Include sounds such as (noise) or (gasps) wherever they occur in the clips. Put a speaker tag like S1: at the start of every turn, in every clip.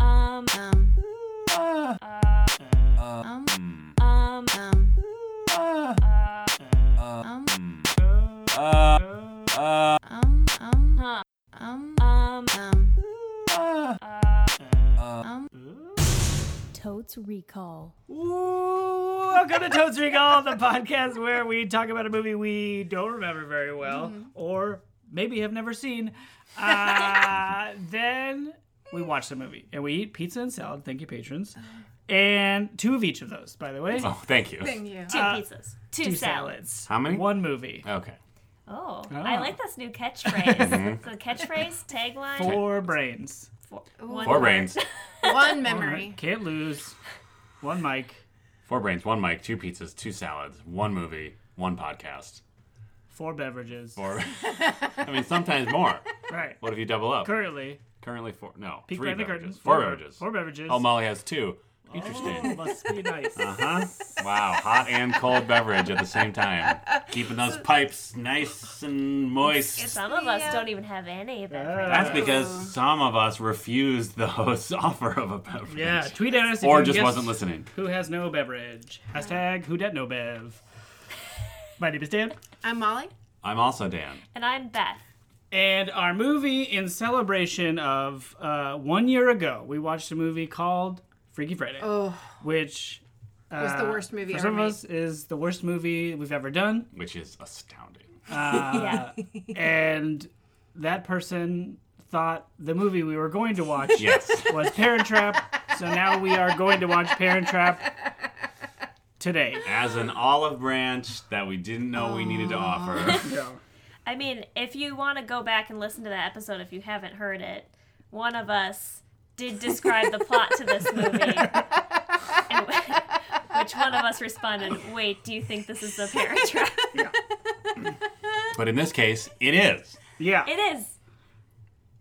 S1: Um. Um. Huh. Um. Um. Um.
S2: Totes Recall.
S3: Ooh, welcome to Totes Recall, the podcast where we talk about a movie we don't remember very well or maybe have never seen. Uh, then we watch the movie and we eat pizza and salad. Thank you, patrons. And two of each of those, by the (laughs) way.
S4: Oh, thank you.
S5: Thank you.
S1: Two pizzas. Uh, Two,
S3: Two
S1: salads.
S3: salads.
S4: How many?
S3: One movie.
S4: Okay.
S1: Oh, I like this new catchphrase. so catchphrase, tagline,
S3: Four brains.
S1: four, one
S4: Four
S3: (laughs)
S1: word.
S4: brains.
S5: One memory.
S3: Can't lose. One mic.
S4: Four brains, one mic, two pizzas, two salads, one movie, one podcast.
S3: Four beverages. (laughs)
S4: Or, I mean, sometimes more.
S3: Right.
S4: What if you double up?
S3: Currently,
S4: Currently four. No,
S3: peek
S4: three
S3: behind the curtain.
S4: beverages. Four
S3: bev-
S4: beverages.
S3: Four beverages.
S4: Oh, Molly has two.
S3: Oh,
S4: Interesting.
S3: must be
S4: (laughs)
S3: nice. (laughs)
S4: Huh? Wow, hot and cold beverage at the same time. Keeping those pipes nice and moist.
S1: Some of us
S5: Yeah.
S1: don't even have any of that.
S3: Yeah.
S4: That's because some of us refused the host's (laughs) offer of a beverage.
S3: Yeah, tweet at us. if
S4: Or
S3: you
S4: just
S3: guessed
S4: wasn't listening.
S3: Who has no beverage? Hashtag who dat no
S4: (laughs)
S3: bev. My name is Dan.
S5: I'm Molly.
S4: I'm also Dan.
S1: And I'm Beth.
S3: And our movie in celebration of uh, one year ago, we watched a movie called Freaky Friday,
S5: Oh,
S3: which uh,
S5: was the worst movie
S3: for
S5: ever
S3: some
S5: made.
S3: of us is the worst movie we've ever
S4: (laughs)
S3: done.
S4: Which is
S3: (laughs)
S4: astounding.
S1: yeah.
S3: And that person thought the movie we were going to
S4: (laughs)
S3: watch
S4: Yes.
S3: was Parent Trap. So now we are going to watch Parent Trap today.
S4: As an olive branch that we didn't know we needed to offer.
S3: So,
S1: I mean, if you want to go back and listen to that episode if you haven't heard it, one of us did describe the plot to this movie. And (laughs) which one of us responded, wait, do you think this is the parent trap?
S4: (laughs) But in this case, it is.
S3: yeah.
S1: It is.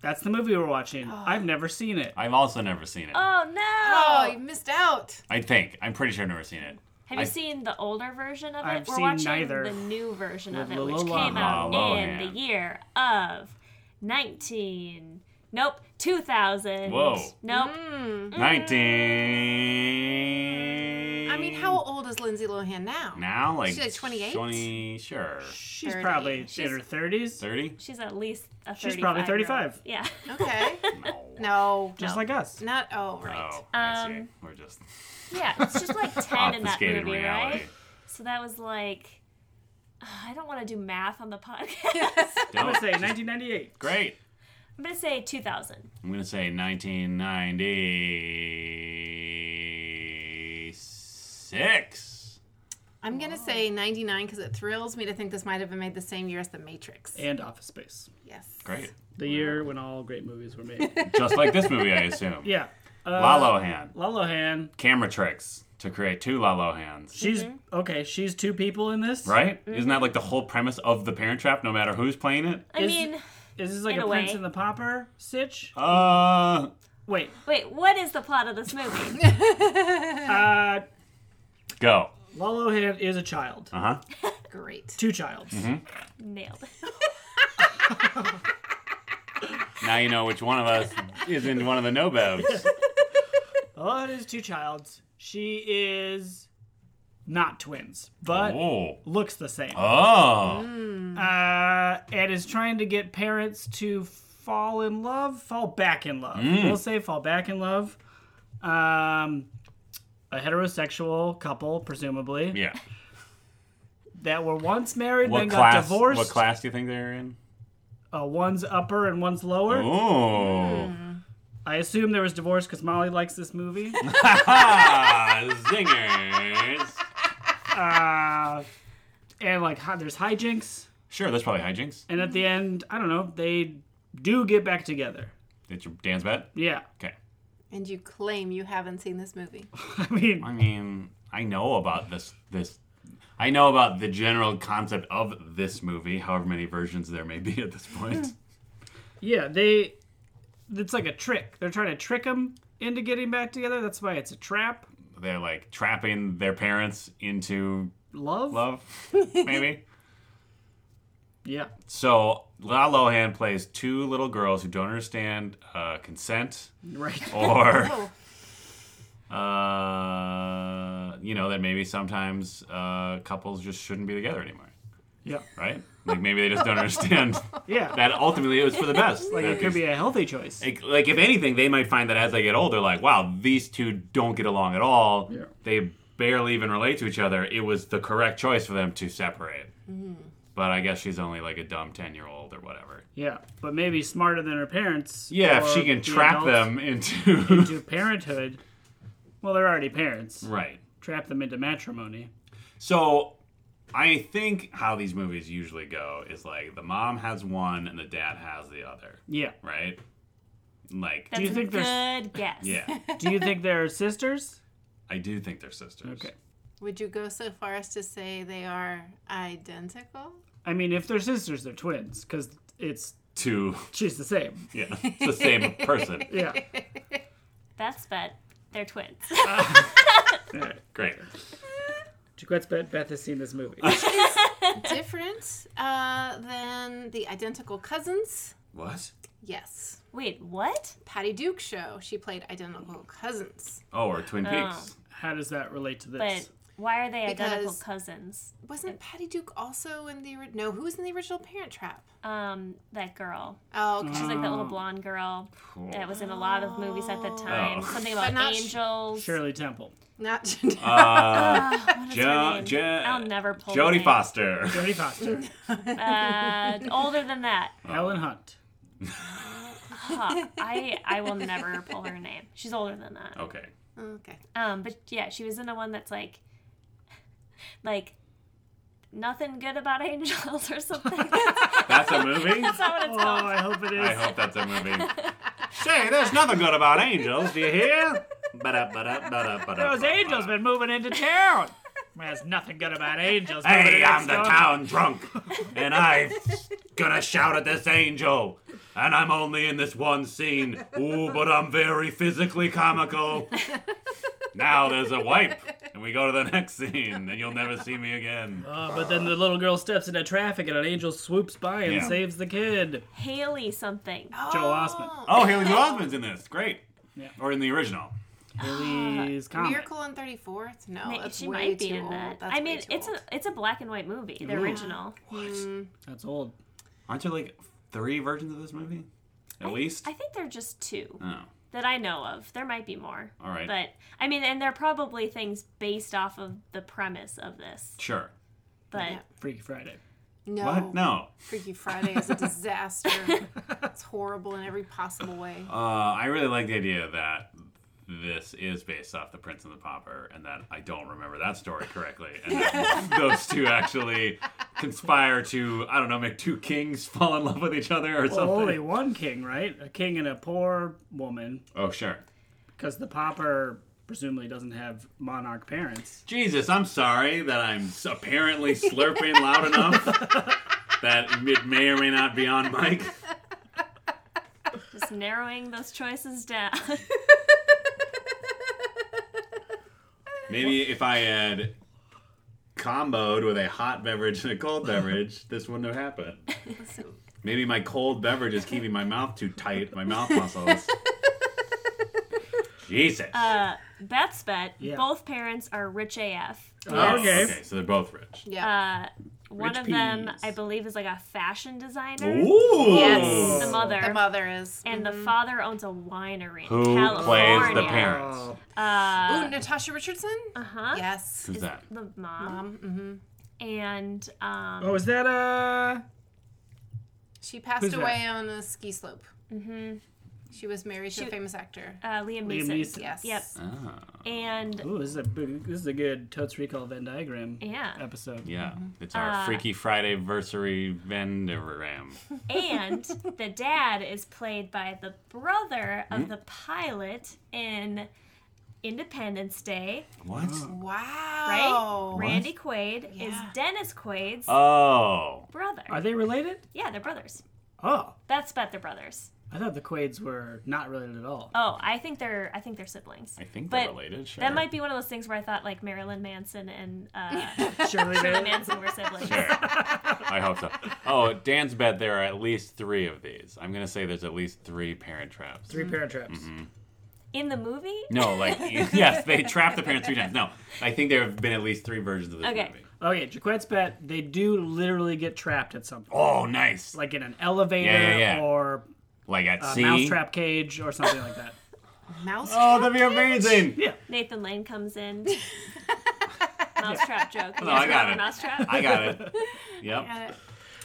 S3: That's the movie we're watching. I've never seen it.
S4: I've also never seen it.
S1: Oh,
S5: oh,
S1: no.
S5: you missed out.
S4: I think. I'm pretty sure I've never seen it.
S1: Have you
S4: I-
S1: seen the older version of it?
S3: I've
S1: We're
S3: seen
S1: watching
S3: neither.
S1: the new version of
S3: With
S1: it, which
S3: Lola
S1: came out in
S4: Lohan.
S1: the year of 19. Nope, 2000.
S4: Whoa.
S1: Nope.
S5: Mm. Hmm.
S4: 19.
S5: I mean, how
S3: Mm.
S5: old is Lindsay Lohan now?
S4: Now, like.
S5: She's like 28?
S4: 20, sure.
S3: She's
S5: 30.
S3: probably
S1: She's-
S3: in her 30s,
S5: (laughs)
S4: 30?
S1: She's at least a 35.
S3: She's probably
S1: -year-old.
S3: 35.
S1: Yeah.
S3: (laughs)
S5: Okay.
S4: No.
S5: no.
S3: just
S1: No.
S3: like us.
S5: Not. Oh, right.
S4: Oh, I see.
S1: Um,
S4: We're
S5: (laughs)
S4: just (laughs)
S1: (laughs) Yeah, it's just like 10 in that
S4: obfuscated
S1: movie,
S4: reality.
S1: right? So that was like. I don't want to do math on the podcast.
S4: (laughs)
S3: I'm
S4: Don't.
S3: gonna say 1998.
S4: Oh. (laughs) Great.
S1: I'm going to say 2000.
S4: I'm gonna say 1996.
S5: I'm gonna say 99 because it thrills me to think this might have been made the same year as The Matrix.
S3: And Office Space,
S5: Yes.
S4: Great.
S3: the year when all great movies were
S1: (laughs)
S3: made.
S4: Just like this movie, I assume.
S5: (laughs)
S3: yeah, uh,
S4: La Lohan.
S3: La Lohan.
S4: Camera tricks to create two La Lohans.
S3: She's
S1: Mm-hmm.
S3: okay. She's two people in this,
S4: Right? Isn't that like the whole premise of The Parent Trap, no matter who's playing it?
S1: I
S3: Is-
S1: mean,
S3: Is this like
S1: In
S3: a
S1: a
S3: Prince
S1: way.
S3: and the Popper sitch?
S4: Uh,
S1: (laughs)
S3: Wait,
S1: wait, what is the plot of this movie?
S3: uh,
S4: go.
S3: La Lohan is a child,
S4: Uh huh.
S5: Great.
S3: two childs.
S4: Mm-hmm.
S1: Nailed it.
S4: Now you know which one of us is in one of the no bevs.
S3: La Lohan is two childs. She is not twins, but Mm.
S4: Oh.
S3: looks the same.
S4: Oh.
S3: uh, and is trying to get parents to fall in love, fall back in love.
S4: Mm.
S3: We'll say fall back in love. Um, a heterosexual couple, presumably,
S4: Yeah.
S3: that were once married,
S4: What
S3: then got
S4: class?
S3: divorced.
S4: What class do you think they're in?
S3: Uh, one's upper and one's lower.
S4: Oh.
S3: Mm.
S4: (laughs)
S3: I assume there was divorce because Molly likes this movie.
S4: Ha! Zingers.
S3: uh, and like, hi- there's hijinks.
S4: Sure, that's probably hijinks.
S3: And at the end, I don't know, they do get back together.
S4: It's your Dan's bet.
S3: Yeah, (laughs)
S4: Okay.
S5: And you claim you haven't seen this movie.
S3: I mean,
S4: I mean, I know about this. This, I know about the general concept of this movie. However many versions there may be at this point.
S3: Yeah, they. It's like a trick. They're trying to trick them into getting back together. That's why it's a trap.
S4: They're like trapping their parents into
S3: Love.
S4: love, maybe.
S3: Yeah.
S4: So La Lohan plays two little girls who don't understand uh, consent (laughs)
S3: Right.
S4: or.
S5: Oh.
S4: Uh, you know that maybe sometimes uh, couples just shouldn't be together anymore,
S3: Yeah.
S4: right? Like maybe they just don't understand
S3: Yeah.
S4: that ultimately it was for the best.
S3: like
S4: that
S3: it could
S4: these-
S3: be a healthy choice.
S4: like, like, if anything, they might find that as they get older, like wow, these two don't get along at all.
S3: Yeah.
S4: They barely even relate to each other. It was the correct choice for them to separate. But I guess she's only like a dumb ten year old or whatever.
S3: Yeah, but maybe smarter than her parents.
S4: Yeah, if
S3: or
S4: she can
S3: the
S4: trap
S3: adults
S4: them into, (laughs)
S3: into parenthood. Well, they're already parents.
S4: right.
S3: Trap them into matrimony.
S4: So I think how these movies usually go is like the mom has one and the dad has the other,
S3: Yeah.
S4: right? Like
S1: That's
S3: you
S1: a
S3: think
S1: good
S3: there's-
S1: guess.
S4: yeah,
S3: Do you think they're sisters?
S4: I do think they're sisters.
S3: Okay.
S5: Would you go so far as to say they are identical?
S3: (laughs) I mean, if they're sisters, they're twins because it's
S4: Two,
S3: she's the same.
S4: yeah, it's the same person.
S3: Yeah.
S1: Beth's bet. They're twins.
S3: All right.
S4: Great.
S3: Jaquette's bet Beth has seen this
S4: (laughs)
S3: movie.
S5: Different uh, than the identical cousins?
S4: What?
S5: Yes.
S1: Wait, what?
S5: Patty Duke show. She played identical cousins.
S4: Oh, or Twin Peaks.
S3: How does that relate to
S1: But
S3: this?
S1: why are they identical
S5: Because-
S1: cousins?
S5: Wasn't Patty Duke also in the ori- no? Who was in the original Parent Trap?
S1: Um, that girl.
S5: Oh, okay.
S3: Mm-hmm.
S1: She's like the little blonde girl that was in a lot of movies at the time.
S4: Oh.
S1: Something about
S5: But not sh-
S1: angels. Ah,
S3: Shirley Temple,
S5: (laughs) not
S4: (laughs) (laughs) Uh,
S1: What is her
S4: Jo-
S1: name?
S4: Jo-
S1: I'll never pull. the
S4: Jodie
S1: name.
S4: Foster.
S3: Jodie
S4: (laughs)
S3: Foster,
S1: Uh, older than that.
S3: Helen Hunt.
S1: Huh. I I will never pull her name. She's older than that.
S4: Okay.
S5: okay.
S1: Um, but yeah, she was in the one that's like, like, nothing good about (laughs) angels or something. that's
S4: (laughs) That's a movie?
S1: not what it's
S3: Oh,
S1: called.
S3: I hope it is.
S4: I hope that's a movie. (laughs) Say, there's nothing good about angels, do you hear?
S3: Those
S4: Those
S3: angels been moving into town. There's nothing good about angels.
S4: Hey,
S3: moving into
S4: I'm the
S3: town. (laughs)
S4: town drunk, and I'm gonna shout at this angel. And I'm only in this one scene. Ooh, but I'm very physically (laughs) comical. Now there's a wipe, and we go to the next scene, and you'll never see me again.
S3: Uh, but then the little girl steps into traffic and an angel swoops by and
S4: Yeah.
S3: saves the kid.
S1: Haley something.
S3: Joe Osment.
S4: Oh, Haley Joel Osment's in this. Great.
S3: Yeah.
S4: Or in the original.
S3: Please comment.
S5: Miracle on 34th? No,
S1: Maybe
S5: Oh, that's
S1: she
S5: way
S1: might be
S5: too
S1: in
S5: old.
S1: that.
S5: That's
S1: I
S5: way
S1: mean,
S5: too
S1: it's
S5: old.
S1: a it's a black and white movie, the
S3: Ooh.
S1: original.
S4: What?
S3: That's old.
S4: Aren't there like three versions of this movie? At least?
S1: I think they're just two
S4: oh,
S1: that I know of. There might be more.
S4: all right.
S1: But I mean, and they're probably things based off of the premise of this.
S4: sure.
S1: But
S5: Yeah.
S3: Freaky Friday.
S5: no.
S4: What? No.
S5: Freaky Friday
S3: (laughs)
S5: is a disaster. it's horrible in every possible way.
S4: Uh, I really like the idea that this is based off the Prince and the Pauper, and that I don't remember that story correctly, and
S1: (laughs)
S4: that those two actually conspire to I don't know make two kings fall in love with each other or
S3: Well, only
S4: something.
S3: one king, right? A king and a poor woman,
S4: Oh sure.
S3: because the pauper presumably doesn't have monarch parents.
S4: Jesus, I'm sorry that I'm s- apparently slurping loud enough that it may or may not be on mic.
S1: (laughs) just narrowing those choices down. (laughs)
S4: Maybe if I had comboed with a hot beverage and a cold beverage, this wouldn't have happened. Maybe my cold beverage is keeping my mouth too tight, my mouth muscles. Jesus.
S1: uh, Beth's bet.
S3: Yeah.
S1: Both parents are rich AF.
S4: Oh,
S3: okay.
S4: so they're both rich.
S5: Yeah.
S1: Uh, one
S3: Rich
S1: of them,
S3: peas.
S1: I believe, is like a fashion designer.
S4: Ooh.
S5: Yes.
S1: The mother.
S5: the Mm-hmm. mother is.
S1: And the father owns a winery
S4: Who
S1: in California.
S4: plays the parent? parents.
S3: Oh,
S5: Ooh,
S1: Uh
S5: Natasha Richardson?
S1: huh.
S5: Yes.
S4: Who's that?
S1: Uh-huh. The mom.
S5: Mom. hmm
S1: And um,
S3: oh, is that uh?
S5: She passed
S3: Who's that?
S5: away on a ski slope. Mm-hmm. She was married to a famous actor.
S1: uh, Liam
S3: Liam
S1: Neeson.
S3: Neeson.
S5: Yes.
S1: Yep.
S4: Oh,
S1: And
S3: Ooh, this is a big, this is a good totes recall Venn diagram
S1: yeah.
S3: episode.
S4: yeah.
S1: Mm-hmm.
S4: It's our
S1: Uh,
S4: Freaky Friday versary Vendoram. (laughs)
S1: and the dad is played by the brother
S4: Hmm?
S1: of the pilot in Independence Day.
S4: What?
S5: Wow.
S1: Randy Quaid is
S5: Oh. Yeah.
S1: Dennis Quaid's
S4: Oh.
S1: brother.
S3: Are they related?
S1: Yeah, they're brothers.
S3: Oh,
S1: That's bet they're brothers.
S3: I thought the Quades were not related at
S1: (laughs)
S3: all.
S1: Oh, I think they're I think they're siblings.
S4: I think
S1: But
S4: they're related. Sure.
S1: That might be one of those things where I thought like Marilyn Manson and
S3: (laughs)
S1: uh,
S3: Surely
S1: Shirley
S3: they.
S1: Manson were siblings.
S4: Sure. I hope
S1: (laughs)
S4: so. Oh, Dan's bet there are at least three of these. I'm gonna say there's at least three parent traps.
S3: Three parent traps.
S4: Mm-hmm.
S1: In the movie? (laughs)
S4: (laughs) No, like yes, they trap the parents three times. No, I think there have been at least three versions of this
S1: Okay.
S4: movie.
S3: Okay, Jaquette's pet. They do literally get trapped at some point,
S4: Oh, nice. Like,
S3: like in an elevator
S4: Yeah, yeah, yeah.
S3: or
S4: at
S3: a
S4: sea.
S3: Uh, mousetrap cage or something like that.
S5: Mouse.
S4: Oh, that'd be amazing.
S3: Yeah.
S1: Nathan Lane comes in. mousetrap joke.
S4: No, I got it.
S1: Mousetrap.
S4: I got
S1: (laughs)
S4: it. Yep.
S5: Got it.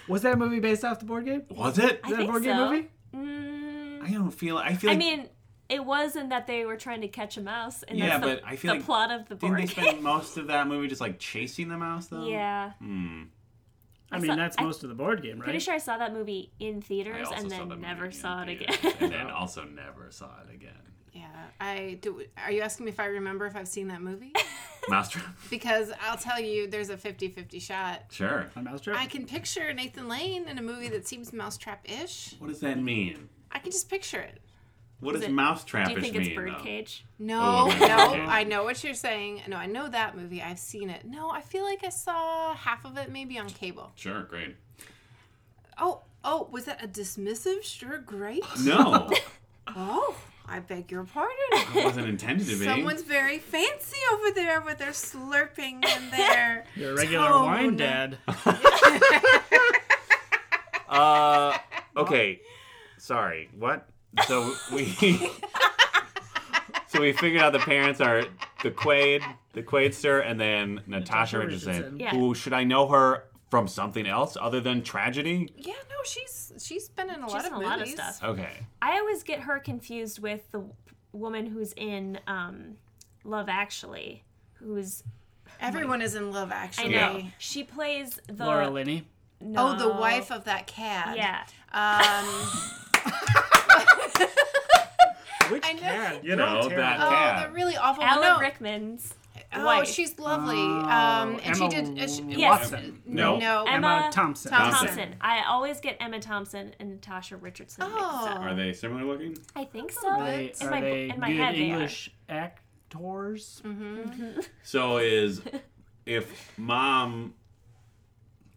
S3: Was that movie based off the board game? Is
S4: Was it?
S1: I
S3: that a
S1: think
S3: board game
S1: so.
S3: movie?
S1: Mm,
S4: I don't feel. I feel.
S1: I
S4: Like,
S1: mean, it wasn't that they were trying to catch a mouse, and
S4: Yeah,
S1: that's the,
S4: but I feel
S1: the
S4: like-
S1: plot of the
S4: didn't
S1: (laughs)
S4: they
S1: board game.
S4: spend most of that movie just like chasing the mouse though?
S1: Yeah,
S4: Hmm.
S3: I,
S1: I
S3: mean,
S1: saw-
S3: that's
S1: I-
S3: most of the board game,
S1: pretty
S3: right?
S1: sure I saw that movie in
S4: I
S1: theaters
S4: also
S1: and
S4: saw that
S1: then
S4: movie
S1: never
S4: in
S1: saw it
S4: theaters,
S1: again. (laughs)
S4: and then also never saw it again.
S5: Yeah. I do. Are you asking me if I remember if I've seen that movie?
S4: Mousetrap. (laughs)
S5: Because I'll tell you, there's a 50-50 shot.
S4: Sure.
S3: A mousetrap.
S5: I can picture Nathan Lane in a movie that seems mousetrap-ish.
S4: What does that mean?
S5: I can just picture it.
S4: What does
S1: it- Do
S4: mousetrapish
S1: you
S4: mean?
S1: think it's
S4: though?
S1: Birdcage?
S5: No,
S4: Oh,
S5: no,
S4: okay.
S5: I know what you're saying. No, I know that movie. I've seen it. No, I feel like I saw half of it maybe on cable.
S4: Sure, great.
S5: Oh, oh, was that a dismissive? Sure, great.
S1: (laughs)
S4: No,
S5: Oh, I beg
S4: (laughs)
S5: your pardon.
S4: it wasn't intended to be.
S5: Someone's very fancy over there with their slurping and their.
S3: You're a regular
S5: Tone.
S3: wine dad.
S4: (laughs) Uh, okay. Sorry. What? So we. (laughs) so we figured out the parents are the Quaid, the Quaidster, and then Natasha,
S3: Natasha
S4: Richardson.
S3: Richardson.
S1: Yeah.
S4: Who should I know her from something else other than tragedy?
S5: Yeah, no, she's she's been in a lot
S1: She's
S5: of
S1: in a
S5: movies.
S1: lot of stuff.
S4: Okay.
S1: I always get her confused with the w- woman who's in um, Love Actually, who's
S5: Everyone is in Love
S1: I
S5: Actually.
S1: know
S4: Yeah.
S1: she plays the
S3: Laura Linney.
S1: no.
S5: Oh, the wife of that cat.
S1: yeah,
S3: (laughs)
S5: Um,
S3: Which
S5: I know. cat?
S4: You know, that-
S5: oh,
S4: Cat.
S5: the really awful. one.
S1: Alan
S5: no,
S1: Rickman's
S5: Oh,
S1: wife.
S5: she's lovely.
S3: Oh,
S5: um, and she
S3: Emma
S5: did. Uh, she,
S1: Yes.
S3: Watson.
S4: No.
S5: No.
S1: Emma
S3: Emma Thompson.
S5: Thompson.
S1: Thompson. I always get Emma Thompson and Natasha Richardson mixed up.
S5: Oh.
S4: Are they similar looking?
S1: I think so.
S5: Are
S3: Are they,
S1: in
S3: are
S1: my
S3: they
S1: in my
S3: good
S1: head Mm-hmm.
S3: English actors?
S4: So is if mom,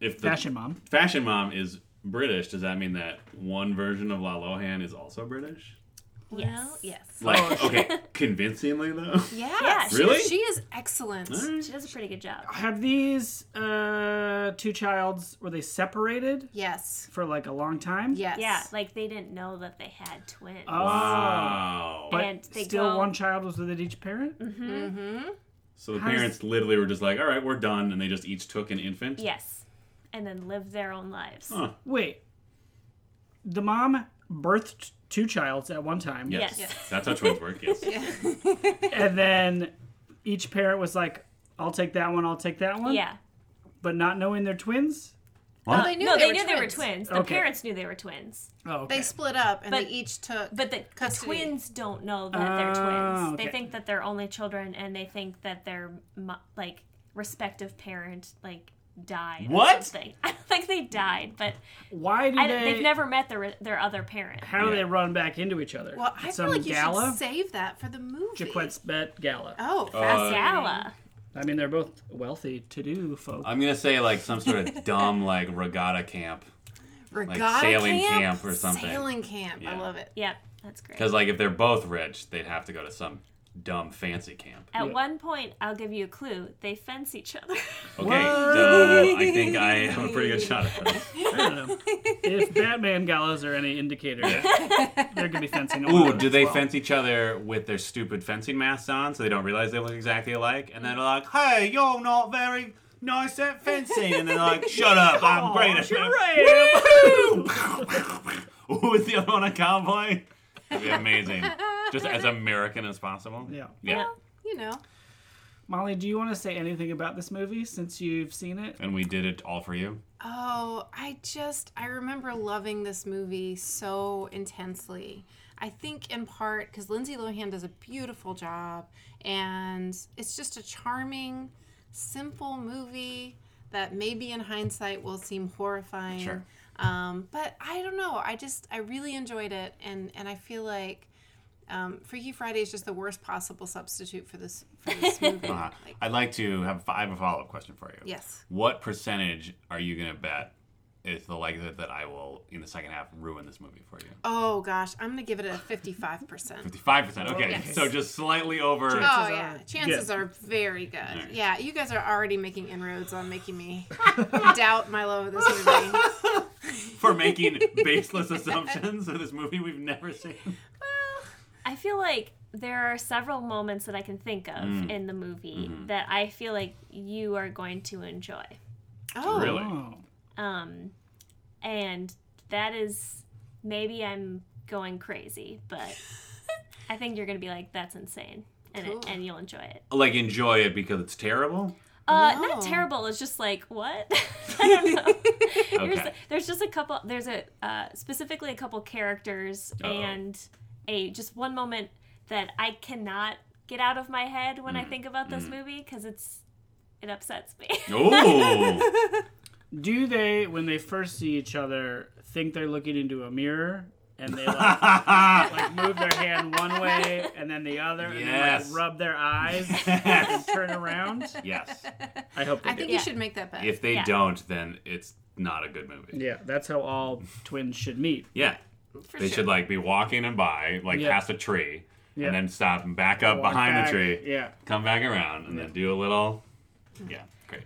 S4: if the
S3: Fashion mom.
S4: fashion mom is British, does that mean that one version of La Lohan is also British?
S1: they are. Yes.
S5: yes.
S4: Like, okay, convincingly (laughs) though.
S5: Yeah.
S1: Yeah,
S5: she,
S4: Really?
S5: She is excellent.
S1: She does a pretty good job.
S3: Have these uh, two childs were they separated
S5: Yes.
S3: for like a long time?
S5: Yes.
S1: Yeah, like they didn't know that they had twins.
S3: Oh.
S4: Wow.
S3: But
S1: And they
S3: still,
S1: go- Mm-hmm.
S3: one child was with each parent.
S4: so the
S3: How does-
S4: parents literally were just like, all right, we're done. And they just each took an infant?
S1: Yes. And then lived their own lives.
S4: Huh.
S3: Wait, the mom birthed two childs at one time,
S4: Yes.
S1: Yes.
S4: That's how twins work, yes.
S3: and then each parent was like, "I'll take that one, I'll take that one,"
S1: Yeah.
S3: but not knowing they're twins.
S5: Well, they knew,
S1: no,
S5: they,
S1: they,
S5: were
S1: knew
S5: twins.
S1: they were twins. The
S3: Okay.
S1: parents knew they were twins.
S3: Oh, okay.
S5: They split up and
S1: But-
S5: they each took.
S1: But the, the
S5: Custody.
S1: twins don't know that they're
S3: Oh,
S1: twins.
S3: okay.
S1: They think that they're only children and they think that their mo- like respective parent like died. or
S4: What?
S1: something. (laughs) I don't think they died, but
S3: Why do
S1: I,
S3: they?
S1: they've never met their their other parent.
S3: How do
S4: Yeah.
S3: they run back into each other?
S5: well, I
S3: At
S5: feel
S3: some
S5: like you
S3: gala,
S5: should save that for the movie.
S3: Jaquette's bet gala.
S5: Oh,
S4: Uh,
S5: fascinating.
S1: Gala.
S3: I mean, they're both wealthy, to-do folk.
S4: (laughs) I'm going to say like some sort of dumb like regatta camp.
S5: Regatta
S4: sailing camp or something.
S5: Sailing camp. I
S4: Yeah.
S5: love it.
S1: Yep, that's great.
S4: Because like if they're both rich, they'd have to go to some dumb fancy camp.
S1: At one point, I'll give you a clue. They fence each other. (laughs)
S4: Okay, so I think I have a pretty good shot at this.
S3: I don't
S5: (laughs)
S3: know. if Batman galas are any indicator,
S4: (laughs)
S3: they're gonna be fencing.
S4: Ooh, do they fence each other with their stupid fencing masks on so they don't realize they look exactly alike? And then they're like, hey, you're not very nice at fencing. And they're like, shut up, I'm great at fencing. (laughs) Ooh, is the other one a cowboy? That'd be amazing. Just as American as possible.
S3: Yeah.
S4: Yeah.
S5: You know.
S3: Molly, do you want to say anything about this movie since you've seen it?
S4: And we did it all for you.
S5: Oh, I just I remember loving this movie so intensely. I think in part because Lindsay Lohan does a beautiful job, and it's just a charming, simple movie that maybe in hindsight will seem horrifying.
S4: Sure.
S5: Um, but I don't know. I just I really enjoyed it, and and I feel like um, Freaky Friday is just the worst possible substitute for this for
S4: (laughs)
S5: this movie.
S4: Uh-huh.
S5: Like,
S4: I'd like to have, I have a follow up question for you.
S5: yes.
S4: What percentage are you going to bet is the likelihood that I will, in the second half, ruin this movie for you?
S5: Oh gosh, I'm gonna give it a 55
S4: (laughs)
S5: percent.
S4: 55%. Okay,
S5: Yes.
S4: so just slightly over.
S3: Chances
S5: Oh
S3: are
S5: yeah, chances
S3: good.
S5: are very good.
S4: right.
S5: Yeah, you guys are already making inroads on
S4: (laughs)
S5: making me doubt my love of this movie.
S4: (laughs) for making baseless assumptions of this movie we've never seen.
S1: I feel like there are several moments that I can think of in the movie that I feel like you are going to enjoy.
S5: Oh,
S4: Really?
S3: Oh.
S1: Um, and that is maybe I'm going crazy, but I think you're going to be like, that's insane. And,
S5: Cool.
S1: it, and you'll enjoy it.
S4: Like enjoy it because it's
S5: (laughs)
S4: terrible.
S1: Uh,
S5: No.
S1: Not terrible. It's just like what? (laughs) I don't know. There's-
S4: Okay.
S1: There's just a couple. There's a uh, specifically a couple characters
S4: Uh-oh.
S1: and a just one moment that I cannot get out of my head when I think about this movie because it's it upsets me. (laughs)
S5: (laughs)
S4: Oh,
S3: Do they, when they first see each other, think they're looking into a mirror and they like,
S4: (laughs)
S3: like move their hand one way and then the other and then
S4: Yes.
S3: like rub their eyes
S4: (laughs)
S3: and
S4: yes.
S3: turn around?
S4: yes.
S3: I hope they
S5: I
S3: do.
S5: think you
S1: Yeah.
S5: should make that bet.
S4: If they
S1: Yeah.
S4: don't, then it's not a good movie.
S3: yeah, that's how all twins should meet.
S4: Yeah.
S5: for
S4: They
S5: sure.
S4: should like be walking and by, like
S3: Yeah.
S4: past a tree,
S3: Yeah.
S4: and then stop and back up
S3: Walk
S4: behind
S3: back,
S4: the tree,
S3: Yeah.
S4: come back around, and then do a little. Yeah, great.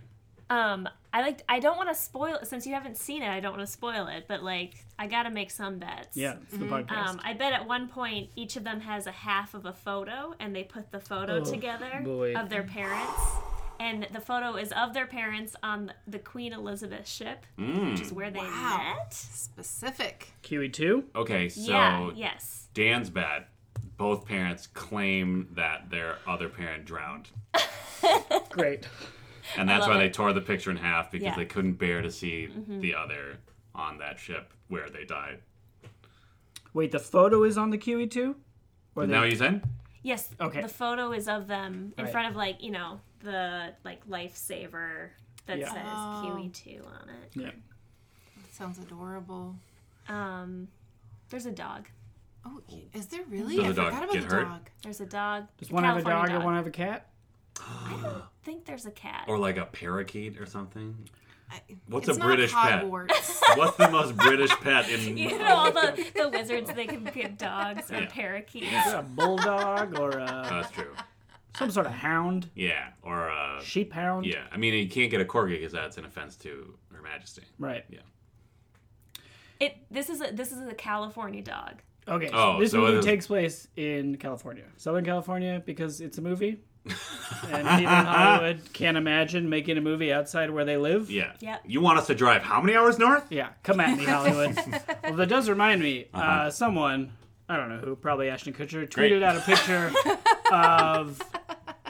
S1: um, I like. I don't want to spoil it since you haven't seen it. I don't want to spoil it, but like I gotta make some bets.
S3: Yeah, it's the podcast.
S1: Um, I bet at one point each of them has a half of a photo, and they put the photo
S3: Oh,
S1: together
S3: boy.
S1: of their parents. And the photo is of their parents on the Queen Elizabeth ship, which
S3: Mm.
S1: is where they
S5: Wow.
S1: met.
S5: Specific.
S3: QE2?
S4: Okay, so
S1: yeah. Yes.
S4: Dan's bad. Both parents claim that their other parent drowned.
S3: Great.
S4: And that's
S1: love
S4: why they
S1: it.
S4: tore the picture in half because
S1: Yeah.
S4: they couldn't bear to see the other on that ship where they died.
S3: Wait, the photo is on the QE2? Or
S4: Now you said?
S1: Yes.
S3: Okay.
S1: The photo is of them in
S3: Right.
S1: front of like you know the like lifesaver that
S3: Yeah.
S1: says
S5: Oh.
S1: QE two on it.
S3: yeah.
S5: Sounds adorable.
S1: Um, there's a dog.
S5: Oh, is there really?
S4: Does
S5: I
S4: the dog
S5: forgot about
S4: get
S5: the
S4: hurt?
S5: dog.
S1: There's a dog.
S3: Does one have a dog,
S1: California
S3: and one have a cat?
S1: I think there's a cat.
S4: Or like a parakeet or something?
S5: I-
S4: What's
S5: it's
S4: a
S5: not
S4: British pet? (laughs)
S5: Hogwarts.
S4: What's the most British pet in.
S1: (laughs) you know all the, the wizards they can get dogs or
S4: Yeah.
S1: parakeets.
S3: Is that a bulldog (laughs) or a,
S4: That's true.
S3: some sort of hound?
S4: Yeah. Or, uh.
S3: Sheep hound?
S4: Yeah. I mean, you can't get a corgi because that's an offense to Her Majesty.
S3: Right.
S1: It this is a this is a California dog.
S3: Okay, so
S4: Oh,
S3: this
S4: so it
S3: movie
S4: is-
S3: takes place in California, Southern California, because it's a movie,
S4: (laughs)
S3: and people in Hollywood can't imagine making a movie outside where they live.
S4: Yeah.
S1: Yep.
S4: You want us to drive how many hours north?
S3: Yeah, come at me, Hollywood.
S5: (laughs)
S3: well, that does remind me. uh someone, I don't know who, probably Ashton Kutcher, tweeted
S4: Uh-huh. Great.
S3: out a
S4: (laughs)
S3: picture of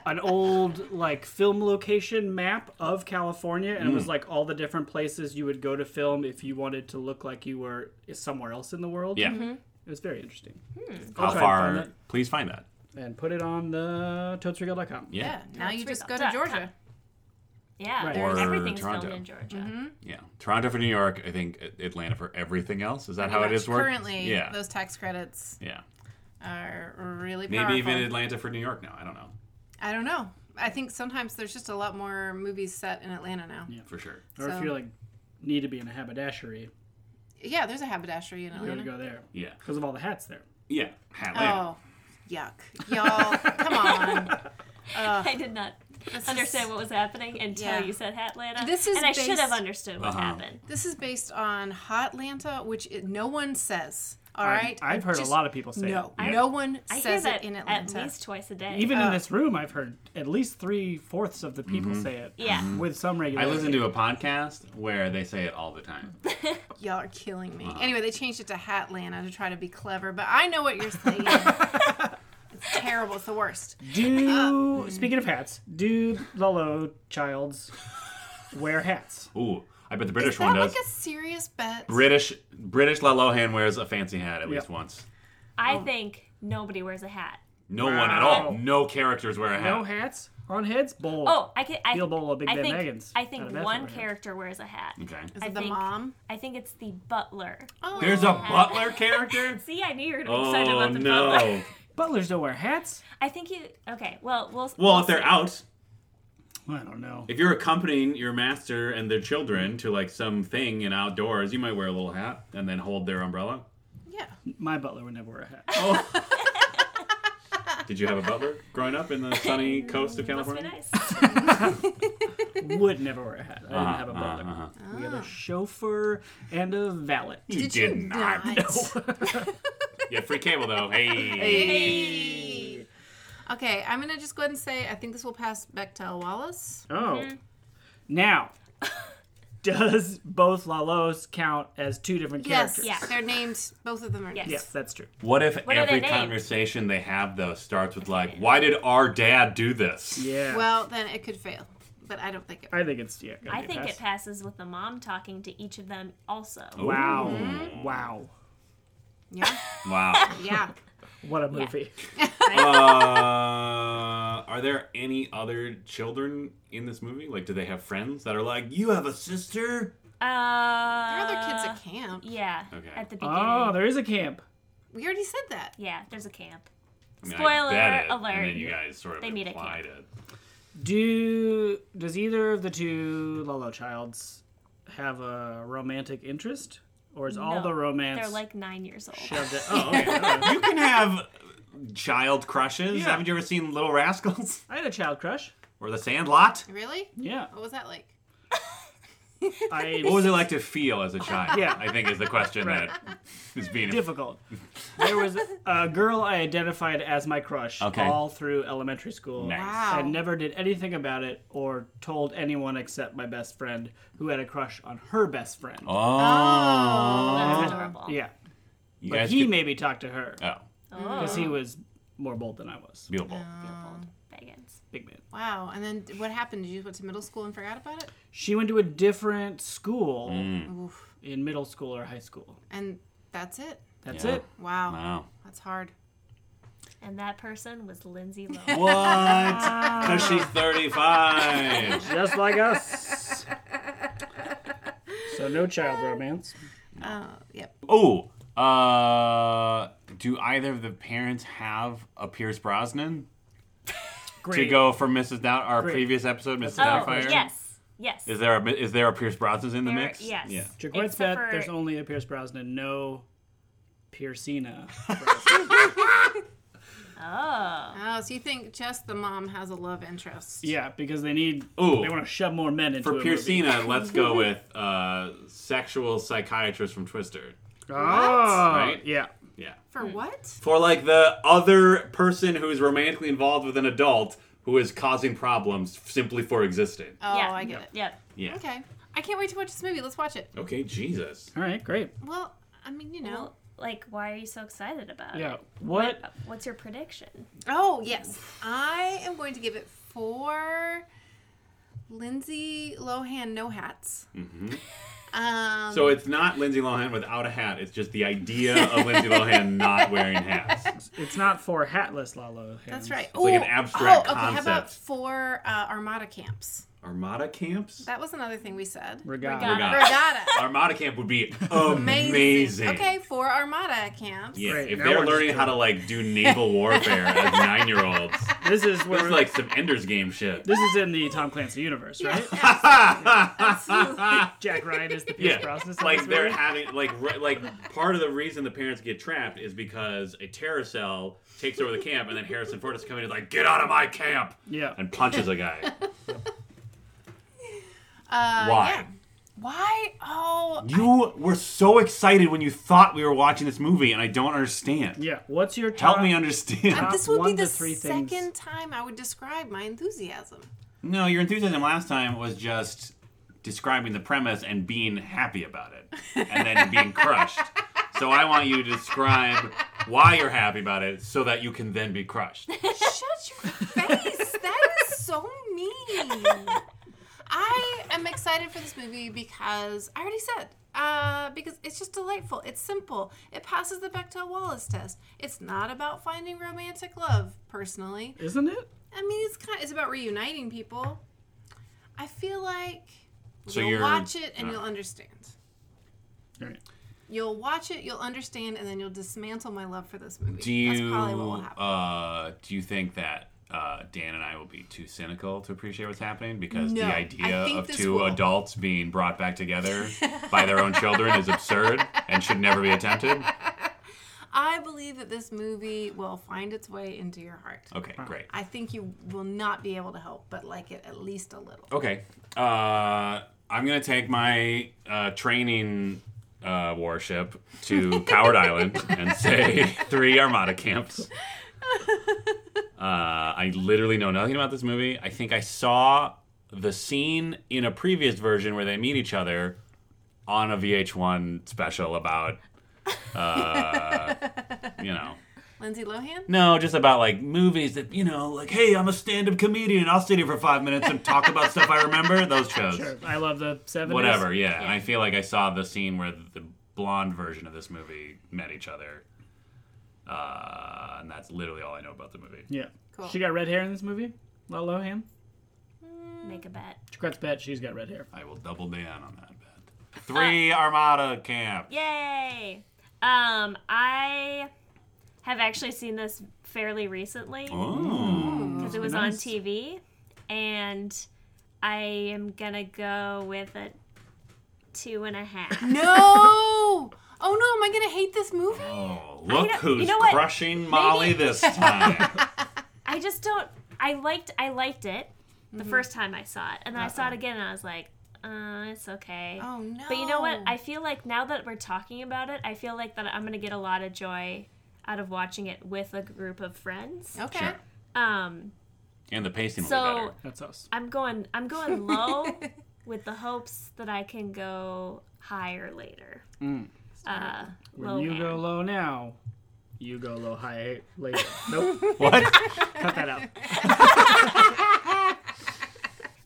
S3: an old like film location map of California, and it
S4: Hmm.
S3: was like all the different places you would go to film if you wanted to look like you were somewhere else in the world.
S4: Yeah.
S3: it was very interesting.
S4: How
S3: I'll try
S4: far?
S3: and find
S4: Please find that.
S3: And put it on the toadregal.com.
S5: yeah.
S4: Yeah.
S5: Now you
S1: That's
S5: just
S1: right.
S5: go to
S1: Duck.
S5: Georgia.
S1: Yeah,
S3: Right.
S1: there's
S4: Or
S1: everything's
S4: Toronto.
S1: filmed in Georgia.
S5: Mm-hmm.
S4: Yeah. Toronto for New York. I think A- Atlanta for everything else. Is that how it is worked?
S5: Currently,
S4: Yeah.
S5: those tax credits
S4: yeah.
S5: are really
S4: Maybe
S5: powerful.
S4: even Atlanta for New York now. I don't know.
S5: I don't know. I think sometimes there's just a lot more movies set in Atlanta now. Yeah,
S4: For sure.
S3: Or
S5: So-
S3: if you like need to be in a haberdashery,
S5: there's a haberdashery in
S3: you gotta
S5: Atlanta.
S3: go there
S4: Yeah.
S3: because of all the hats there.
S4: Yeah. Atlanta.
S5: Oh, yuck. Y'all,
S3: (laughs)
S5: come on.
S1: I did not understand what was happening until
S5: Yeah.
S1: you said Hatlanta.
S5: This is
S1: and I should
S5: based-
S1: have understood what
S4: Uh-huh.
S1: happened.
S5: This is based on Hotlanta, which it, no one says. All
S3: I'm-
S5: right?
S3: I've heard
S5: Just-
S3: a lot of people say
S5: No,
S3: it.
S5: no one
S1: I
S5: says
S1: hear
S5: it
S1: that
S5: in
S1: at
S5: Atlanta.
S1: least twice a day.
S3: Even in this room, I've heard at least three fourths of the people say it.
S1: Yeah. Mhm.
S3: With some
S4: Mm-hmm. I
S3: regularity.
S4: listen to a podcast where they say it all the time.
S5: Y'all are killing me. Anyway, they changed it to Hatlanta to try to be clever, but I know
S3: (laughs)
S5: what you're saying. it's terrible. It's the worst.
S4: (laughs)
S3: Do
S4: Uh,
S3: speaking of hats, do Lolo Childs wear hats?
S4: Ooh, I bet the
S5: Is
S4: British
S5: that
S4: one does.
S5: like a serious bet?
S4: British British Lalohan wears a fancy hat at
S3: Yeah.
S4: least once.
S1: I think nobody wears a hat.
S4: No one at
S3: Wow.
S4: all. No characters wear a hat.
S3: No hats on heads. Bold.
S1: Oh, I can. I,
S3: Bill Bowl of Big
S1: I
S3: Bad
S1: think
S3: Baggins.
S1: I
S3: Out of
S1: think
S3: Bethel
S1: one
S3: wears hats.
S1: character wears a hat.
S4: Okay.
S5: Is it
S1: I
S5: the
S1: think-
S5: mom?
S1: I think it's the butler.
S5: Oh,
S4: There's a butler character.
S1: (laughs) See, I knew you were gonna be excited
S4: oh
S1: about the butler.
S4: no.
S3: Butlers don't wear hats.
S1: I think you. Okay, well, we'll.
S4: Well, if they're out,
S3: I don't know.
S4: If you're accompanying your master and their children to like some thing in outdoors, you might wear a little hat and then hold their umbrella.
S5: Yeah.
S3: My butler would never wear a hat.
S1: (laughs)
S4: Oh. Did you have a butler growing up in the sunny coast of
S1: Must be
S4: California?
S1: nice.
S3: would never wear a hat. I didn't
S4: Uh-huh,
S3: have a
S4: uh-huh,
S3: butler.
S4: uh-huh.
S3: We had a chauffeur and a valet.
S4: You
S5: Did
S3: (laughs)
S5: you not?
S4: yeah, free cable
S1: (laughs)
S4: though.
S5: Hey. Okay, I'm gonna just go ahead and say I think this will pass Bechtel Wallace.
S3: Oh.
S1: Mm-hmm.
S3: Now, does both Lalos count as two different
S5: Yes,
S3: characters?
S1: Yeah.
S5: they're named. Both of them are.
S1: Yes.
S5: named.
S3: Yes, that's true.
S4: What if
S1: What are
S4: every
S1: their names?
S4: conversation they have though starts with like, "Why did our dad do this?"
S3: Yeah.
S5: Well, then it could fail, but I don't think it.
S3: I think it's yeah. gonna
S1: I
S3: be
S1: think
S3: pass.
S1: it passes with the mom talking to each of them also.
S3: Wow.
S1: Mm-hmm.
S3: Wow.
S5: Yeah.
S1: (laughs)
S4: Wow.
S5: Yeah.
S3: What a movie.
S4: uh, are there any other children in this movie? Like, do they have friends that are like, "You have a sister"?
S1: Uh,
S5: There are other kids at camp.
S1: Yeah.
S4: Okay.
S1: At the beginning.
S3: Oh, there is a camp.
S5: We already said that.
S1: yeah, there's a camp.
S4: I mean, I
S1: Spoiler
S4: bet it,
S1: alert.
S4: And then you guys sort of
S1: They meet at
S4: implied (laughs)
S1: (laughs)
S4: it.
S3: Do does either of the two Lolo childs have a romantic interest, or is all
S1: No,
S3: the romance
S1: They're like nine years old.
S3: shoved
S1: (laughs)
S3: at- Oh, okay. okay.
S4: Uh, you can have child crushes.
S3: Yeah.
S4: Haven't you ever seen Little Rascals (laughs)
S3: I had a child crush.
S4: or The Sandlot?
S5: Really?
S1: (laughs)
S3: Yeah,
S5: What was that like?
S3: I
S4: What was it like to feel as a child? (laughs)
S3: Yeah.
S4: I think is the question
S3: Right.
S4: that is being
S3: difficult. There was a girl I identified as my crush
S4: Okay.
S3: all through elementary school.
S4: Nice.
S5: Wow.
S3: I never did anything about it or told anyone except my best friend who had a crush on her best friend.
S1: That's
S5: Oh.
S1: adorable.
S3: Yeah.
S4: Oh, you
S3: But
S4: guys
S3: he
S4: could-
S3: maybe talked to her
S4: oh,
S1: Oh,
S3: because he was more bold than I was.
S4: Beelzebub.
S1: bold Baggins.
S3: Big man.
S5: Wow. And then what happened? Did you went to middle school and forgot about it?
S3: She went to a different school
S4: Mm.
S5: Oof.
S3: in middle school or high school.
S5: And that's it.
S3: That's
S4: Yeah.
S3: it.
S5: Wow.
S4: Wow.
S5: That's hard.
S1: And that person was
S3: (laughs)
S1: Lindsay Lohan. (laughs)
S4: What? Because she's 35.
S3: Just like
S5: (laughs)
S3: us. So no child romance.
S5: Uh, yep.
S4: Oh, uh, do either of the parents have a Pierce Brosnan to
S3: Great.
S4: go for Mrs. Doubt? Our
S3: Great.
S4: previous episode, Mrs.
S1: Oh,
S4: Doubtfire.
S1: yes. Yes.
S4: Is there a is there a Pierce Brosnan in the
S1: There-
S4: mix?
S1: yes.
S4: Yeah.
S3: To Gwen's
S1: Except
S3: bet,
S1: for-
S3: there's only a Pierce Brosnan, no Piercina.
S1: oh.
S5: Oh, so you think just the mom has a love interest?
S3: yeah, because they need.
S4: Ooh.
S3: They want to shove more men into
S4: For
S3: a movie.
S4: Piercina, let's
S1: (laughs)
S4: go with uh, sexual psychiatrist from Twister.
S3: Oh,
S4: Right?
S3: yeah.
S4: Yeah.
S5: For
S1: Hmm.
S5: what?
S4: For like the other person who is romantically involved with an adult who is causing problems simply for existing.
S5: Oh,
S1: yeah.
S5: I get it.
S1: Yep.
S4: Yeah.
S5: Okay. I can't wait to watch this movie. Let's watch it.
S4: Okay, Jesus.
S3: All right, great.
S5: Well, I mean, you know.
S1: Well, like, why are you so excited about
S3: Yeah.
S1: it?
S3: What?
S1: What's your prediction?
S5: Oh, yes. I am going to give it four Lindsay Lohan no hats. Mm-hmm. Um,
S4: So it's not Lindsay Lohan without a hat. It's just the idea of Lindsay (laughs) Lohan not wearing hats.
S3: It's not for hatless Lalo. Hands.
S5: that's right.
S4: like an
S5: Ooh,
S4: abstract
S5: oh, okay. How about
S4: concept.
S5: four uh, Armada camps?
S4: Armada camps?
S5: That was another thing we said.
S3: Regatta.
S1: Regatta.
S4: Forgot. (laughs)
S5: Regatta.
S4: Armada camp would be
S5: Amazing.
S4: amazing.
S5: Okay, four Armada camps.
S4: Yeah,
S3: Great,
S4: if
S3: now
S4: they're
S3: we're just
S4: learning how to
S3: doing-
S4: like do
S3: (laughs)
S4: naval warfare as nine year olds,
S3: This is where.
S4: this is like some Ender's Game shit.
S3: This is in the Tom Clancy universe, right?
S4: (laughs)
S3: Jack Ryan is the Pierce
S4: Ah. yeah,
S3: Brosnan. in
S4: like
S3: this
S4: they're
S3: movie?
S4: having like re- like part of the reason the parents get trapped is because a terror cell takes over the camp, and then Harrison Ford is coming in like, "Get out of my camp!"
S3: Yeah.
S4: and punches a guy.
S5: Uh,
S4: Why?
S5: yeah. Why? Oh,
S4: You were so excited when you thought we were watching this movie, and I don't understand.
S3: Yeah. Uh, What's your top?
S4: Help me understand.
S5: this would
S3: one
S5: be
S3: to
S5: the
S3: three
S5: second
S3: things.
S5: time I would describe my enthusiasm.
S4: (laughs) No, your enthusiasm last time was just describing the premise and being happy about it, and then being crushed. So I want you to describe why you're happy about it, so that you can then be crushed.
S5: Shut your face. that is so mean. I am excited for this movie because I already said, uh, because it's just delightful. It's simple. It passes the Bechtel Wallace test. It's not about finding romantic love, personally.
S3: Isn't it?
S5: I mean, it's kind of, it's about reuniting people. I feel like
S4: So
S5: you'll
S4: you're-
S5: watch it and
S4: uh.
S5: you'll understand.
S3: All right.
S5: You'll watch it, you'll understand, and then you'll dismantle my love for this movie.
S4: Do
S5: That's
S4: you
S5: probably what will happen.
S4: uh, do you think that uh, Dan and I will be too cynical to appreciate what's happening because
S5: No,
S4: the
S5: I
S4: idea
S5: think
S4: of
S5: this
S4: two
S5: will-
S4: adults being brought back together
S5: (laughs)
S4: by their own children is absurd and should never be attempted.
S5: I believe that this movie will find its way into your heart.
S4: Okay, great.
S5: I think you will not be able to help but like it at least a little.
S4: Okay. Uh, I'm going to take my uh, training uh, warship to Coward Island and say three Armada camps. Uh, I literally know nothing about this movie. I think I saw the scene in a previous version where they meet each other on a VH1 special about, uh, you know.
S5: Lindsay Lohan?
S4: No, just about like movies that you know, like, hey, I'm a stand-up comedian. I'll sit here for five minutes and talk about stuff I remember. Those shows,
S3: I love the 70s.
S4: whatever. Yeah. and I feel like I saw the scene where the blonde version of this movie met each other, uh, and that's literally all I know about the movie.
S3: Yeah.
S5: Cool.
S3: She got red hair in this movie. Lala Lohan.
S1: Make a bet.
S3: Gret's bet. She's got red hair.
S4: I will double down on that bet.
S1: Uh,
S4: Three Armada camp.
S1: Yay! Um, I have actually seen this fairly recently
S4: Oh,
S1: because
S4: Ooh.
S1: it was
S3: Nice.
S1: on TV, and I am gonna go with a two and a half.
S5: No! (laughs) Oh no, am I gonna hate this movie?
S4: Oh, look
S1: know- you
S4: who's
S1: know what?
S4: crushing Molly
S1: (laughs)
S4: this time.
S1: I just don't. I liked. I liked it the first time I saw it, and then I saw it again, and I was like, uh, it's okay.
S5: Oh no.
S1: But you know what? I feel like now that we're talking about it, I feel like that I'm gonna get a lot of joy out of watching it with a group of friends.
S5: Okay.
S4: Sure.
S1: Um,
S4: and the pacing was
S1: So- (laughs)
S4: better.
S3: That's us.
S1: I'm going. I'm going low with the hopes that I can go higher later. Uh,
S3: When
S1: low
S3: you
S1: hand.
S3: go low now, you go low high later.
S5: (laughs)
S3: Nope.
S4: What?
S3: Cut that out.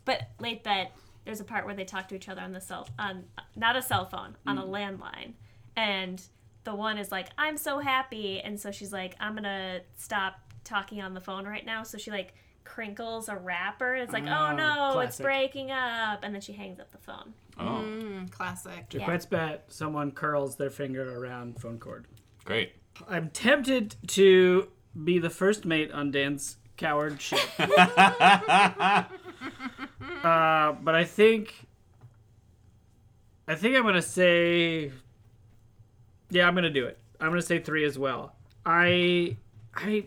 S1: But late bet, there's a part where they talk to each other on the cell, on not a cell phone, on a landline, and the one is like, "I'm so happy," and so she's like, "I'm gonna stop talking on the phone right now." So she like crinkles a wrapper. It's like, "Oh,
S3: Oh,
S1: no, it's
S3: classic.
S1: breaking up," and then she hangs up the phone.
S4: Oh,
S5: Mm, classic.
S3: To
S1: Yeah.
S3: Gret's bet, someone curls their finger around phone cord.
S4: great.
S1: (laughs)
S4: (laughs)
S3: I'm tempted to be the first mate on Dan's coward ship.
S5: (laughs)
S3: uh, but I think I think I'm gonna say Yeah, I'm gonna do it. I'm gonna say three as well. I I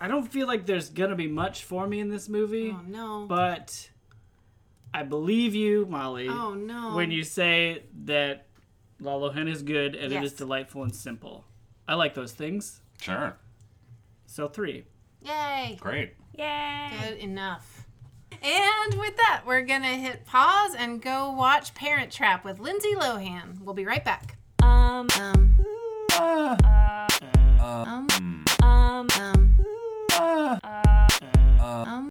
S3: I don't feel like there's gonna be much for me in this movie,
S5: Oh no.
S3: but I believe you, Molly,
S5: oh no.
S3: when you say that Lalo Hen is good and it
S5: Yes.
S3: is delightful and simple. I like those things.
S4: Sure.
S3: So three.
S5: Yay.
S4: Great.
S1: Yay!
S5: (laughs) Good enough. And with that, we're gonna hit pause and go watch Parent Trap with Lindsay Lohan. We'll be right back.
S1: Um,
S5: Um, um,
S1: um,
S5: um, um.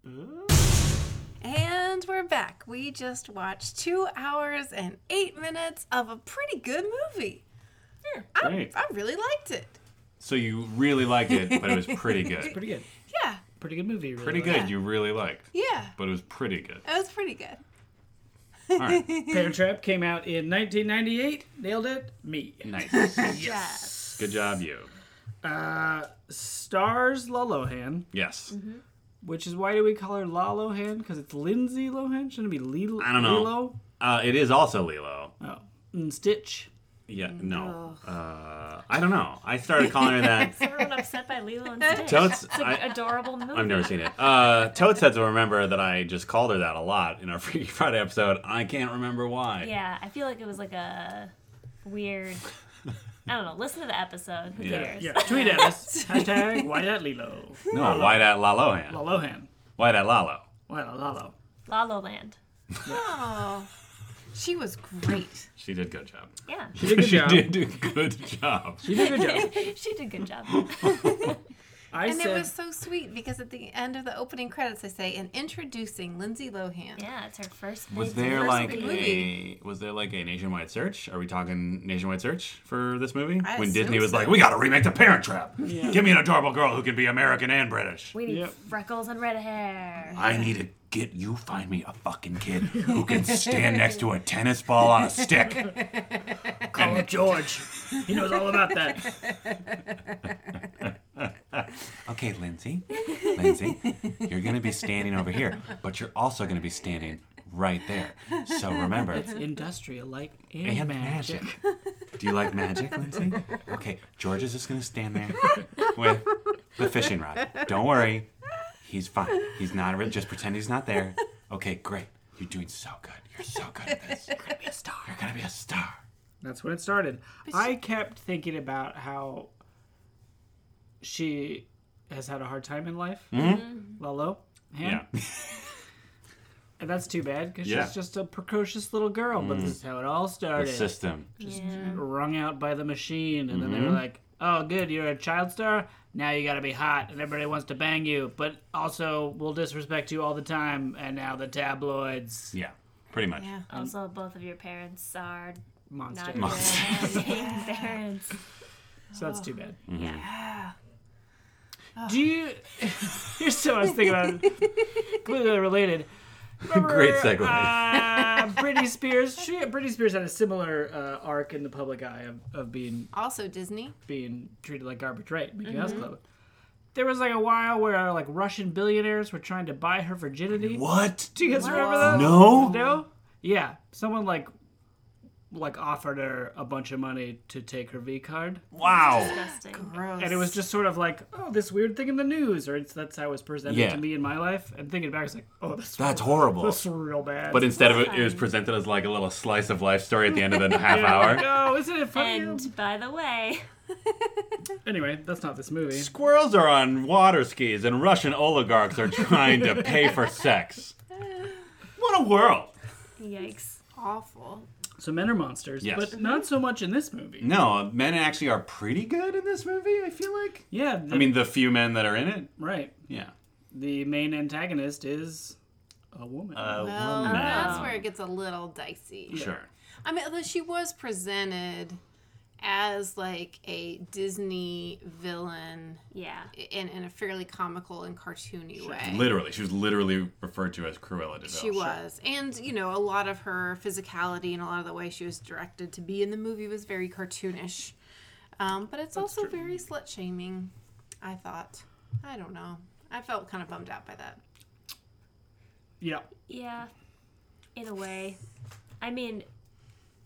S5: And we're back. We just watched two hours and eight minutes of a pretty good movie. I,
S4: Great.
S5: I really liked it.
S4: So you really liked it, but it was pretty good.
S3: Pretty good.
S5: Yeah,
S3: Pretty good movie. Really.
S4: Pretty good. You really liked,
S5: yeah,
S4: but it was pretty good.
S5: it was pretty good.
S4: All right.
S3: (laughs) Parent Trap came out in 1998. Nailed it. Me.
S4: Nice.
S1: yes.
S4: Good job, you.
S3: Uh, stars La Lohan,
S4: Yes.
S3: which is why do we call her La Lohan? Because it's Lindsay Lohan. Shouldn't it be Lilo?
S4: I don't know.
S3: Lilo?
S4: Uh, it is also Lilo.
S3: Oh, and Stitch.
S4: Yeah. No. Uh, I don't know. I started calling her
S1: (laughs)
S4: that.
S1: Everyone upset by Lilo and Stitch.
S4: Totes.
S1: It's an
S4: I,
S1: adorable movie.
S4: I've never seen it. Uh, Totes had to remember that I just called her that a lot in our (laughs) Freaky Friday episode. I can't remember why.
S1: Yeah, I feel like it was like a weird. I don't know. Listen to the episode. Who
S4: Yeah.
S1: cares?
S3: Yeah. Tweet at
S5: (laughs)
S3: us. Hashtag Why that Lilo?
S4: No. Why that Lalo
S3: La
S4: hand?
S3: Lohan.
S4: Why that Lalo?
S3: Why La Lalo?
S1: La La Land.
S5: Oh, she was great.
S4: She did good job.
S1: Yeah,
S3: She did a good
S4: (laughs) she
S3: job.
S4: did do good job.
S3: She did a good
S5: (laughs)
S3: job.
S1: (laughs) she did a good job.
S3: I
S5: And it
S3: said
S5: was so sweet because at the end of the opening credits, they say, and introducing Lindsay Lohan.
S1: Yeah, it's her first.
S4: Was
S1: big-
S4: there
S5: first
S4: like a
S5: big movie.
S4: was there like a nationwide search? Are we talking nationwide search for this movie?
S5: I
S4: when
S5: assume
S4: Disney was
S5: so.
S4: like, "We got to remake The Parent Trap.
S3: Yeah.
S4: Give me an adorable girl who can be American and British.
S1: We need
S3: Yep.
S1: freckles and red hair.
S4: I need to get you find me a fucking kid who
S5: (laughs)
S4: can stand next to a tennis ball on a stick."
S3: call
S4: (laughs)
S3: up George. He knows all about that.
S4: A okay, Lindsay, Lindsay, you're going to be standing over here, but you're also going to be standing right there. So remember,
S5: (laughs)
S3: Industrial, like and,
S4: and
S3: magic.
S4: magic. (laughs) Do you like magic, Lindsay? Okay, George is just gonna stand (laughs) there with the fishing rod. Don't worry, he's fine. He's not real. Just pretend he's not there. Okay, great. You're doing so good. You're so good at this. You're gonna be a star. You're gonna be a star.
S3: That's when it started. I kept thinking about how she has had a hard time in life.
S4: Mm-hmm.
S3: Lolo, him. And that's too bad because
S4: Yeah. Mm.
S3: she's just a precocious little girl. But this is how it all started.
S4: The system.
S3: just
S1: Yeah.
S3: wrung out by the machine, and then they
S4: Mm-hmm.
S3: were like, "Oh, good, you're a child star. Now you gotta be hot, and everybody wants to bang you, but also we'll disrespect you all the time." And now the tabloids
S4: Yeah, pretty much.
S5: Yeah.
S1: Also, both of your parents are
S3: monster.
S1: not good
S4: (laughs)
S1: parents.
S3: So that's too bad.
S4: Mm-hmm.
S1: Yeah.
S3: Do you? (laughs) Here's something I was thinking about. completely related.
S4: (laughs) Great
S3: Remember,
S4: segue. (laughs)
S3: Uh, Britney Spears. She, Britney Spears had a similar uh, arc in the public eye of, of being
S5: Also Disney.
S3: being treated like garbage, right? Mickey
S1: Mm-hmm.
S3: Mouse Club. There was like a while where uh, like Russian billionaires were trying to buy her virginity.
S4: What?
S3: Do you guys remember that?
S4: No.
S3: No. Yeah, someone like like offered her a bunch of money to take her V card,
S4: Wow.
S1: Disgusting.
S5: Gross.
S3: and it was just sort of like, oh, this weird thing in the news, or it's, that's how it was presented
S4: Yeah.
S3: to me in my life. And thinking back, it's like, oh, (laughs) this
S4: That's horrible.
S3: That's real bad. (laughs)
S4: But instead of it, it was presented as like a little slice of life story at the end of (laughs) the half hour.
S3: Oh, no, isn't it funny?
S1: And by the way,
S3: Anyway, that's not this movie.
S4: Squirrels are on water skis, and Russian oligarchs are trying to pay for sex. What a world!
S1: yikes.
S5: awful.
S3: So men are monsters,
S4: Yes.
S3: but not so much in this movie.
S4: No, men actually are pretty good in this movie. I feel like.
S3: Yeah,
S4: I mean, the few men that are in it.
S3: right.
S4: Yeah.
S3: the main antagonist is a woman.
S4: Uh,
S5: Well, Oh,
S3: uh-huh.
S5: that's where it gets a little dicey.
S4: Sure.
S5: I mean, although she was presented as like a Disney villain
S1: Yeah.
S5: in, in a fairly comical and cartoony way.
S4: Literally, she was literally referred to as Cruella de Vil.
S5: She was. And, you know, a lot of her physicality and a lot of the way she was directed to be in the movie was very cartoonish. Um, but it's also very slut shaming, I thought. I don't know. I felt kind of bummed out by that.
S3: yeah.
S1: Yeah. In a way. I mean,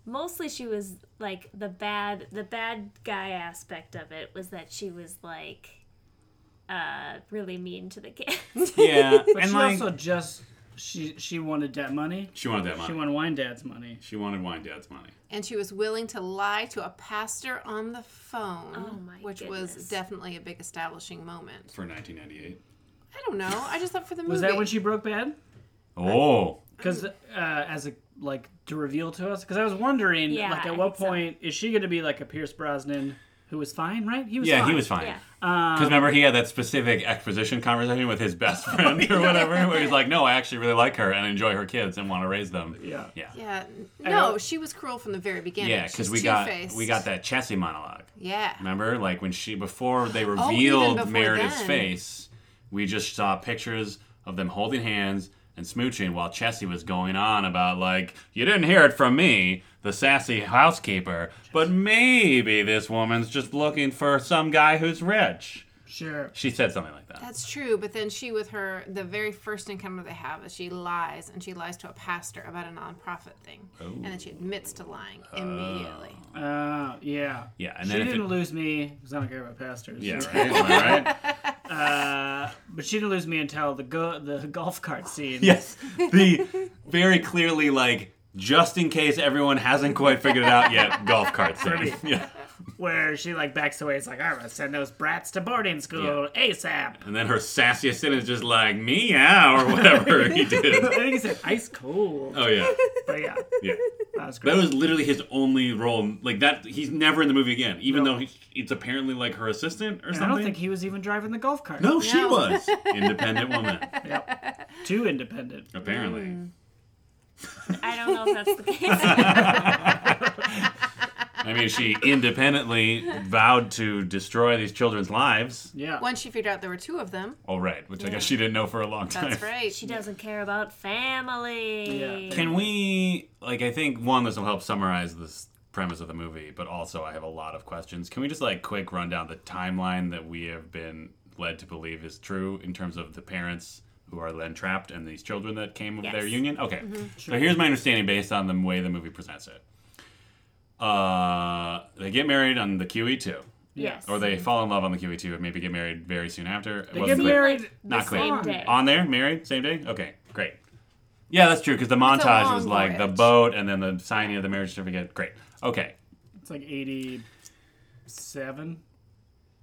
S1: mostly she was like the bad the bad guy aspect of it was that she was like uh really mean to the kids. (laughs)
S4: Yeah,
S3: (laughs) But
S4: and
S3: she
S4: like
S3: also just she she wanted that money.
S4: she wanted that money.
S3: She wanted Wine Dad's money.
S4: She wanted Wine Dad's money.
S5: And she was willing to lie to a pastor on the phone,
S1: Oh my
S5: which was
S1: goodness.
S5: definitely a big establishing moment.
S4: for 1998.
S5: I don't know. I just thought for the movie.
S3: Was that when she broke bad?
S4: Oh,
S3: Because uh, as a like to reveal to us, because I was wondering
S1: Yeah,
S3: like at
S1: I
S3: what
S1: think so.
S3: point is she going to be like a Pierce Brosnan who was fine, right? He was
S4: yeah,
S3: fine.
S4: he was fine.
S1: yeah.
S4: Because remember, he had that specific exposition conversation with his
S5: (laughs)
S4: best friend or whatever, where he's like, "No, I actually really like her and enjoy her kids and want to raise them."
S3: Yeah.
S4: yeah,
S5: Yeah. n-
S3: I
S5: No,
S3: don't-
S5: she was cruel from the very beginning.
S4: yeah. Because
S5: She's
S4: we got
S5: two-faced.
S4: we got that Chessie monologue.
S5: Yeah.
S4: Remember, like when she before they
S5: Oh, even
S4: revealed
S5: before
S4: Meredith's
S5: then.
S4: face, we just saw pictures of them holding hands and smooching while Chessie was going on about like, you didn't hear it from me, the sassy housekeeper, but maybe this woman's just looking for some guy who's rich.
S3: Sure.
S4: She said something like that.
S5: That's true, but then she with her the very first encounter they have is she lies and she lies to a pastor about a nonprofit thing, and then
S4: Oh.
S5: she admits to lying immediately.
S3: Uh, yeah.
S4: Yeah, and
S3: she
S4: then if
S3: didn't
S4: it-
S3: lose me because I don't care about pastors.
S4: yeah, right. Am I
S3: (laughs)
S4: right?
S3: Uh, but she didn't lose me until the go- the (laughs) golf cart scene.
S4: Yes, the
S3: (laughs)
S4: very clearly like just in case everyone hasn't quite figured it out
S3: (laughs)
S4: yet, golf cart scene. Yeah.
S3: where she like backs away. It's like I'm gonna send those brats to boarding school ASAP.
S4: (laughs) And then her sassiest sentence is just like, meow, or
S3: (laughs)
S4: whatever he did.
S3: I think he said ice cold.
S4: Oh, yeah.
S3: But yeah,
S4: Yeah.
S3: that was great.
S4: That was literally his only role. Like, that, he's never in the movie again, even
S3: No.
S4: though he, it's apparently like her assistant
S3: And
S4: or
S3: I
S4: something.
S3: don't think he was even driving the golf cart.
S4: no, she
S5: No.
S4: was. Independent woman,
S3: Yep. Too independent.
S4: apparently.
S3: Mm.
S1: I don't know if that's the (laughs) case.
S4: I mean, she independently vowed to destroy these children's lives.
S3: Yeah.
S5: Once she figured out there were two of
S4: (laughs)
S5: them,
S4: Oh, right. Which I guess she didn't know for a long time.
S5: that's right.
S1: she doesn't care about family.
S3: Yeah.
S4: Can we like I think one this will help summarize this premise of the movie, but also I have a lot of questions. Can we just like quick run down the timeline that we have been led to believe is true in terms of the parents who are then trapped and these children that came of their
S1: Yes.
S4: union. Okay,
S5: Mm-hmm.
S4: so here's my understanding based on the way the movie presents it. Uh, they get married on the QE2.
S1: Yes.
S4: Or they fall in love on the QE2 and maybe get married very soon after. It
S3: They
S4: wasn't
S3: get
S4: clear.
S3: married.
S4: Not
S1: the
S4: clear.
S1: same day.
S4: On there, married, same day? Okay, great. Yeah, that's true, because the montage
S5: long
S4: was like the
S5: voyage.
S4: boat and then the signing of the marriage certificate. Great. Okay.
S3: It's like eighty-seven,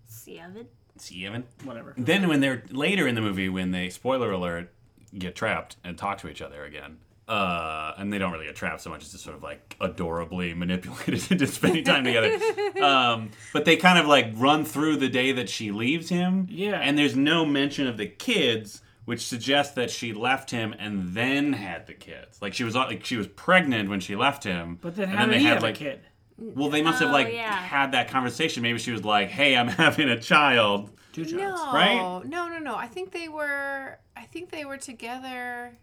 S1: Seven.
S4: See, Evan?
S3: whatever.
S4: Then when they're later in the movie, when they, spoiler alert, get trapped and talk to each other again. Uh, and they don't really get trapped so much as just sort of like adorably (laughs) manipulated into spending time
S1: (laughs)
S4: together. Um, but they kind of like run through the day that she leaves him.
S3: Yeah.
S4: And there's no mention of the kids, which suggests that she left him and then had the kids. Like she was uh, like she was pregnant when she left him.
S3: But then
S4: and
S3: how did
S4: they
S3: he
S4: had
S3: have
S4: like
S3: a kid?
S4: well they must have
S1: Oh,
S4: like
S1: yeah.
S4: had that conversation. Maybe she was like, "Hey, I'm (laughs) having a child."
S3: Two
S5: No,
S3: childs.
S4: right?
S5: no, no, no. I think they were. I think they were together.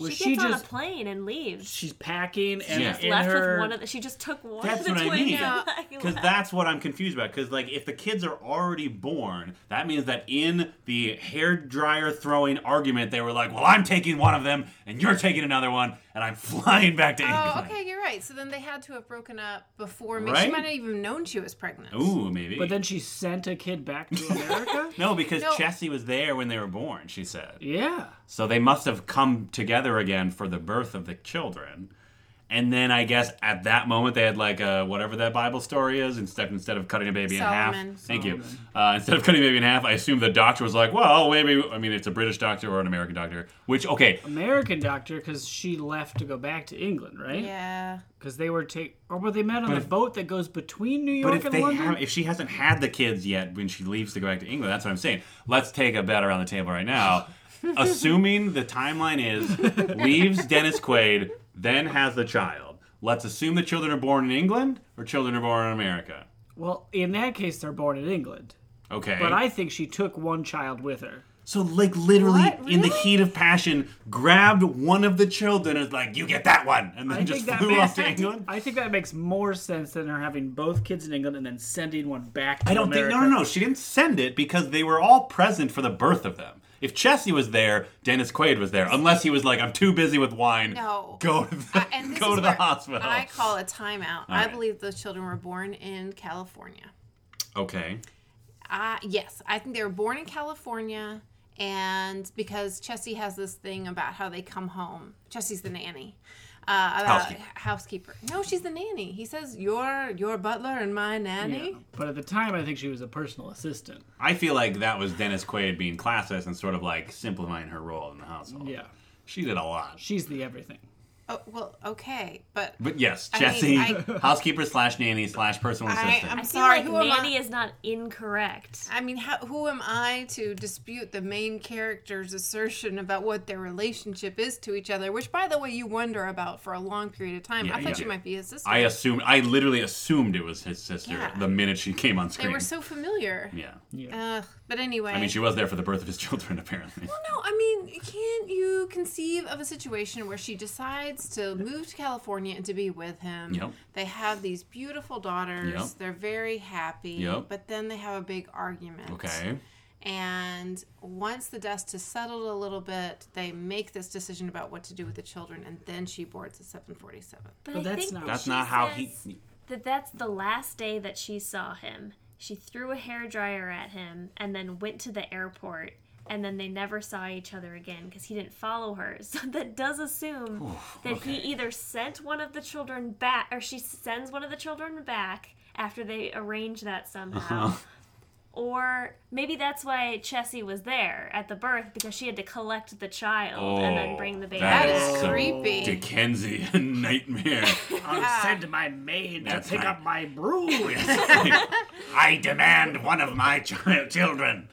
S3: Was
S1: she
S3: she,
S1: gets
S3: just
S1: on a plane and leaves.
S3: she's packing and
S4: Yeah.
S1: Just
S3: in
S1: left
S3: her
S1: with one of the. She just took one
S4: That's
S1: of the
S4: what I
S1: twins.
S4: mean.
S1: and,
S4: (laughs)
S1: like,
S4: Because
S1: left.
S4: that's what I'm confused about. Because like, if the kids are already born, that means that in the hair dryer throwing argument, they were like, "Well, I'm taking one of them, and you're taking another one, and I'm (laughs) flying back to
S5: Oh,
S4: England."
S5: okay, you're right. So then they had to have broken up before. Me.
S4: Right?
S5: She might not even known she was pregnant.
S4: Ooh, maybe.
S3: But then she sent a kid back
S4: (laughs)
S3: to America?
S4: no, because
S5: No.
S4: Chessie was there when they were born. She said.
S3: yeah.
S4: So they must have come together again for the birth of the children. And then I guess at that moment they had like uh whatever that Bible story is. Instead, instead of cutting a baby in
S5: Solomon.
S4: half, thank you. Uh, instead of cutting a baby in half, I assume the doctor was like, "Well, maybe I mean it's a British doctor or an American doctor." Which okay,
S3: American doctor because she left to go back to England, right?
S5: Yeah.
S3: Because they were take or were they met on the
S4: if-
S3: boat that goes between New
S4: but
S3: York
S4: if
S3: and
S4: they
S3: London?
S4: have, if she hasn't had the kids yet when she leaves to go back to England, that's what I'm saying. Let's take a bet around the table
S3: (laughs)
S4: right now. Assuming the timeline is leaves Dennis Quaid, then has the child. Let's assume the children are born in England or children are born in America.
S3: Well, in that case, they're born in England.
S4: Okay.
S3: But I think she took one child with her.
S4: so like literally
S5: What?
S4: in the
S5: Really?
S4: heat of passion, grabbed one of the children and was like, "You get that one," and then
S3: I think
S4: just
S3: that
S4: flew
S3: makes
S4: off
S3: (laughs)
S4: to England.
S3: I think that makes more sense than her having both kids in England and then sending one back. To
S4: I don't think. No, no, no. She didn't send it because they were all present for the birth of them. If Chessie was there, Dennis Quaid was there. Unless he was like, "I'm too busy with wine.
S5: No.
S4: Go to the,
S5: I-
S4: (laughs)
S5: and this
S4: go
S5: is
S4: to the
S5: where
S4: hospital."
S5: I call a timeout. I
S4: right.
S5: believe those children were born in California.
S4: okay.
S5: Uh, yes, I think they were born in California, and because Chessie has this thing about how they come home. Chessie's the nanny. Uh, about
S4: Housekeeper.
S5: housekeeper. No, she's the nanny. He says, "Your your butler and my nanny."
S3: Yeah. But at the time, I think she was a personal assistant.
S4: I feel like that was Dennis Quaid being classist and sort of like simplifying her role in the household.
S3: Yeah,
S4: She did a lot.
S3: she's the everything.
S5: Oh well, okay, but
S4: But yes,
S5: mean,
S4: Chessie, (laughs)
S5: I-
S4: housekeeper slash nanny slash personal
S5: I,
S4: assistant.
S5: I'm
S1: I feel
S5: sorry.
S1: like
S5: who am I?
S1: Nanny is not incorrect.
S5: I mean, how, who am I to dispute the main character's assertion about what their relationship is to each other? Which, by the way, you wonder about for a long period of time.
S4: Yeah,
S5: I thought
S4: yeah.
S5: you might be his sister.
S4: I assumed. I literally assumed it was his sister
S5: Yeah.
S4: the minute she came on
S5: they
S4: screen.
S5: were so familiar.
S4: yeah.
S5: Ugh, but anyway.
S4: I mean, she was there for the birth of his (laughs) children, apparently.
S5: no, I mean, can't you conceive of a situation where she decides to move to California and to be with him?
S4: Yep.
S5: They have these beautiful daughters.
S4: Yep.
S5: They're very happy.
S4: Yep.
S5: But then they have a big argument.
S4: Okay.
S5: And once the dust has settled a little bit, they make this decision about what to do with the children, and then she boards a 747.
S1: But,
S3: But
S1: I
S3: that's
S1: think
S3: not-
S1: that
S4: That's
S1: she
S4: not how he.
S1: says That that's the last day that she saw him. She threw a hairdryer at him and then went to the airport. And then they never saw each other again because he didn't follow her. (laughs) So that does assume that he either sent one of the children back, or she sends one of the children back after they arrange that somehow.
S4: Uh-huh.
S1: Or maybe that's why Chessie was there at the birth because she had to collect the child and then
S4: Oh,
S1: bring the baby.
S4: that
S5: That
S4: is
S5: is
S4: so
S5: creepy.
S4: Dickensian (laughs)
S1: (laughs)
S4: nightmare.
S5: Oh,
S3: I'll send my maid
S4: That's
S3: to pick
S4: right.
S3: up my
S5: (laughs)
S3: broom.
S4: I demand one of my chi- children.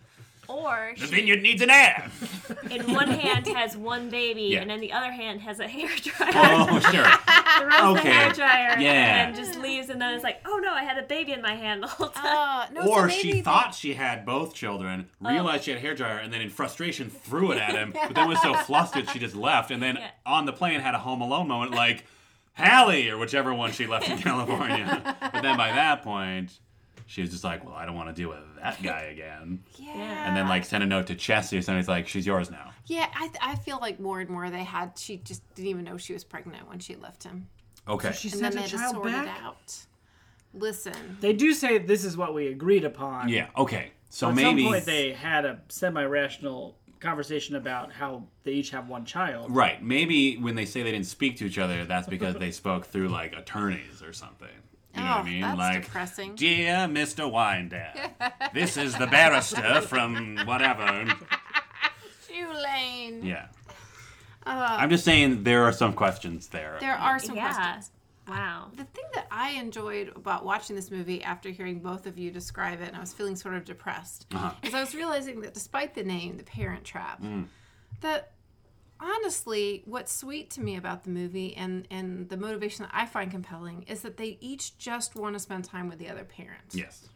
S1: Or
S4: The
S1: she
S4: vineyard needs an heir. (laughs)
S1: in one hand has one baby,
S4: Yeah.
S1: and in the other hand has a (laughs) hair dryer.
S4: (laughs) Oh, sure.
S1: throws
S4: okay.
S1: the hair dryer
S4: Yeah.
S1: and then just leaves, and then it's like, oh no, I had a baby in my hand the whole time.
S5: Uh, no,
S4: (laughs)
S5: so
S4: Or
S5: maybe
S4: she
S5: they-
S4: thought she had both children,
S1: Oh.
S4: realized she had a hairdryer, and then in frustration threw it at
S1: (laughs)
S4: him, but then was so flustered she just left, and then
S1: Yeah.
S4: on the plane had a home alone moment
S1: (laughs)
S4: like Hallie or whichever one she left in California. but then by that point, she was just like, well, I don't want to deal with that guy again.
S5: Yeah.
S4: And then like sent a note to Chessie or something. It's like, she's yours now.
S5: Yeah, I, th- I feel like more and more they had. She just didn't even know she was pregnant when she left him,
S4: Okay.
S3: She
S5: and then
S3: sent
S5: they
S3: a
S5: had to
S3: child
S5: sort it
S3: back.
S5: out. Listen,
S3: They do say this is what we agreed upon.
S4: yeah. Okay. So
S3: At
S4: maybe.
S3: some point, they had a semi-rational conversation about how they each have one child.
S4: Right. Maybe when they say they didn't speak to each other, that's because they spoke through like attorneys or something. You know what
S5: Oh,
S4: I mean?
S5: that's
S4: like,
S5: depressing.
S4: dear Mr. Windab, this is the barrister from whatever.
S5: Tulane.
S4: Yeah.
S5: Uh,
S4: I'm just saying there are some questions there.
S5: there are some
S1: Oh, yeah.
S5: questions.
S1: Wow.
S5: The thing that I enjoyed about watching this movie after hearing both of you describe it, and I was feeling sort of depressed, is I was realizing that despite the name, The Parent Trap, that honestly, what's sweet to me about the movie and, and the motivation that I find compelling is that they each just want to spend time with the other parent
S4: yes.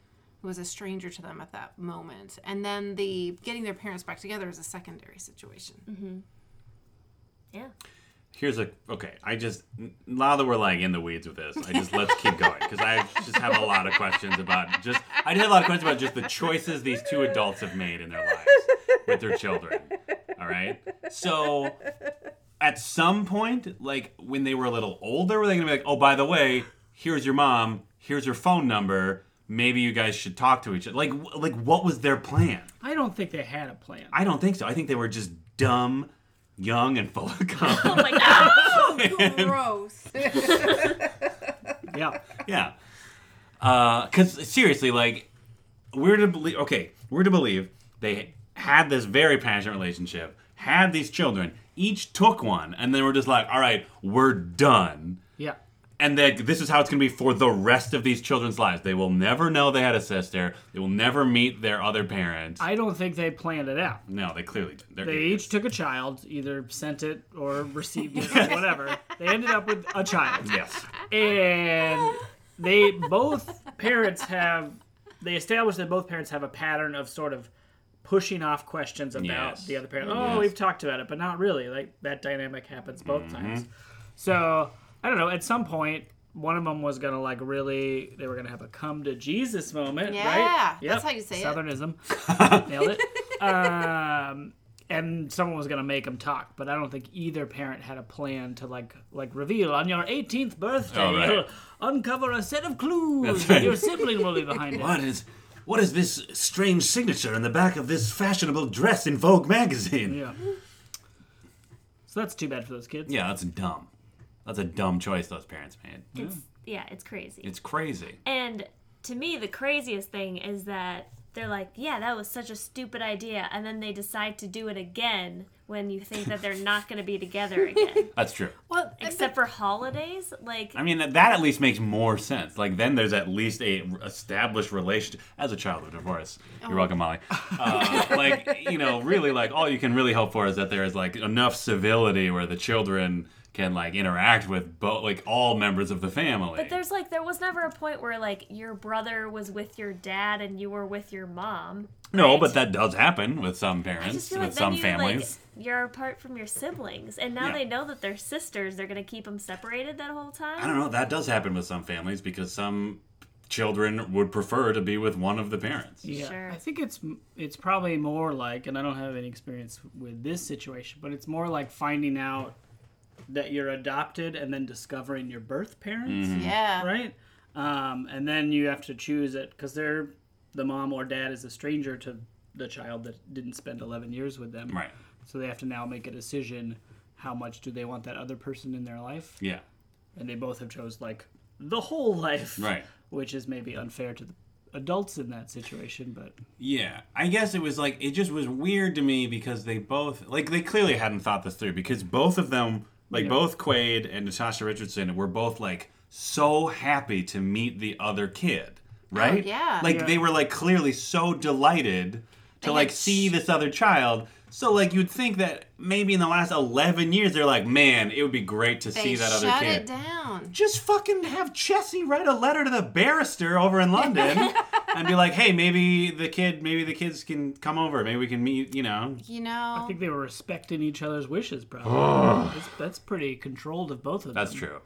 S5: who was a stranger to them at that moment. And then the getting their parents back together is a secondary situation.
S4: (laughs)
S1: Yeah.
S4: Here's a okay. I just now that we're like in the weeds with this, I just let's keep going because I just have a lot of questions about just I just have a lot of questions about just the choices these two adults have made in their lives with their children. All right, so at some point, like when they were a little older, were they gonna be like, oh, by the way, here's your mom, here's her phone number. Maybe you guys should talk to each other. Like, wh- like what was their plan?
S3: I don't think they had a plan.
S4: I don't think so. I think they were just dumb, young, and full of (laughs)
S1: Oh
S4: confidence.
S1: my god.
S5: Gross.
S3: yeah.
S4: Yeah. Because seriously, like, we're to believe, okay, we're to believe they had this very passionate relationship, had these children, each took one, and then we're just like, all right, we're done.
S3: Yeah.
S4: And that this is how it's going to be for the rest of these children's lives. They will never know they had a sister. They will never meet their other parent.
S3: I don't think they planned it out.
S4: no, they clearly didn't. They're
S3: They
S4: idiots.
S3: each took a child, either sent it or received it or whatever. They ended up with a child.
S4: Yes.
S3: And they both parents have they established that both parents have a pattern of sort of pushing off questions about
S4: Yes.
S3: the other parent. Oh, we've talked about it, but not really. Like that dynamic happens both
S4: Mm-hmm.
S3: times. So I don't know. At some point, one of them was gonna like really. They were gonna have a come to Jesus moment,
S5: Yeah,
S3: right?
S5: that's how you say it.
S3: Southernism. Nailed it. Um, and someone was gonna make them talk, but I don't think either parent had a plan to like like reveal on your 18th birthday
S4: Oh, right.
S3: you'll uncover a set of clues
S4: That's
S3: that
S4: right.
S3: your sibling will leave behind. it.
S4: What is what is this strange signature in the back of this fashionable dress in Vogue magazine?
S3: Yeah. So that's too bad for those kids.
S4: Yeah, that's dumb. That's a dumb choice those parents made.
S1: It's yeah, it's crazy.
S4: It's crazy.
S1: And to me, the craziest thing is that they're like, yeah, that was such a stupid idea. And then they decide to do it again when you think that they're not going to
S4: (laughs)
S1: be together again.
S4: That's true.
S5: well,
S1: Except for holidays. Like,
S4: I mean, that that at least makes more sense. Like, then there's at least a established relationship. As a child of divorce,
S1: Oh.
S4: you're welcome,
S1: (laughs)
S4: Molly. Uh, like, you know, really, like, all you can really hope for is that there is, like, enough civility where the children can, like, interact with, both, like, all members of the family.
S1: but there's like, there was never a point where like your brother was with your dad and you were with your mom.
S4: no,
S1: right?
S4: but that does happen with some
S1: I just
S4: parents,
S1: feel
S4: with
S1: like
S4: some
S1: then you,
S4: families.
S1: like, you're apart from your siblings, and now
S4: Yeah.
S1: they know that they're sisters. They're gonna keep them separated that whole time.
S4: I don't know. That does happen with some families because some children would prefer to be with one of the parents.
S3: Yeah,
S1: Sure.
S3: I think it's it's probably more like, and I don't have any experience with this situation, but it's more like finding out that you're adopted and then discovering your birth parents,
S4: Mm-hmm.
S5: yeah.
S3: right? Um, and then you have to choose it because they're the mom or dad is a stranger to the child that didn't spend 11 years with them,
S4: Right.
S3: So they have to now make a decision: how much do they want that other person in their life?
S4: Yeah.
S3: And they both have chose like the whole life,
S4: Right.
S3: Which is maybe unfair to the adults in that situation, but
S4: Yeah, I guess it was like it just was weird to me because they both like they clearly hadn't thought this through because both of them like both Quaid and Natasha Richardson were both like so happy to meet the other kid, right?
S5: Oh, yeah.
S4: like
S3: Yeah.
S4: they were like clearly so delighted to
S5: They
S4: like
S5: had-
S4: see this other child. So like you'd think that maybe in the last eleven years they're like, man, it would be great to
S5: They
S4: see that
S5: shut
S4: other kid
S5: it down.
S4: just fucking have Chessie write a letter to the barrister over in
S5: (laughs)
S4: London and be like, hey, maybe the kid, maybe the kids can come over. Maybe we can meet, you know.
S5: You know,
S3: I think they were respecting each other's wishes, probably. that's, that's pretty controlled of both of them.
S4: true.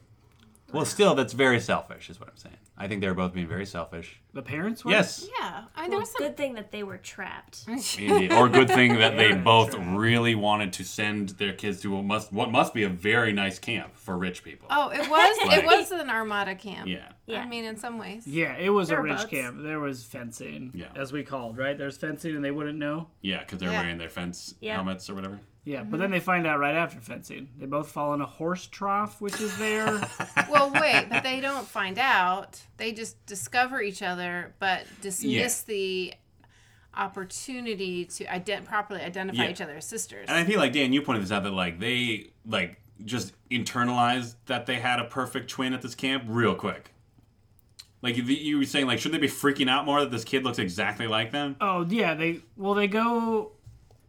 S4: Well, still, that's very selfish, is what I'm saying. I think they're both being very selfish.
S3: The parents were?
S4: Yes.
S5: Yeah, I mean, there
S1: Well,
S5: was some.
S1: good thing that they were trapped.
S4: Indeed. Or good thing that (laughs) they
S3: Yeah,
S4: both
S3: sure.
S4: really wanted to send their kids to what must what must be a very nice camp for rich people.
S5: Oh, it
S4: (laughs)
S5: was
S4: Like-
S5: it was an Armada camp.
S4: Yeah.
S1: Yeah.
S5: I mean, in some ways.
S3: Yeah, it was
S1: There
S3: a
S1: were
S3: rich
S1: boats.
S3: camp. There was fencing,
S4: Yeah.
S3: as we called, right? There's fencing and they wouldn't know.
S4: Yeah, because they're
S5: Yeah.
S4: wearing their fence
S1: Yeah.
S4: helmets or whatever.
S3: Yeah, but
S4: Mm-hmm.
S3: then they find out right after fencing. They both fall in a horse trough, which is there.
S4: (laughs)
S5: Well, wait, but they don't find out. They just discover each other, but dismiss the opportunity to ident- properly identify
S4: Yeah.
S5: each other as sisters.
S4: And I feel like Dan, you pointed this out that like they like just internalized that they had a perfect twin at this camp real quick. Like you- you were saying, like shouldn't they be freaking out more that this kid looks exactly like them?
S3: oh, yeah, they well they go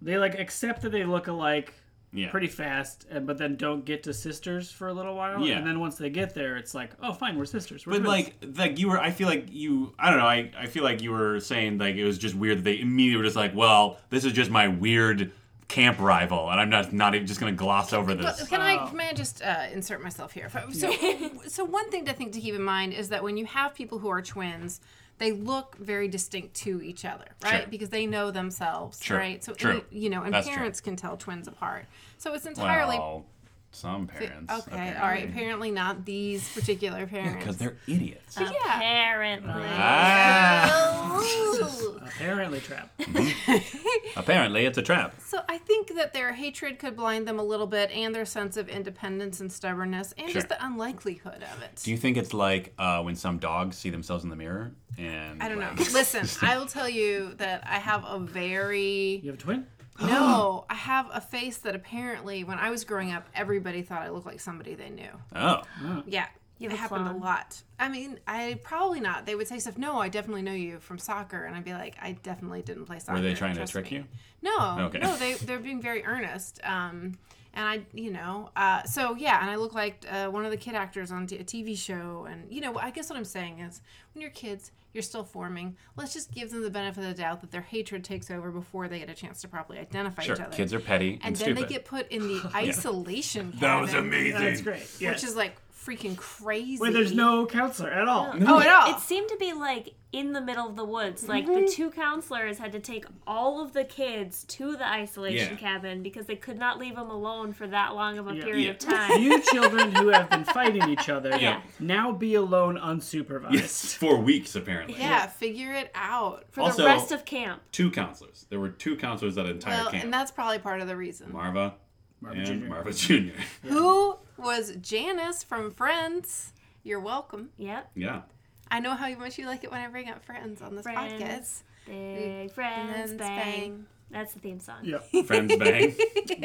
S3: they like accept that they look alike
S4: Yeah.
S3: pretty fast and but then don't get to sisters for a little while.
S4: Yeah.
S3: And then once they get there, it's like, "Oh, fine, we're sisters." We're
S4: But
S3: twins.
S4: like, like you were, I feel like you, I don't know, I, I feel like you were saying like it was just weird that they immediately were just like, well, this is just my weird camp rival, and I'm not not even just gonna gloss over
S5: But
S4: this.
S5: can I may I just uh, insert myself here? So, (laughs) so one thing to think to keep in mind is that when you have people who are twins, they look very distinct to each other, right?
S4: Sure.
S5: Because they know themselves,
S4: Sure,
S5: right? So
S4: true.
S5: And, you know, and
S4: That's true.
S5: parents can tell twins apart. So it's entirely
S4: Well, some parents.
S5: okay. All right,
S4: apparently.
S5: apparently not these particular parents
S4: Because they're idiots.
S5: But yeah.
S1: Apparently.
S4: Uh,
S5: (laughs)
S4: Ah.
S5: Ooh.
S3: apparently trapped.
S4: Apparently, it's a trap.
S5: So I think that their hatred could blind them a little bit, and their sense of independence and stubbornness, and just
S4: Sure.
S5: the unlikelihood of it.
S4: Do you think it's like uh, when some dogs see themselves in the mirror and
S5: I
S4: (laughs)
S5: don't know.
S4: like-
S5: Listen, I will tell you that I have a very
S3: You have a twin?
S5: no. I have a face that apparently, when I was growing up, everybody thought I looked like somebody they knew. (laughs)
S4: Oh,
S5: Yeah,
S1: You
S5: it
S1: have a
S5: happened
S1: clone.
S5: a lot. I mean, I probably not. They would say stuff. No, I definitely know you from soccer, and I'd be like, I definitely didn't play soccer.
S4: were they trying to
S5: trust
S4: trick
S5: me."
S4: you?
S5: No,
S4: Okay.
S5: no, they they're being very earnest. Um, and I, you know, uh, so yeah, and I look like uh, one of the kid actors on t- a TV show, and you know, I guess what I'm saying is, when you're kids, you're still forming. Let's just give them the benefit of the doubt that their hatred takes over before they get a chance to properly identify
S4: Sure,
S5: each other.
S4: kids are petty and,
S5: and then
S4: stupid.
S5: they get Oh, put in
S4: (laughs)
S5: the isolation.
S4: that was
S5: cabin,
S3: (laughs)
S4: amazing.
S3: That's great. Yeah.
S5: Which is like freaking crazy.
S3: Where there's no counselor at all.
S5: oh at all.
S1: It seemed to be like in the middle of the woods. Like
S5: Mm-hmm.
S1: the two counselors had to take all of the kids to the isolation
S4: Yeah.
S1: cabin because they could not leave them alone for that long of a
S3: Yeah.
S1: period
S4: Yeah.
S1: of
S4: (laughs)
S1: time.
S3: (laughs) You children who have been fighting each other
S1: Yeah.
S3: now be alone unsupervised.
S4: yes (laughs) for weeks apparently.
S5: yeah, figure it out.
S1: For
S4: Also-
S1: the rest of camp.
S4: Two counselors. There were two counselors that entire
S5: Well,
S4: camp.
S5: and that's probably part of the reason.
S4: Marva,
S3: Marvin
S4: and
S3: Jr..
S4: Marva Jr.
S5: Who was Janice from Friends? You're welcome.
S1: Yep.
S4: (laughs) yeah.
S5: I know how much you like it when I bring up Friends on this
S1: Friends. Big friends
S5: podcast.
S1: bang.
S5: Bang.
S1: That's the theme song.
S3: Yep. (laughs)
S4: Friends
S5: (laughs)
S4: Bang.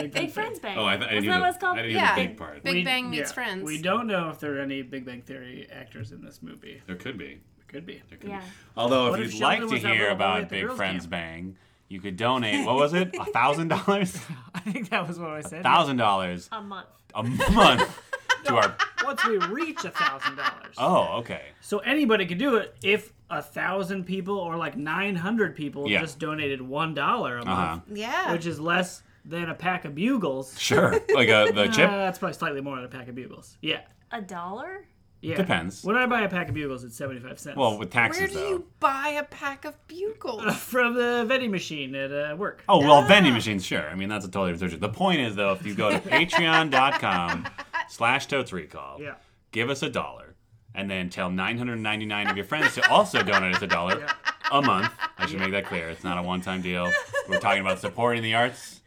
S1: Big friends bang.
S4: Oh, I, th- I
S1: Wasn't
S4: knew
S1: that
S4: the,
S1: what it's called?
S4: I knew
S5: Yeah.
S4: the big part.
S5: Big Bang meets Friends.
S3: We don't know if there are any Big Bang Theory actors in this movie.
S4: There could be.
S3: There could be.
S4: There could
S1: Yeah.
S4: be. Although,
S3: What
S4: if
S3: if
S4: you'd
S3: Sheldon
S4: like to
S3: was that
S4: hear
S3: little boy
S4: about
S3: at the
S4: Big
S3: girls'
S4: Friends
S3: camp?
S4: Bang, you could donate. What was
S5: (laughs)
S4: it? A thousand dollars?
S3: (laughs) I think that was what I said.
S4: Thousand dollars
S1: A month.
S4: a month
S5: (laughs)
S4: to our.
S3: Once we reach a thousand dollars,
S4: Oh, okay.
S3: so anybody could do it if a thousand people or like nine hundred people
S4: Yeah.
S3: just donated one dollar a
S4: Uh huh.
S3: month,
S5: Yeah.
S3: which is less than a pack of bugles.
S4: Sure. Like a the
S3: Uh,
S5: (laughs)
S4: chip.
S3: that's probably slightly more than a pack of bugles. Yeah.
S1: A dollar?
S3: Yeah.
S4: Depends.
S3: When I buy a pack of bugles, it's seventy-five cents.
S4: Well, with
S5: Where
S4: taxes
S5: do
S4: though.
S5: you buy a pack of bugles?
S3: (laughs) from the vending machine at uh, work.
S4: Oh well, vending machines. Sure. I mean, that's a totally different situation. The point is though, if you go
S5: (laughs)
S4: to Patreon.com/slash Totes Recall,
S3: Yeah.
S4: give us a dollar, and then tell 999 of your friends to also donate us a
S3: (laughs)
S4: dollar
S3: Yeah.
S4: a month. I should make that clear. It's not a one-time deal. We're talking about supporting the arts,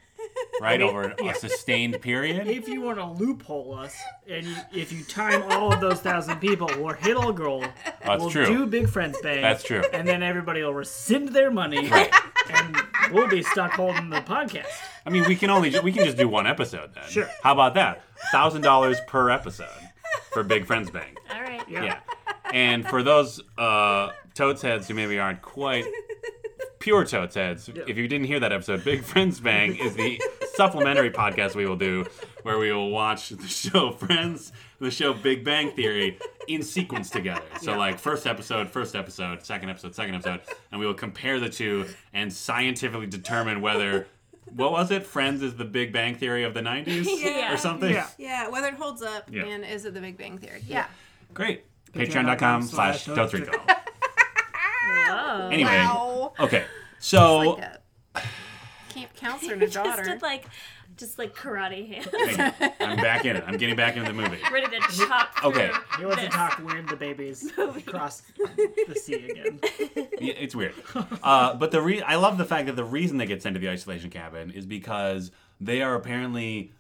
S4: right, over a sustained period.
S3: if you want to loophole us, and you, if you time all of those thousand people, we'll hit our goal.
S4: That's
S3: we'll
S4: true.
S3: do Big Friends Bang.
S4: That's true.
S3: And then everybody will rescind their money,
S4: Right.
S3: and we'll be stuck holding the podcast.
S4: I mean, we can only ju- we can just do one episode then.
S3: Sure.
S4: How about that? Thousand dollars per episode for Big Friends Bang.
S1: All right. (laughs)
S4: Yeah. And for those uh, totes heads who maybe aren't quite pure totes heads, if you didn't hear that episode, Big Friends Bang is the supplementary podcast we will do where we will watch the show Friends and the show Big Bang Theory in sequence together. So, like, first episode, first episode, second episode, second episode, and we will compare the two and scientifically determine whether. What was it? Friends is the Big Bang Theory of the 90s
S5: Yeah.
S4: or something?
S3: Yeah.
S5: yeah, whether it holds up
S4: Yeah.
S5: and is it the Big Bang Theory? Yeah.
S3: Great.
S4: Patreon.com slash Totes Recall.
S1: Whoa.
S4: Anyway,
S5: Wow.
S4: okay. So,
S5: Like a camp counselor and
S1: You
S5: a
S1: (laughs) just
S5: daughter.
S1: did like, just like
S4: (laughs)
S1: karate hands,
S4: hey, I'm back in it. I'm getting back into the movie.
S1: ready to chop. Through.
S4: (laughs) Okay.
S3: He wants to
S1: This.
S3: talk when the babies cross the sea
S4: (laughs)
S3: again.
S4: Yeah, it's weird. Uh, but the re- I love the fact that the reason they get sent to the isolation cabin is because they are apparently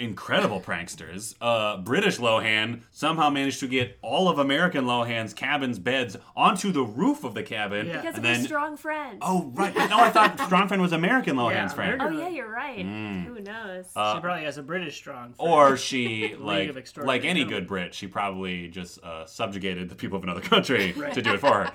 S4: incredible pranksters. Uh, British Lohan somehow managed to get all of American Lohan's cabins beds onto the roof of the cabin,
S3: Yeah.
S1: Because
S4: and
S1: of his
S4: then.
S1: strong friends.
S4: Oh right! But no, I thought Strongfriend was American Lohan's
S3: Yeah,
S4: friend,
S1: Oh, yeah, you're right.
S4: Mm.
S1: Who knows?
S4: Uh,
S3: she probably has a British strong. friend. (laughs)
S4: or she
S3: of
S4: like
S3: Extraordinary
S4: like any
S3: Gentlemen.
S4: good Brit, she probably just uh, subjugated the people of another (laughs) country to do it for her.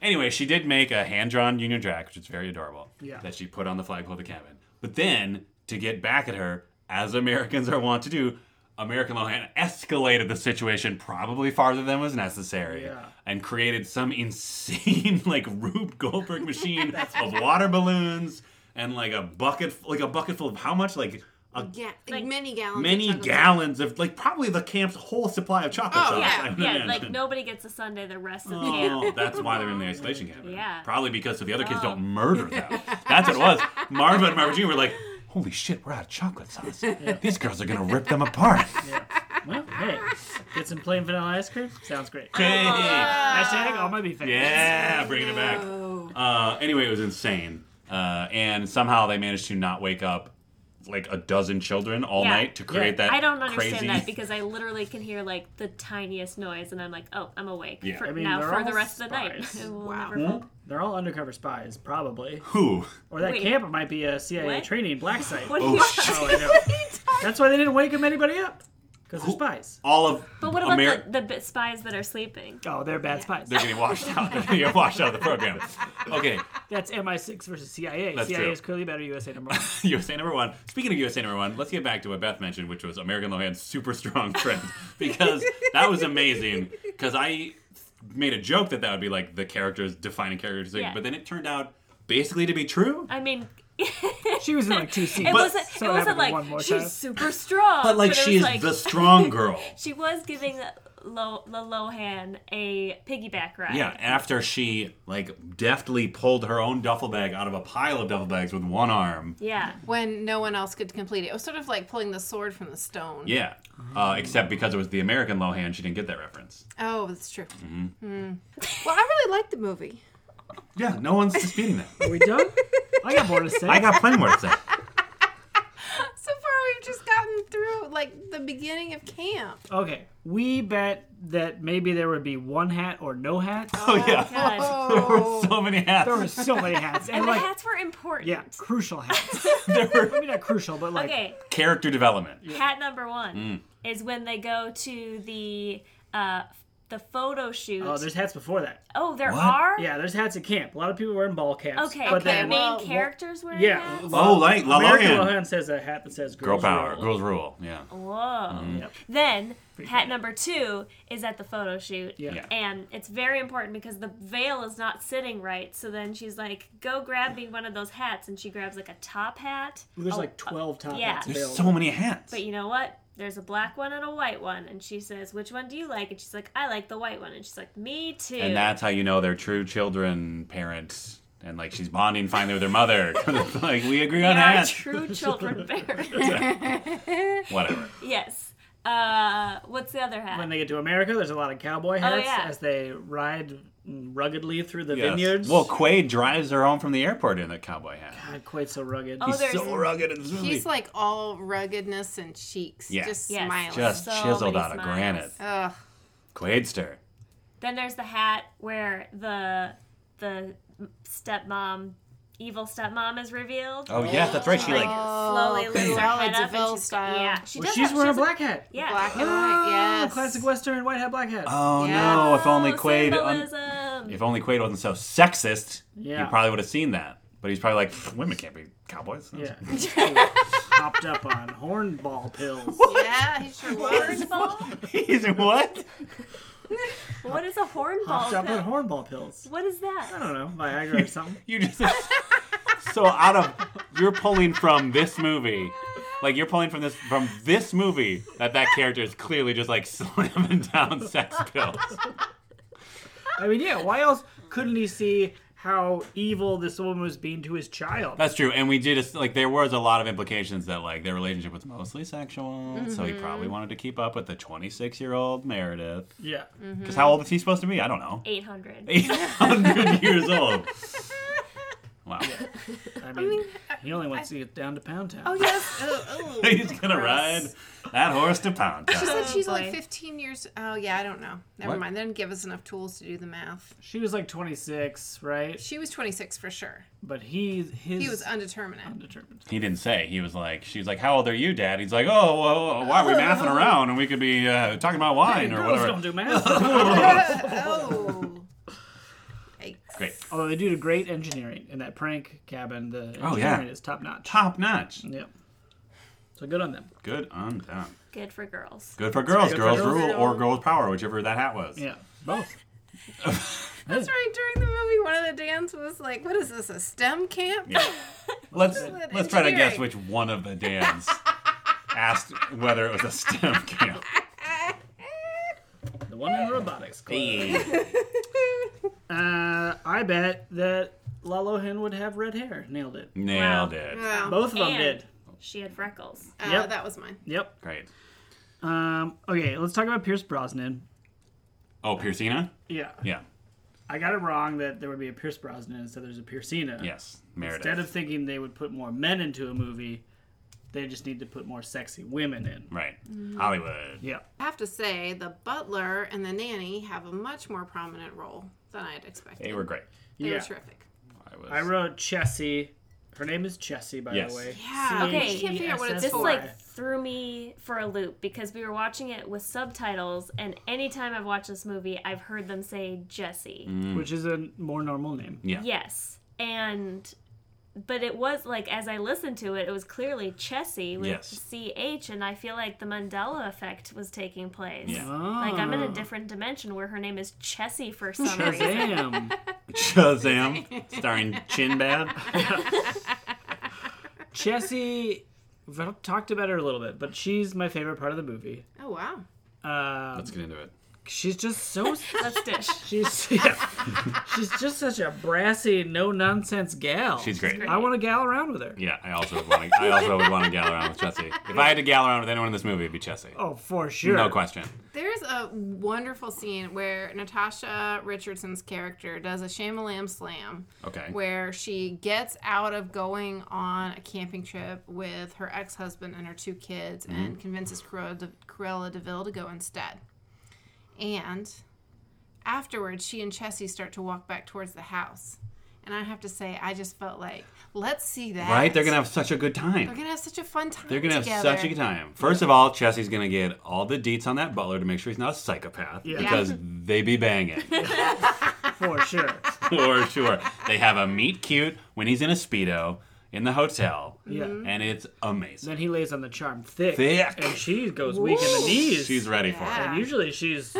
S4: Anyway, she did make a hand-drawn Union Jack, which is very adorable.
S3: Yeah.
S4: That she put on the flagpole of the cabin. But then, to get back at her, as Americans are wont to do, American Lohan escalated the situation probably farther than was necessary,
S3: Yeah.
S4: and created some insane (laughs) like Rube
S3: (laughs)
S4: Goldberg machine of water balloons and like a bucket, like a bucket full of how much like a
S5: yeah,
S1: Like,
S5: many gallons. of
S4: many
S5: chocolate.
S4: gallons of like probably the camp's whole supply of chocolate
S5: Oh,
S4: sauce.
S5: yeah.
S4: (laughs) I would
S1: yeah,
S4: imagine.
S1: like nobody gets a Sunday the rest of the camp.
S4: Oh, that's why they're in the isolation cabin.
S1: Yeah. Oh.
S4: Probably because so the other kids don't murder them. That's what it was. Marva and Marva Jean were like, holy shit, we're out of chocolate
S1: (laughs)
S4: sauce. These girls are going to rip them apart. (laughs)
S3: Well, hey, get some plain vanilla ice cream. Sounds great.
S4: Hey.
S3: Hashtag all my beef fans.
S4: Yeah, bringing it back.
S5: No.
S4: Uh, anyway, it was insane. Uh, and somehow they managed to not wake up like a dozen children all
S1: Yeah.
S4: night to create that
S1: I don't understand
S4: crazy (laughs)
S1: that because I literally can hear like the tiniest noise, and I'm like, oh, I'm awake
S4: Yeah. Hmm?
S1: for,
S4: I
S3: mean,
S1: now
S3: they're
S1: for
S3: all
S1: the rest of the
S3: spies.
S1: (laughs) night. I will
S5: Wow.
S1: never hope.
S3: They're all undercover spies, probably.
S4: who?
S3: Or that
S1: Wait.
S3: camp might be a CIA
S1: What?
S3: training black site.
S1: What do
S4: Oh,
S1: (laughs) you-
S4: shit.
S3: Oh, I (laughs) know. That's why they didn't wake him anybody up. Because they're spies.
S4: All of
S1: But what about
S4: Ameri-
S1: the, the bit spies that are sleeping?
S3: Oh, they're bad spies.
S4: They're getting washed out. (laughs) They're getting washed out of the program. Okay, (laughs)
S3: That's MI6 versus CIA.
S4: That's
S3: CIA
S4: true.
S3: is clearly better USA number one.
S4: USA number one. Speaking of USA number one, let's get back to what Beth mentioned, which was American Lohan's super strong (laughs) friend, because that was amazing. Because I made a joke that that would be like the character's defining character's thing,
S1: Yeah.
S4: but then it turned out basically to be true.
S1: I mean,
S3: (laughs) She was in like two scenes.
S1: it wasn't.
S3: so
S1: it wasn't
S3: happened
S1: like
S3: one more
S1: she's
S3: time.
S1: super strong,
S4: But like
S1: it was
S4: she is
S1: like-
S4: the strong
S1: (laughs)
S4: girl. (laughs)
S1: She was giving Lo, La Lohan a piggyback ride.
S4: Yeah, after she like deftly pulled her own duffel bag out of a pile of duffel bags with one arm.
S1: Yeah.
S5: When no one else could complete it. It was sort of like pulling the sword from the stone.
S4: Yeah, uh, except because it was the American Lohan, she didn't get that reference.
S5: Oh, that's true.
S4: Mm-hmm.
S5: Mm. (laughs) Well, I really liked the movie.
S4: Yeah, no one's disputing that.
S3: Are we done? I got more to say.
S4: I got plenty more to say.
S5: So far, we've just gotten through like the beginning of camp.
S4: (laughs)
S3: Okay. We bet that maybe there would be one hat or no hats.
S4: (laughs) Oh yeah,
S1: God.
S4: there
S5: Oh.
S1: Oh.
S4: were (laughs) so many hats.
S3: There were so many hats. And
S1: And the
S3: like,
S1: hats were important.
S3: yeah, crucial (laughs) hats.
S4: There were
S3: Maybe not crucial, but like,
S1: Okay.
S4: character development.
S1: Hat number one
S4: Mm.
S1: is when they go to the uh, the photo shoot.
S3: oh, there's hats before that.
S1: Oh, there
S4: What?
S1: are.
S3: Yeah, there's hats at camp. A lot of people wearing ball caps.
S1: Okay.
S3: But
S1: okay.
S3: then,
S1: main
S5: well,
S1: characters wearing
S3: yeah.
S1: hats.
S4: Oh, like La
S3: American
S4: Lohan.
S3: Lohan says a hat that says
S4: Girl
S3: "Girls
S4: power,
S3: Rule."
S4: girls rule. Yeah.
S1: Whoa.
S4: Mm.
S3: Yep.
S1: Then hat number two is at the photo shoot.
S3: Yeah.
S4: Yeah.
S1: And it's very important because the veil is not sitting right. So then she's like, "Go grab me one of those hats," and she grabs like a top hat.
S3: There's
S1: a-
S3: like 12 top
S1: yeah.
S3: hats
S4: There's
S3: available.
S4: so many hats.
S1: But you know what? There's a black one and a white one. And she says, Which one do you like? And she's like, I like the white one. And she's like, Me too.
S4: And that's how you know they're true children parents. And like she's bonding finally with her mother. (laughs) 'Cause it's like we agree
S1: they
S4: on
S1: are
S3: (laughs)
S4: hats.
S1: true children parents. (laughs)
S4: Whatever.
S1: yes. Uh, what's the other hat?
S3: when they get to America, there's a lot of cowboy hats
S1: yeah.
S3: as they ride ruggedly through the
S4: Yes.
S3: vineyards.
S4: Well, Quaid drives her home from the airport in a cowboy hat.
S3: Not quite so rugged.
S1: Oh,
S4: He's
S1: there's-
S4: so rugged in this movie.
S5: He's like all ruggedness and cheeks,
S4: Yeah.
S5: just
S1: Yes.
S5: smiling.
S4: Just
S1: so
S4: chiseled
S1: many
S4: out of
S1: smiles.
S4: granite.
S5: Ugh.
S4: Quaidster.
S1: then there's the hat where the the stepmom, evil stepmom, is revealed.
S4: Oh yes, that's right. She like
S5: Oh,
S1: Slowly lifts her
S5: Cruella
S1: head up.
S5: DeVille
S1: And she's, got-
S5: style.
S1: yeah, she
S3: Well,
S1: does
S3: she's
S1: have-
S3: wearing a
S1: has
S3: black hat.
S1: Yeah.
S5: Black and white,
S3: Oh,
S5: yes.
S3: classic Western white hat, black hat.
S4: Oh
S5: Yeah.
S4: no! If only
S1: Oh,
S4: Quaid. un-
S1: symbolism.
S4: If only Quaid wasn't so sexist,
S3: Yeah.
S4: you probably would have seen that. But he's probably like, "Pfft, women can't be cowboys.
S3: Yeah. Hopped up on hornball pills.
S5: Yeah, he (laughs) sure was.
S4: (laughs)
S1: Hornball?
S4: he's what?
S1: what is a hornball?
S3: Hopped up on
S1: pill?
S3: hornball pills.
S1: What is that?
S3: I don't know, Viagra or
S4: (laughs)
S3: something.
S4: You just so out of you're pulling from this movie Like you're pulling from this from this movie that that character is clearly just like (laughs) slamming down sex pills.
S3: I mean, yeah, why else couldn't he see how evil this woman was being to his child?
S4: That's true. And we did just like there was a lot of implications that like their relationship was mostly sexual, so
S3: Mm-hmm.
S4: he probably wanted to keep up with the 26 year old Meredith.
S3: yeah.
S4: Because how old is he supposed to be? I don't know. (laughs)
S1: 800.
S4: 800
S3: (laughs)
S4: years old. Wow.
S3: I mean, he only wants to get down to Pound Town.
S5: Oh (laughs) yes. oh,
S4: (laughs)
S5: oh.
S4: He's gonna ride that horse to pound
S5: She
S4: town.
S5: said she's
S1: Oh,
S5: like
S1: boy.
S5: 15 years. Oh yeah, I don't know. Never
S4: What?
S5: mind. They didn't give us enough tools to do the math.
S3: She was like 26, right?
S5: She was 26 for sure.
S3: But he, his.
S5: He was undetermined.
S3: undetermined.
S4: He didn't say. He was like, she was like, how old are you, dad? He's like, oh, well, well, why are we mathing around and we could be uh, talking about wine or
S3: Girls don't
S4: whatever.
S3: do
S4: (laughs)
S3: math.
S5: oh. Yikes.
S4: Great.
S3: Although they do great engineering in that prank cabin, the engineering
S4: Oh, yeah.
S3: is top notch.
S4: Top notch.
S3: Yeah. So good on them.
S4: Good on them.
S1: Good for girls.
S4: Good for girls.
S3: Good for
S4: girls
S3: girls.
S4: rule or girls power, whichever that hat was.
S3: Yeah, both.
S5: That's right. During the movie, one of the dance was like, "What is this? A STEM camp?"
S3: (laughs)
S4: Let's
S5: With
S4: let's try to guess
S5: engineering.
S4: which one of the Dans asked whether it was a STEM camp.
S3: The one in robotics. Club. Uh, I bet that Lalohan would have red hair. Nailed it.
S4: Nailed it.
S5: Wow.
S3: Both of them
S1: And
S3: did.
S1: She had freckles.
S5: Oh, Uh,
S3: Yep.
S5: That was mine.
S3: Yep.
S4: Great.
S3: Um, okay, let's talk about Pierce Brosnan.
S4: Oh, Piercina?
S3: Yeah.
S4: Yeah.
S3: I got it wrong that there would be a Pierce Brosnan instead there's a Piercina.
S4: Yes. Meredith.
S3: Instead of thinking they would put more men into a movie, they just need to put more sexy women in.
S4: right. Hollywood.
S3: Yeah.
S5: I have to say, the butler and the nanny have a much more prominent role than I'd expected.
S4: They were great.
S5: They were
S3: yeah.
S5: terrific.
S4: I was.
S3: I wrote Chessie. Her name is Chessie, by
S4: Yes.
S3: the way. E
S5: Yeah.
S1: Okay.
S5: I can't figure out what it's
S1: This
S5: for.
S1: like threw me for a loop because we were watching it with subtitles, and anytime I've watched this movie, I've heard them say Jesse.
S4: Mm. Hmm.
S3: which is a more normal name.
S4: yeah. (laughs)
S1: Yes, and but it was like as I listened to it, it was clearly Chessie with
S4: Yes.
S1: CH, and I feel like the Mandela effect was taking place.
S4: Yeah.
S1: Like I'm
S3: Ah.
S1: in a different dimension where her name is
S4: (laughs)
S1: Chessie for some reason.
S3: Damn.
S4: Shazam, starring Chinbad.
S3: Chessie, we've talked about her a little bit, but she's my favorite part of the movie.
S5: oh wow.
S3: Uh,
S4: Let's get into it.
S3: she's just so (laughs)
S1: Let's dish.
S3: she's yeah, she's just such a brassy, no nonsense gal.
S4: She's great.
S1: great.
S3: I want to gal around with her.
S4: Yeah, I also would want to. I also would want to gal around with Chessie. If I had to gal around with anyone in this movie, it'd be Chessie.
S3: Oh, for sure.
S4: No question.
S5: There's a wonderful scene where Natasha Richardson's character does a shamalam slam
S4: Okay.
S5: where she gets out of going on a camping trip with her ex-husband and her two kids
S4: Mm-hmm.
S5: and convinces Cruella, De- Cruella DeVille to go instead. And afterwards, she and Chessie start to walk back towards the house. And I have to say, I just felt like, let's see that.
S4: Right? They're gonna have such a good
S5: They're
S4: time.
S5: gonna have such a fun time.
S4: They're gonna have
S5: together.
S4: such a good time. First of all, Chessie's gonna get all the deets on that butler to make sure he's not a psychopath
S3: Yeah.
S4: because they be banging
S3: (laughs) For sure.
S4: for sure. They have a meet cute when he's in a speedo in the hotel,
S3: Yeah.
S4: and it's amazing.
S3: Then he lays on the charm thick,
S4: Thick.
S3: and she goes weak in the
S5: Ooh.
S3: knees.
S4: She's ready for it.
S5: Yeah.
S3: And usually she's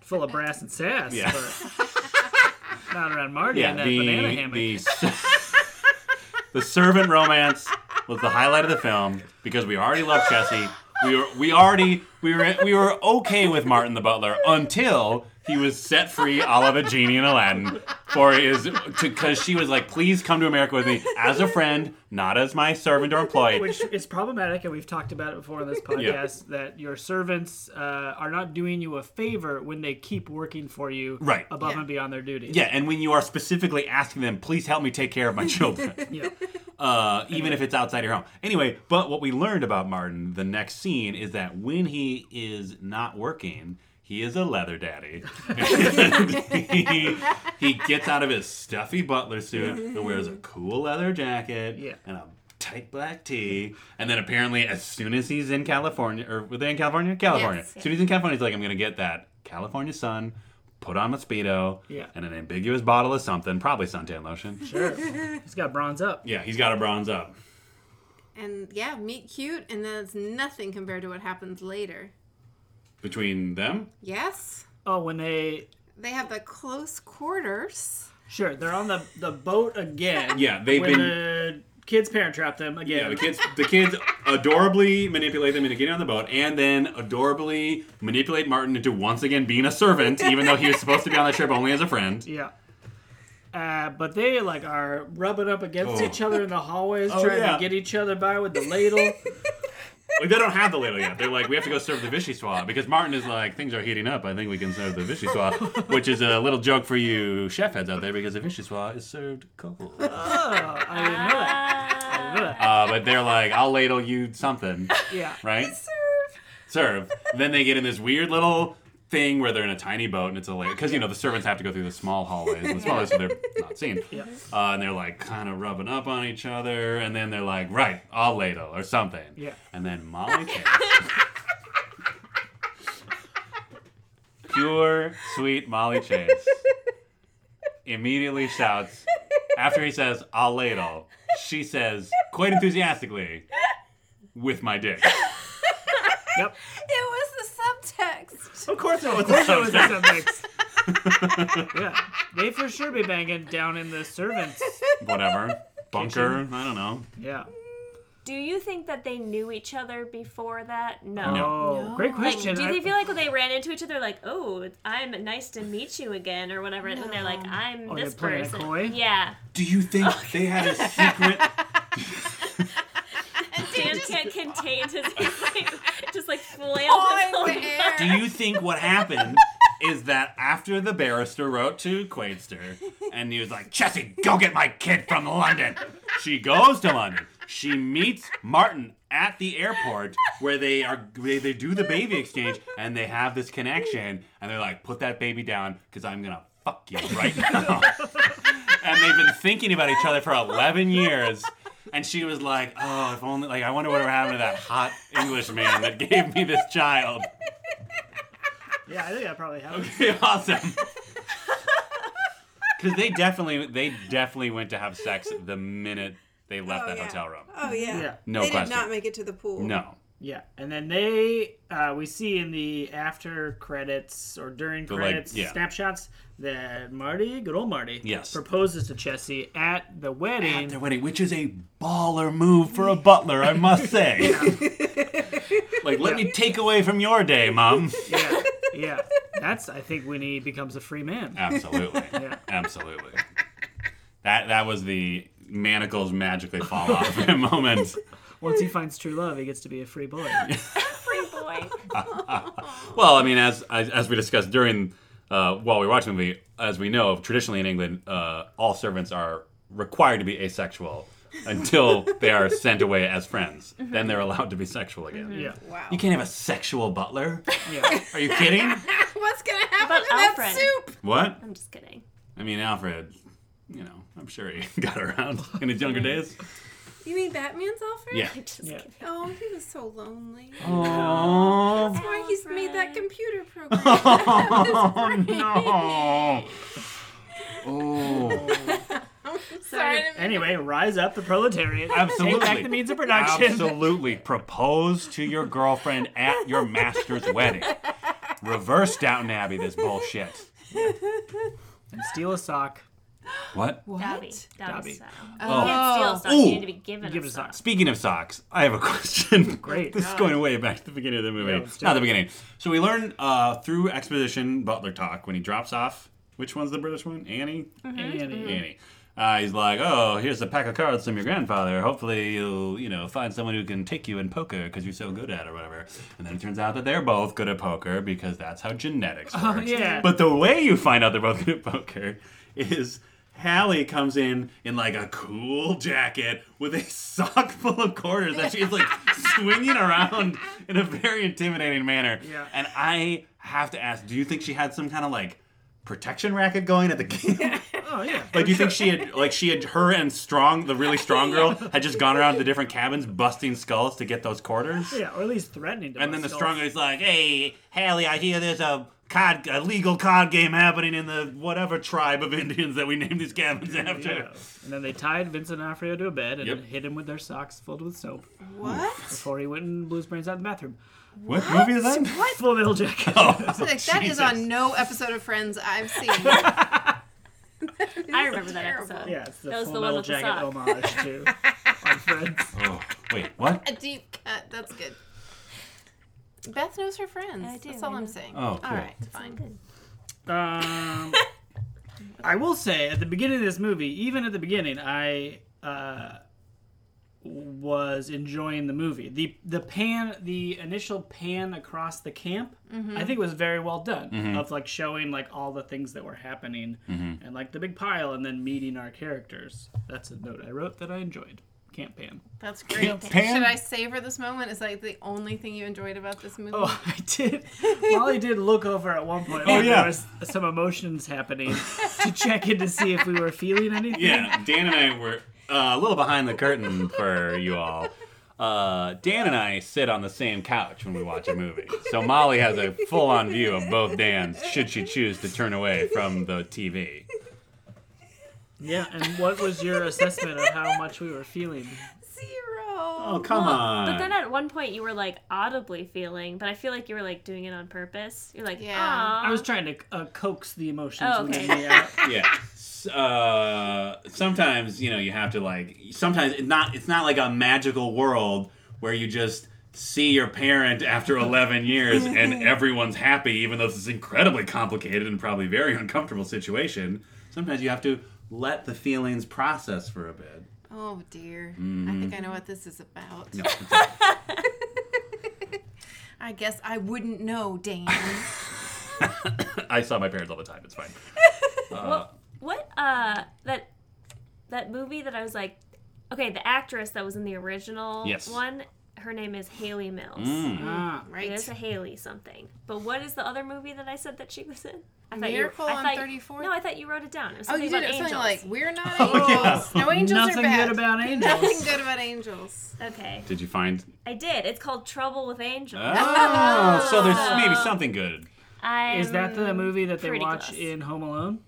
S3: full of brass and sass.
S4: Yeah.
S3: But
S4: (laughs)
S3: not around Marty
S4: Yeah,
S3: in that
S4: the,
S3: banana hammock. (laughs)
S4: the s- the servant romance was the highlight of the film because we already loved Chessie. We were we already we were we were okay with Martin the butler until he was set free, a la the genie in Aladdin, for his because she was like, please come to America with me as a friend, not as my servant or employee.
S3: which is problematic, and we've talked about it before on
S4: (laughs)
S3: this podcast. That your servants uh, are not doing you a favor when they keep working for you,
S4: Right.
S3: above
S5: Yeah.
S3: and beyond their duty.
S4: yeah, and when you are specifically asking them, please help me take care of my children.
S3: yeah.
S4: uh, even if it's outside your home. Anyway, but what we learned about Martin the next scene is that when he is not working, he is a leather daddy. (laughs) And he, he gets out of his stuffy butler suit and wears a cool leather jacket
S3: Yeah.
S4: and a tight black tee. And then apparently, as soon as he's in California, or were they in California? California.
S5: Yes,
S4: As soon as he's in California, he's like, I'm going to get that California sun. Put on a speedo
S3: Yeah.
S4: and an ambiguous bottle of something, probably suntan lotion.
S3: Sure. He's got bronze up.
S4: Yeah, he's got a bronze up.
S5: And yeah, meet cute, and then it's nothing compared to what happens later.
S4: between them.
S5: Yes,
S3: Oh, when they
S5: they have the close quarters.
S3: sure they're on the the boat again.
S4: Yeah, they've
S3: when
S4: been
S3: the Kids parent trap them again.
S4: Yeah, the kids the kids adorably manipulate them into getting on the boat, and then adorably manipulate Martin into once again being a servant, even though he was supposed to be on the trip only as a friend.
S3: Yeah. Uh, but they like are rubbing up against
S4: Oh.
S3: each other in the hallways,
S4: Oh,
S3: trying
S4: yeah.
S3: to get each other by with the
S4: (laughs)
S3: ladle.
S4: Like, they don't have the ladle yet. They're like, we have to go serve the Vichyssoise because Martin is like, things are heating up. I think we can serve the Vichyssoise, which is a little joke for you chef heads out there because the Vichyssoise is served cold. Uh,
S3: oh, I didn't know that. I didn't know that.
S4: but they're like, I'll ladle you something,
S3: Yeah.
S4: right? Serve. Then they get in this weird little thing where they're in a tiny boat and it's a ladle because you know the servants have to go through the small hallways, the smallest so they're not seen.
S3: (laughs) Yeah.
S4: Uh, and they're like kind of rubbing up on each other, and then they're like, right, I'll ladle or something.
S3: Yeah.
S4: And then Molly came. Pure, sweet Molly Chase immediately shouts after he says, I'll ladle. She says, quite enthusiastically, with my dick.
S3: Yep.
S5: It was
S2: (laughs)
S5: the subtext.
S3: Of course it was. Of
S4: course it
S3: was
S4: was
S3: the
S4: the
S3: subtext. (laughs) yeah. They for sure be banging down in the servants.
S4: Whatever. Bunker. I don't know.
S3: Yeah.
S1: Do you think that they knew each other before that? No.
S4: No.
S3: Oh, great
S1: Like, do
S3: question. I-
S1: they feel like when they ran into each other, like, oh, I'm nice to meet you again, or whatever, and they're like, I'm
S3: Oh,
S1: this
S3: they're playing a
S1: person.
S3: coy? (laughs)
S1: Yeah.
S4: Do you think they had a secret?
S1: Dan
S3: (laughs)
S1: can't contain his, he's like, just like
S5: All
S1: flailed
S5: in
S1: his
S5: the
S1: own-
S5: air.
S4: Do you think what happened is that after the barrister wrote to Quaidster and he was like, Chessie, go get my kid from London? She goes to London. She meets Martin at the airport where they are they, they do the baby exchange and they have this connection and they're like, put that baby down because I'm gonna fuck you right now. and they've been thinking about each other for 11 years. And she was like, oh, if only, like, I wonder what happened to that hot English man that gave me this child.
S3: yeah, I think that probably happened.
S4: Okay, (laughs) awesome. Because they definitely, they definitely went to have sex the minute they left
S2: Oh,
S4: that
S2: yeah.
S4: hotel room.
S2: Oh yeah.
S3: Yeah.
S4: No
S2: they
S4: question.
S2: did not make it to the pool.
S4: No,
S3: Yeah. And then they, uh, we see in the after credits or during
S4: like,
S3: credits
S4: yeah.
S3: snapshots that Marty, good old Marty,
S4: Yes.
S3: proposes to Chessie at the wedding.
S4: their wedding, which is a baller move for a butler, I (laughs) must say. like, let me take away from your
S2: (laughs)
S4: day, mom.
S1: (laughs)
S3: yeah, yeah. That's I think when he becomes a free man.
S4: Absolutely, absolutely. That that was the manacles magically fall off moment.
S3: Once he finds true love, he gets to be a free boy.
S1: free boy.
S4: Well, I mean, as as, as we discussed during uh, while we were watching the movie, as we know, traditionally in England, uh, all servants are required to be asexual until they are sent away as friends. Then they're allowed to be sexual again.
S3: Yeah,
S2: Wow. (laughs)
S4: You can't have a sexual butler.
S3: yeah.
S4: Are you kidding?
S2: What's gonna happen
S1: About
S2: to that
S1: Alfred.
S2: soup?
S4: (laughs) What?
S1: I'm just kidding.
S4: I mean, Alfred. You know, I'm sure he (laughs) got around in his younger days.
S2: You mean Batman's Alfred?
S4: Yeah. Oh.
S1: I'm just
S3: Yeah.
S1: kidding.
S2: Oh, he was so lonely.
S4: Aww. (laughs)
S5: (laughs)
S2: That's why he's made that
S1: Alfred.
S2: computer program.
S4: Oh no! Oh,
S2: Sorry. to-
S3: Anyway, rise up the proletariat.
S4: Absolutely.
S3: Take back the means of production.
S4: absolutely! Propose to your girlfriend at your master's wedding. Reverse Downton Abbey. This bullshit.
S3: And steal a sock.
S4: What?
S1: Dobby.
S3: Dobby.
S1: Dobby style. You can't steal stuff.
S4: Ooh.
S1: You need to be given
S3: Oh. Give
S1: a
S3: us a sock.
S1: sock.
S4: Speaking of socks, I have a question.
S3: Great.
S4: (laughs) this is going way back to the beginning of the movie.
S3: Yeah, let's do
S4: Not
S3: it.
S4: the beginning. So we learn uh, through exposition Butler talk when he drops off. Which one's the British one? Annie.
S1: Mm-hmm.
S3: Andy.
S4: Annie. Uh, he's like, oh, here's a pack of cards from your grandfather. Hopefully you'll, you know, find someone who can take you in poker because you're so good at it or whatever. And then it turns out that they're both good at poker because that's how genetics works.
S3: Oh, yeah.
S4: But the way you find out they're both good at poker is Hallie comes in in like a cool jacket with a sock (laughs) full of quarters that she's like swinging around in a very intimidating manner.
S3: Yeah.
S4: And I have to ask, do you think she had some kind of like protection racket
S3: (laughs)
S4: going at the game?
S3: Oh yeah.
S4: Like, do you think she had, like, she had, her and Strong, the really strong girl, had just gone around the different cabins busting skulls to get those quarters?
S3: Yeah, or at least threatening to.
S4: And then the
S3: myself.
S4: strong guy's like, hey, Hallie, I hear there's a cod, a legal cod game happening in the whatever tribe of Indians that we named these cabins after.
S3: Yeah. And then they tied Vincent D'Onofrio to a bed and
S4: Yep.
S3: hit him with their socks filled with soap
S2: What?
S3: before he went and blew his brains out in the bathroom.
S4: What, movie is that? (laughs) Oh,
S3: Full metal jacket. (laughs)
S5: Like, that is on no episode of Friends
S4: (laughs)
S5: I've seen.
S1: I remember that
S5: terrible.
S1: episode.
S3: Yeah, it's the
S1: That was
S3: Full
S1: the
S3: Metal
S1: one with the
S3: Jacket
S1: sock.
S3: homage to on
S1: (laughs)
S3: Friends.
S4: Oh, wait, what?
S5: A deep cut. That's good. Beth knows her friends.
S1: I do,
S5: That's all
S1: I know.
S5: I'm saying.
S4: Oh, cool.
S5: All right, fine.
S1: Good.
S3: Um, I will say at the beginning of this movie, even at the beginning, I uh, was enjoying the movie. the The pan, the initial pan across the camp, I think was very well done.
S4: Mm-hmm.
S3: Of like showing like all the things that were happening, and like the big pile, and then meeting our characters. That's a note I wrote that I enjoyed. Camp pan.
S5: That's great.
S4: (laughs) Pan-
S5: Should I savor this moment? Is like the only thing you enjoyed about this movie?
S3: Oh, (laughs) I did. Molly did look over at one point.
S4: Oh,
S3: when
S4: yeah.
S3: There was some emotions happening to check in to see if we were feeling anything.
S4: Yeah, Dan and I were uh, a little behind the curtain for you all. Uh, Dan and I sit on the same couch when we watch a movie, so Molly has a full-on view of both Dan's should she choose to turn away from the TV.
S3: Yeah, and what was your assessment of how much we were feeling?
S5: Zero.
S4: Oh come on!
S1: But then at one point you were like audibly feeling, but I feel like you were like doing it on purpose. You're like,
S5: Yeah.
S1: yeah.
S3: I was trying to uh, coax the emotions
S1: Oh,
S3: from
S1: okay.
S3: me
S1: (laughs)
S3: out.
S4: yeah. S- Uh, sometimes you know you have to like. Sometimes it's not. It's not like a magical world where you just see your parent after 11 years and everyone's happy, even though this is incredibly complicated and probably very uncomfortable situation. Sometimes you have to let the feelings process for a bit.
S5: Oh dear. I think I know what this is about.
S4: Mm.
S5: (laughs)
S4: No,
S5: I guess I wouldn't know,
S1: (laughs)
S5: Dan.
S4: (coughs) I saw my parents all the time. It's fine. Uh,
S1: What, what uh that that movie that I was like okay, the actress that was in the original
S4: Yes.
S1: one, her name is Haley Mills.
S4: mm.
S3: Ah,
S1: It
S5: right.
S1: is a Haley something. But what is the other movie that I said that she was in? I thought
S5: Miracle
S1: you, I
S5: on
S1: thought you-
S5: 34th?
S1: No, I thought you wrote it down. It was
S5: Oh, you
S1: something
S5: did it.
S1: about
S5: Something
S1: angels.
S5: like we're not
S4: (laughs) Oh,
S5: angels.
S4: yeah.
S5: No angels
S3: nothing
S5: are bad.
S3: good
S1: (laughs)
S3: about
S5: (laughs) Nothing
S3: angels.
S5: good about angels.
S1: Okay,
S4: Did you find?
S1: I did. It's called Trouble with Angels.
S4: Oh, so there's maybe something good. Ah.
S1: I'm,
S3: Is that the movie that they
S1: Pretty
S3: watch
S1: close.
S3: in Home Alone?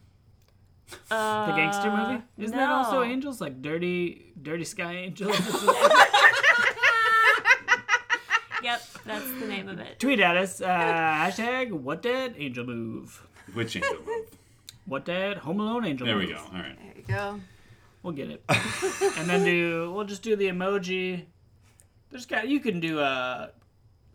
S1: uh,
S3: The gangster movie? Isn't that also
S1: no.
S3: angels? Like dirty, dirty sky angels?
S1: Yep, that's the name of
S3: (laughs)
S1: it.
S3: Tweet at us. Uh, hashtag what that angel move.
S4: Which angel? move?
S3: What that Home Alone angel
S4: There we
S3: move.
S4: go. All right.
S5: There you go.
S3: We'll get it. (laughs) and then do we'll just do the emoji. There's got you can do a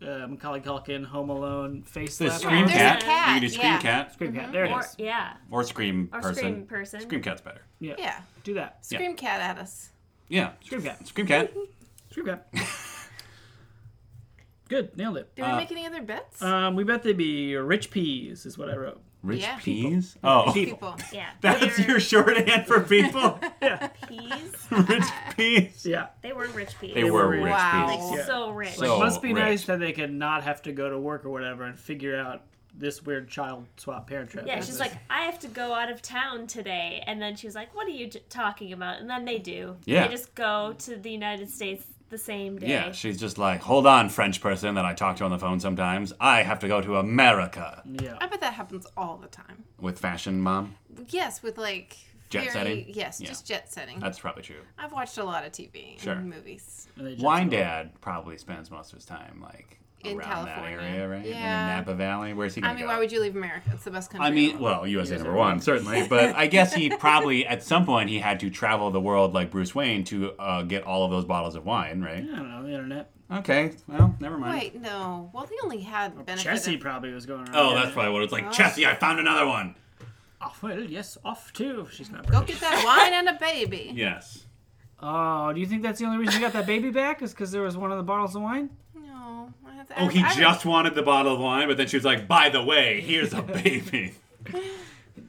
S3: uh, Macaulay Culkin Home Alone face
S4: The
S3: slap.
S4: scream
S5: There's a
S4: cat.
S5: cat,
S4: You can do scream
S5: yeah.
S4: cat.
S3: Scream cat. There it
S1: Mm-hmm. Or
S3: is.
S1: yeah,
S4: Or Scream
S1: or
S4: Person.
S1: Scream Person.
S4: Scream Cat's better.
S3: Yeah.
S5: Yeah.
S3: Do that.
S4: Yeah.
S5: Scream cat at us.
S4: Yeah.
S3: Scream cat.
S4: Scream Cat.
S3: Scream
S4: (laughs)
S3: cat. Good. Nailed it.
S5: Did
S4: Uh,
S5: we make any other bets?
S3: Um, we bet they'd be rich peas is what I wrote.
S4: Rich
S5: Yeah.
S4: Peas? Oh.
S5: (laughs) People.
S1: Yeah,
S4: That's
S1: they were
S4: your shorthand for
S5: (laughs)
S4: people?
S1: peas.
S4: rich Peas.
S3: Yeah.
S1: They were rich peas.
S4: They were
S3: were
S4: Rich
S5: Wow.
S4: Peas.
S3: Yeah.
S1: so rich.
S4: So- Oh,
S3: Must be
S4: rich.
S3: nice that they could not have to go to work or whatever and figure out this weird child swap parent trap.
S1: yeah, she's like, I have to go out of town today, and then she was like, "What are you t- talking about?" And then they do.
S4: Yeah.
S1: they just go to the United States the same day.
S4: Yeah, she's just like, hold on, French person that I talk to on the phone sometimes. I have to go to America
S3: Yeah.
S5: I bet that happens all the time.
S4: with fashion mom.
S5: Yes, with like
S4: Jet
S5: very,
S4: setting?
S5: Yes,
S4: Yeah.
S5: just jet setting.
S4: That's probably true.
S5: I've watched a lot of TV
S4: Sure.
S5: and movies.
S3: And they just-
S4: Wine Dad probably spends most of his time like
S5: In
S4: around
S5: California.
S4: that area, right?
S5: Yeah.
S4: In the Napa Valley. Where's he
S5: I
S4: going
S5: mean, why would you leave America? It's the best country.
S4: I
S5: in the
S4: mean,
S5: world.
S4: well, USA
S3: USA
S4: number one, certainly, but I guess he probably, at some point, he had to travel the world like Bruce Wayne to uh, get all of those bottles of wine, right?
S3: I don't know, the internet.
S4: Okay, well, never mind.
S5: Wait, no. Well, they only had benefit. of-
S3: Jesse probably was going around.
S4: Oh,
S3: yeah.
S4: that's probably what it's like. Chessie, I found another one.
S3: Off, well, yes, off too. She's not
S5: Go
S3: British.
S4: (laughs)
S5: get that wine and a baby.
S4: Yes.
S3: Oh, do you think that's the only reason you got that baby back? Is because there was one of the bottles of wine?
S5: No. I have to-
S4: Oh, he
S5: I- I-
S4: just wanted the bottle of wine, but then she was like, by the way, here's (laughs) a baby.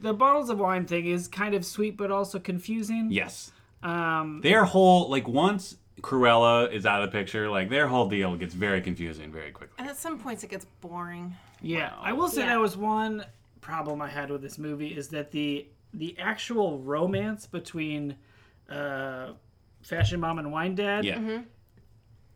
S3: The bottles of wine thing is kind of sweet, but also confusing.
S4: yes.
S3: Um,
S4: Their whole, like, once Cruella is out of the picture, like, their whole deal gets very confusing very quickly.
S5: And at some points it gets boring.
S3: yeah, I will say
S1: Yeah.
S3: that was one problem I had with this movie is that the the actual romance between uh, fashion mom and wine dad
S4: Yeah.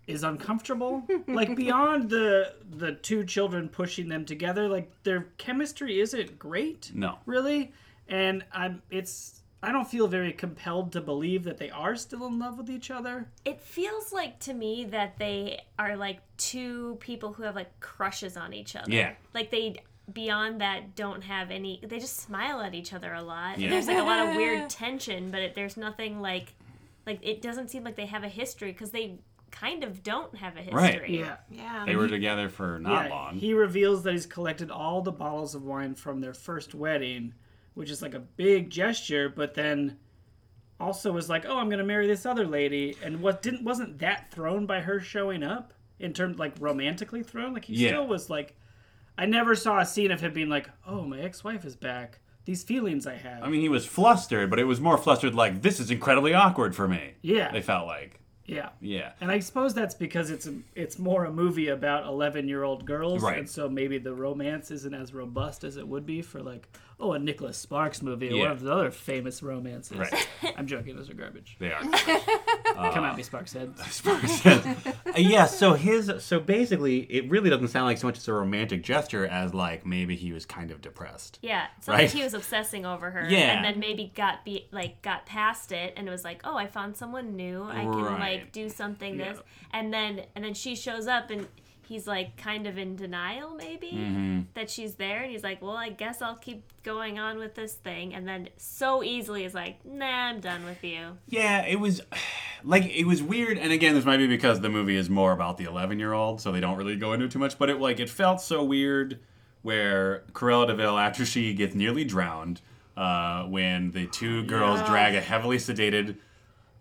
S3: is uncomfortable. like beyond the the two children pushing them together, like their chemistry isn't great.
S4: No.
S3: really and i'm it's i don't feel very compelled to believe that they are still in love with each other
S1: It feels like to me that they are like two people who have like crushes on each other.
S4: Yeah.
S1: Like they beyond that don't have any. They just smile at each other a lot.
S4: Yeah. (laughs)
S1: There's like a lot of weird tension, but it, there's nothing like like it doesn't seem like they have a history because they kind of don't have a history.
S4: Right.
S3: Yeah.
S5: Yeah.
S4: They were together for not
S3: Yeah,
S4: long.
S3: He reveals that he's collected all the bottles of wine from their first wedding, which is like a big gesture, but then also was like, "Oh, I'm going to marry this other lady." And what didn't wasn't that thrown by her showing up in terms like romantically thrown? Like he
S4: Yeah.
S3: still was like I never saw a scene of him being like, "Oh, my ex-wife is back. These feelings I have."
S4: I mean, he was flustered, but it was more flustered like, this is incredibly awkward for me.
S3: yeah.
S4: They felt like.
S3: yeah.
S4: Yeah.
S3: And I suppose that's because it's a, it's more a movie about eleven year old girls,
S4: Right.
S3: and so maybe the romance isn't as robust as it would be for like oh a Nicholas Sparks movie or one
S4: Yeah.
S3: of the other famous romances.
S4: Right.
S3: (laughs) I'm joking, those are garbage.
S4: They are.
S3: Come at me, Sparks head.
S4: Uh, yeah, so his so basically it really doesn't sound like so much as a romantic gesture as like maybe he was kind of depressed.
S1: Yeah, it's
S4: Right.
S1: like he was obsessing over her,
S4: Yeah.
S1: and then maybe got be like got past it, and was like, "Oh, I found someone new. I can
S4: Right.
S1: like do something
S3: Yeah.
S1: this." And then and then she shows up, and he's like kind of in denial, maybe
S4: Mm-hmm.
S1: that she's there, and he's like, "Well, I guess I'll keep going on with this thing." And then so easily is like, "Nah, I'm done with you."
S4: Yeah, it was (sighs) like it was weird and again this might be because the movie is more about the 11-year-old so they don't really go into it too much but it like it felt so weird where Corella DeVille after she gets nearly drowned uh, when the two girls drag a heavily sedated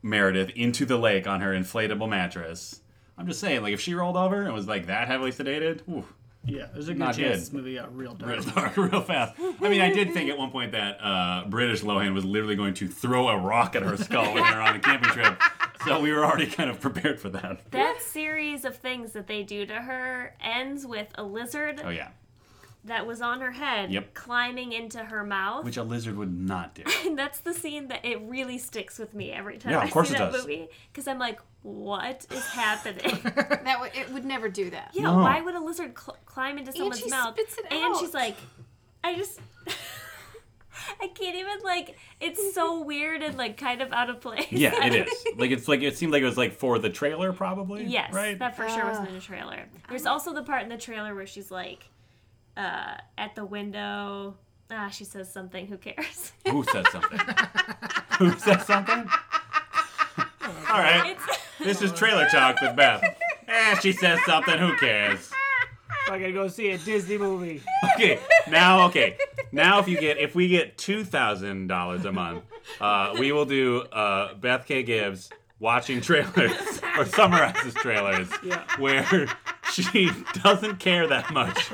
S4: Meredith into the lake on her inflatable mattress. I'm just saying like if she rolled over and was like that heavily sedated, ooh.
S3: Yeah, there's a good
S4: Not
S3: chance
S4: good.
S3: this movie got real dark.
S4: real dark (laughs) real fast. I mean, I did think at one point that uh, British Lohan was literally going to throw a rock at her skull when they were on a camping trip. So we were already kind of prepared for that.
S1: That series of things that they do to her ends with a lizard
S4: Oh, yeah.
S1: that was on her head
S4: Yep.
S1: climbing into her mouth.
S4: Which a lizard would not
S1: (laughs)
S4: do.
S1: And that's the scene that it really sticks with me every time
S4: Yeah, of
S1: I
S4: course
S1: see
S4: it
S1: that
S4: does.
S1: movie because I'm like, what
S4: (sighs)
S1: is happening?
S4: (laughs)
S5: That w- it would never do that.
S1: yeah,
S4: No.
S1: why would a lizard cl- climb into someone's
S5: she
S1: mouth?
S5: spits it
S1: and she's
S5: out.
S1: like, I just, (laughs) I can't even like. It's so weird and like kind of out of place. (laughs)
S4: Yeah, it is. Like, it's like, it seemed like it was like for the trailer, probably.
S1: Yes,
S4: Right?
S1: that for sure wasn't
S5: Ah.
S1: in the trailer. There's also the part in the trailer where she's like, uh, at the window. Ah, she says something. Who cares? (laughs)
S4: Who said something? Who said something? All right.
S1: It's
S4: This
S1: (laughs)
S4: is Trailer Talk with Beth. Eh, she says something. Who cares?
S3: I gotta go see a Disney movie.
S4: okay, now okay. Now if you get if we get two thousand dollars a month, uh, we will do uh, Beth K Gibbs watching trailers (laughs) or summarizes trailers
S3: (laughs) Yeah.
S4: where she doesn't care
S3: (laughs)
S4: that much.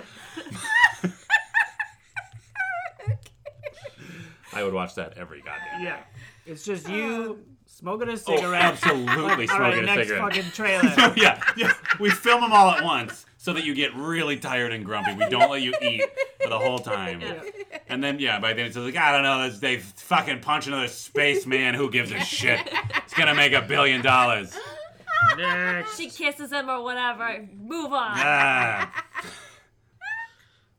S4: I would watch that every goddamn.
S3: Yeah. It's just you smoking a
S4: Oh,
S3: cigarette.
S4: absolutely
S3: all right,
S4: (laughs) smoking a
S3: next
S4: cigarette.
S3: fucking trailer.
S4: So, (laughs) yeah, yeah, we film them all at once so that you get really tired and grumpy. We don't let you eat for the whole time. And then, yeah, by then it's like, I don't know, this, they fucking punch another spaceman. Who gives a shit? It's gonna make a billion dollars.
S3: (laughs) Next.
S1: she kisses him or whatever. Move on.
S4: Ah.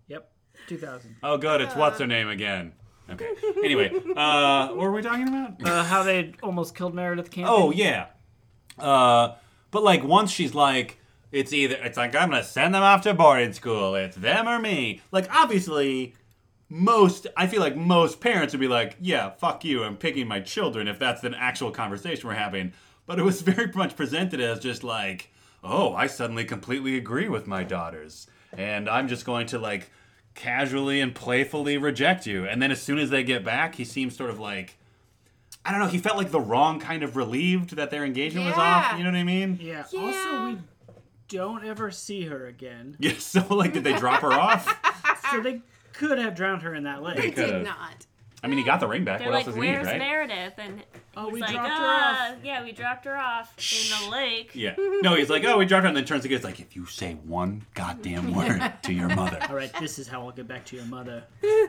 S3: Yep. 2000.
S4: Oh, good, it's what's her name again. Okay. Anyway, uh, what were we talking about?
S3: Uh, how they almost killed Meredith Campbell.
S4: Oh yeah. Uh, but like once she's like, it's either it's like I'm gonna send them off to boarding school. It's them or me. Like obviously, most I feel like most parents would be like, yeah, fuck you. I'm picking my children if that's an actual conversation we're having. But it was (laughs) very much presented as just like, oh, I suddenly completely agree with my daughters, and I'm just going to like casually and playfully reject you. And then as soon as they get back, he seems sort of like. I don't know. He felt like the wrong kind of relieved that their engagement was
S5: Yeah.
S4: off. You know what I mean?
S3: Yeah.
S5: Yeah.
S3: Also, we don't ever see her again.
S4: Yeah. (laughs) So like, did they drop her
S1: (laughs)
S4: off?
S3: So they could have drowned her in that
S4: They
S5: (laughs)
S3: lake.
S4: could
S5: Did
S4: have.
S5: not.
S4: I mean, he got the ring back.
S1: They're
S4: what
S1: like,
S4: else does he need,
S1: "Where's
S4: right?
S1: Meredith?" And
S3: Oh,
S1: he's
S3: we
S1: like,
S3: dropped
S1: "Ah,
S3: her off.
S1: yeah, we dropped her off in the lake."
S4: Yeah. No, he's like, oh, we dropped her, and then turns to kids like, if you say one goddamn word to your mother,
S5: (laughs)
S3: All right, this is how I'll get back to your mother.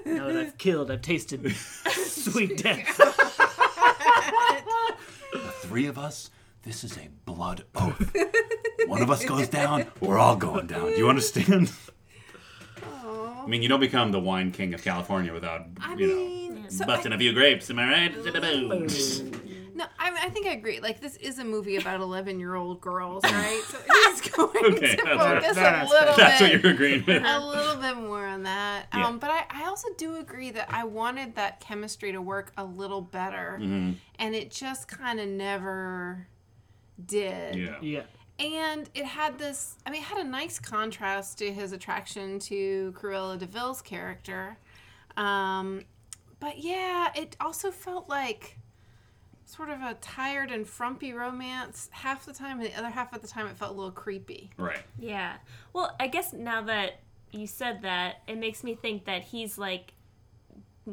S3: Now that I've killed, I've tasted sweet death.
S4: the three of us, this is a blood oath. one of us goes down, we're all going down. Do you understand? I mean, you don't become the wine king of California without,
S5: I
S4: you know,
S5: mean, so I,
S4: busting a few grapes. Am I right?
S5: no, I, I I think I agree. Like this is a movie about eleven-year-old
S4: (laughs)
S5: girls, right? So it's (laughs) going
S4: Okay,
S5: to
S4: that's right.
S5: focus
S3: That
S5: a
S4: (laughs)
S5: little
S4: That's what
S5: bit.
S4: you're agreeing with.
S5: (laughs) a little bit more on that.
S4: Yeah.
S5: Um, but I, I also do agree that I wanted that chemistry to work a little better,
S4: Mhm.
S5: and it just kind of never did.
S4: Yeah.
S3: Yeah.
S5: And it had this, I mean, it had a nice contrast to his attraction to Cruella DeVille's character. Um, but yeah, it also felt like sort of a tired and frumpy romance half the time, and the other half of the time it felt a little creepy.
S4: Right.
S1: Yeah. Well, I guess now that you said that, it makes me think that he's like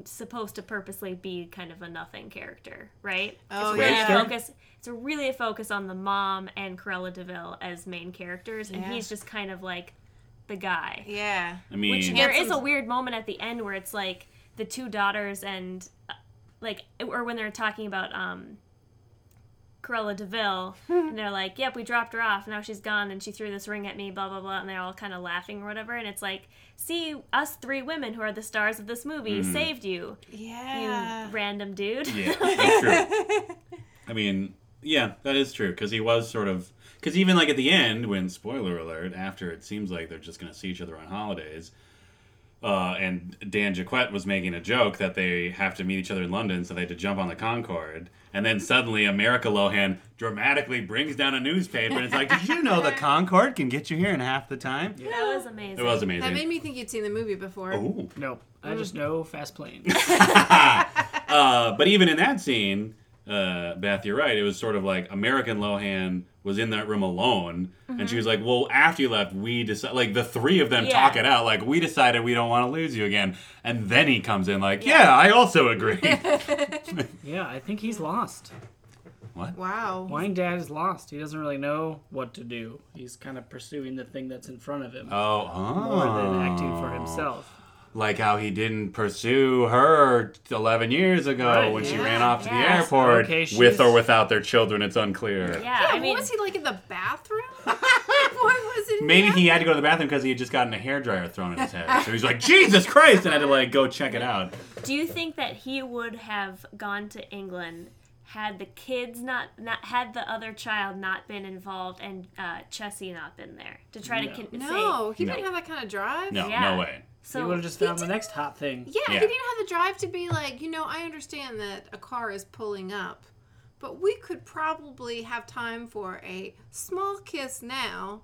S1: supposed to purposely be kind of a nothing character, right?
S5: Oh,
S1: it's really
S5: yeah.
S1: a focus it's really a focus on the mom and Corella DeVille as main characters and
S5: Yeah.
S1: he's just kind of like the guy.
S5: Yeah.
S4: I mean,
S1: Which there
S5: Yeah,
S1: is a
S5: some-
S1: weird moment at the end where it's like the two daughters and uh, like or when they're talking about um
S4: (laughs)
S1: Corella Deville and they're like, "Yep, we dropped her off. Now she's gone and she threw this ring at me, blah blah blah." And they're all kind of laughing or whatever and it's like, "See, us three women who are the stars of this movie saved you, you
S5: Yeah.
S1: random dude."
S4: Mm-hmm. Yeah, that's true. I mean, yeah, that is true because he was sort of because even like at the end when spoiler alert after it seems like they're just gonna see each other on holidays. Uh, and Dan Jaquette was making a joke that they have to meet each other in London, so they had to jump on the Concorde. And then suddenly, America Lohan dramatically brings down a newspaper, and it's like, did you know
S5: (laughs)
S4: the Concorde can get you here in half the time?
S1: (laughs) That was amazing.
S4: It was amazing.
S5: That made me think you'd seen the movie before.
S4: Ooh.
S3: Nope. I just know fast plane.
S4: Uh, but even in that scene, uh, Beth, you're right. It was sort of like American Lohan was in that room alone, and she was like, "Well, after you left, we decided like the three of them
S1: Yeah.
S4: talk it out. Like we decided we don't want to lose you again." And then he comes in like, "Yeah, I also agree." (laughs)
S3: yeah, I think he's lost.
S5: Wow.
S3: Wine Dad is lost. He doesn't really know what to do. He's kind of pursuing the thing that's in front of him
S4: oh, oh,
S3: more than acting for himself.
S4: Like how he didn't pursue her 11 years ago
S3: Right.
S4: when she
S5: Yeah.
S4: ran off to the
S1: Yeah.
S4: airport
S3: Okay,
S4: with
S3: she's-
S4: or without their children. It's unclear.
S1: yeah, I mean,
S5: what was he like in the bathroom? Like, what was it?
S4: Maybe he had to go to the bathroom because he had just gotten a hairdryer thrown at his head. So he's like, Jesus Christ, and had to like go check it out.
S1: Do you think that he would have gone to England had the kids not not had the other child not been involved and uh, Chessie not been there to try to con- say
S5: No, he
S4: No.
S5: didn't have that kind of drive.
S4: No,
S1: Yeah.
S4: no way.
S3: He
S1: so
S3: would have just
S5: He
S3: found the
S5: didn't-
S3: next hot
S5: (laughs)
S3: thing.
S5: Yeah,
S4: Yeah.
S5: he didn't have the drive to be like, you know, I understand that a car is pulling up, but we could probably have time for a small kiss now,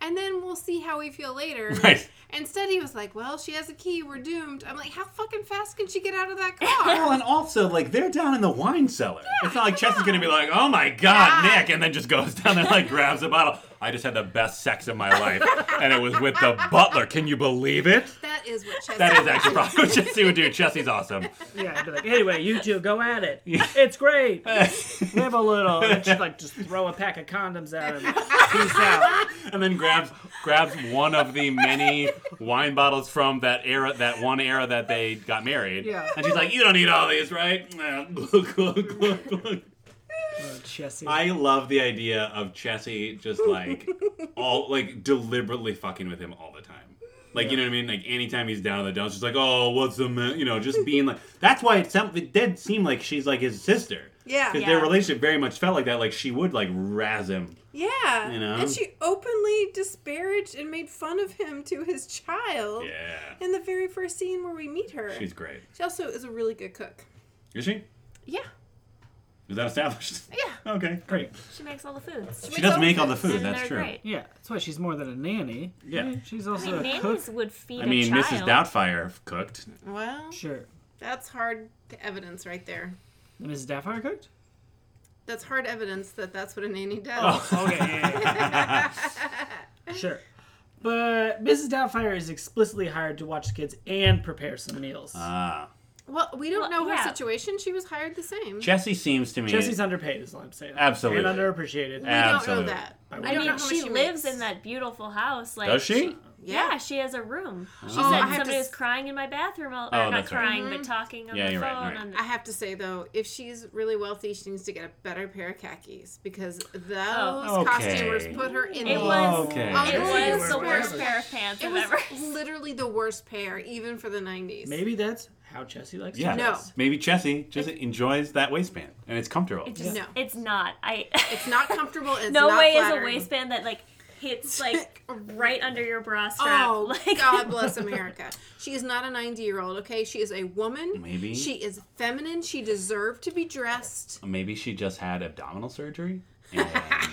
S5: and then we'll see how we feel later.
S4: (laughs) Right.
S5: Instead, he was like, well, she has a key, we're doomed. I'm like, how fucking fast can she get out of that car?
S4: (laughs) Well, Oh, and also, like, they're down in the wine cellar. it's not like Chess is going to be like, oh my God,
S5: Yeah.
S4: Nick, and then just goes down there, like, grabs a bottle. I just had the best sex of my life, and it was with the butler. Can you believe it?
S5: that is what Chester.
S4: That is actually probably what Chessie would do. Chessie's awesome.
S3: Yeah, I'd be like, anyway, you two go at it. It's great. Live a little. And she'd like
S4: (laughs)
S3: just throw a pack of condoms at him. Peace out.
S4: and then grabs grabs one of the many wine bottles from that era, that one era that they got married.
S3: Yeah.
S4: And she's like, "You don't need all these, right?" Glug, glug, glug, glug.
S3: Oh, Jesse.
S4: I love the idea of Chessie just like all like deliberately fucking with him all the time. Like you know what I mean? Like anytime he's down in the dumps, she's like, "Oh, what's the ma-? you know?" Just being like that's why it sound, it did seem like she's like his sister
S2: Yeah.
S4: because
S1: Yeah.
S4: their relationship very much felt like that. Like she would like razz him.
S2: Yeah.
S4: You know?
S2: And she openly disparaged and made fun of him to his
S5: Oh.
S2: child
S4: Yeah,
S2: in the very first scene where we meet her.
S4: she's great.
S2: she also is a really good cook.
S4: Is she?
S5: Yeah.
S4: Is that
S1: (laughs)
S4: established?
S5: Yeah.
S4: Okay, great.
S1: she makes all the foods.
S4: She does make all the food.
S1: And
S4: That's
S1: they're
S4: true.
S1: Great.
S3: yeah, that's why she's more than a nanny.
S4: Yeah.
S3: She's
S1: I
S3: also
S1: mean,
S3: a cook.
S1: nannies would feed.
S4: I mean,
S1: a
S4: Mrs.
S1: child.
S4: Doubtfire cooked.
S5: Well,
S3: Sure.
S5: that's hard evidence right there.
S3: And Mrs. Daffire cooked?
S5: That's hard evidence that that's what a nanny does.
S4: Oh. (laughs)
S3: Okay, yeah, yeah,
S5: (laughs)
S3: yeah. sure. But Mrs. Doubtfire is explicitly hired to watch the kids and prepare some meals.
S4: Ah,
S5: Well, we don't
S1: Well,
S5: know her
S1: yeah.
S5: situation. She was hired the same.
S4: Jesse seems to me.
S3: Jesse's underpaid, is all I'm saying.
S4: Absolutely.
S3: And underappreciated.
S5: we don't know
S4: Absolutely.
S5: that.
S3: I
S5: We
S1: I
S5: don't know
S1: mean,
S5: how much
S1: she, lives
S5: makes.
S1: in that beautiful house. Like,
S4: Does she?
S1: Yeah. she has a room. She
S5: Oh, I have to
S1: said somebody
S5: s- Mm-hmm.
S1: was crying in my bathroom. All,
S4: Oh,
S1: or not
S4: that's right.
S1: crying, but talking on
S4: Yeah,
S1: the
S4: you're
S1: phone.
S4: right, right.
S1: And,
S5: I have to say though, if she's really wealthy, she needs to get a better pair of khakis because those
S1: Oh.
S5: costumers
S4: Okay.
S5: put her in.
S1: it
S5: the-
S1: was
S4: Okay.
S1: it
S5: Oh,
S1: was
S5: you
S1: the
S5: were
S1: worst
S5: right.
S1: pair of pants
S5: It
S1: I've ever. (laughs)
S5: was literally the worst pair, even for the '90s.
S3: Maybe that's how Jesse likes
S4: Yeah.
S3: to
S5: No.
S3: dress.
S4: Maybe Chessie just enjoys that waistband and it's comfortable.
S1: It just,
S5: No.
S1: it's not. I.
S5: It's not comfortable. It's
S1: no
S5: not
S1: way
S5: flattering.
S1: is a waistband that like
S5: (laughs)
S1: hits like right under your bra strap.
S5: Oh,
S1: (laughs) like
S5: God bless America. She is not a 90 year old, okay? She is a woman.
S4: Maybe.
S5: She is feminine. She deserved to be dressed.
S4: Maybe she just had abdominal surgery and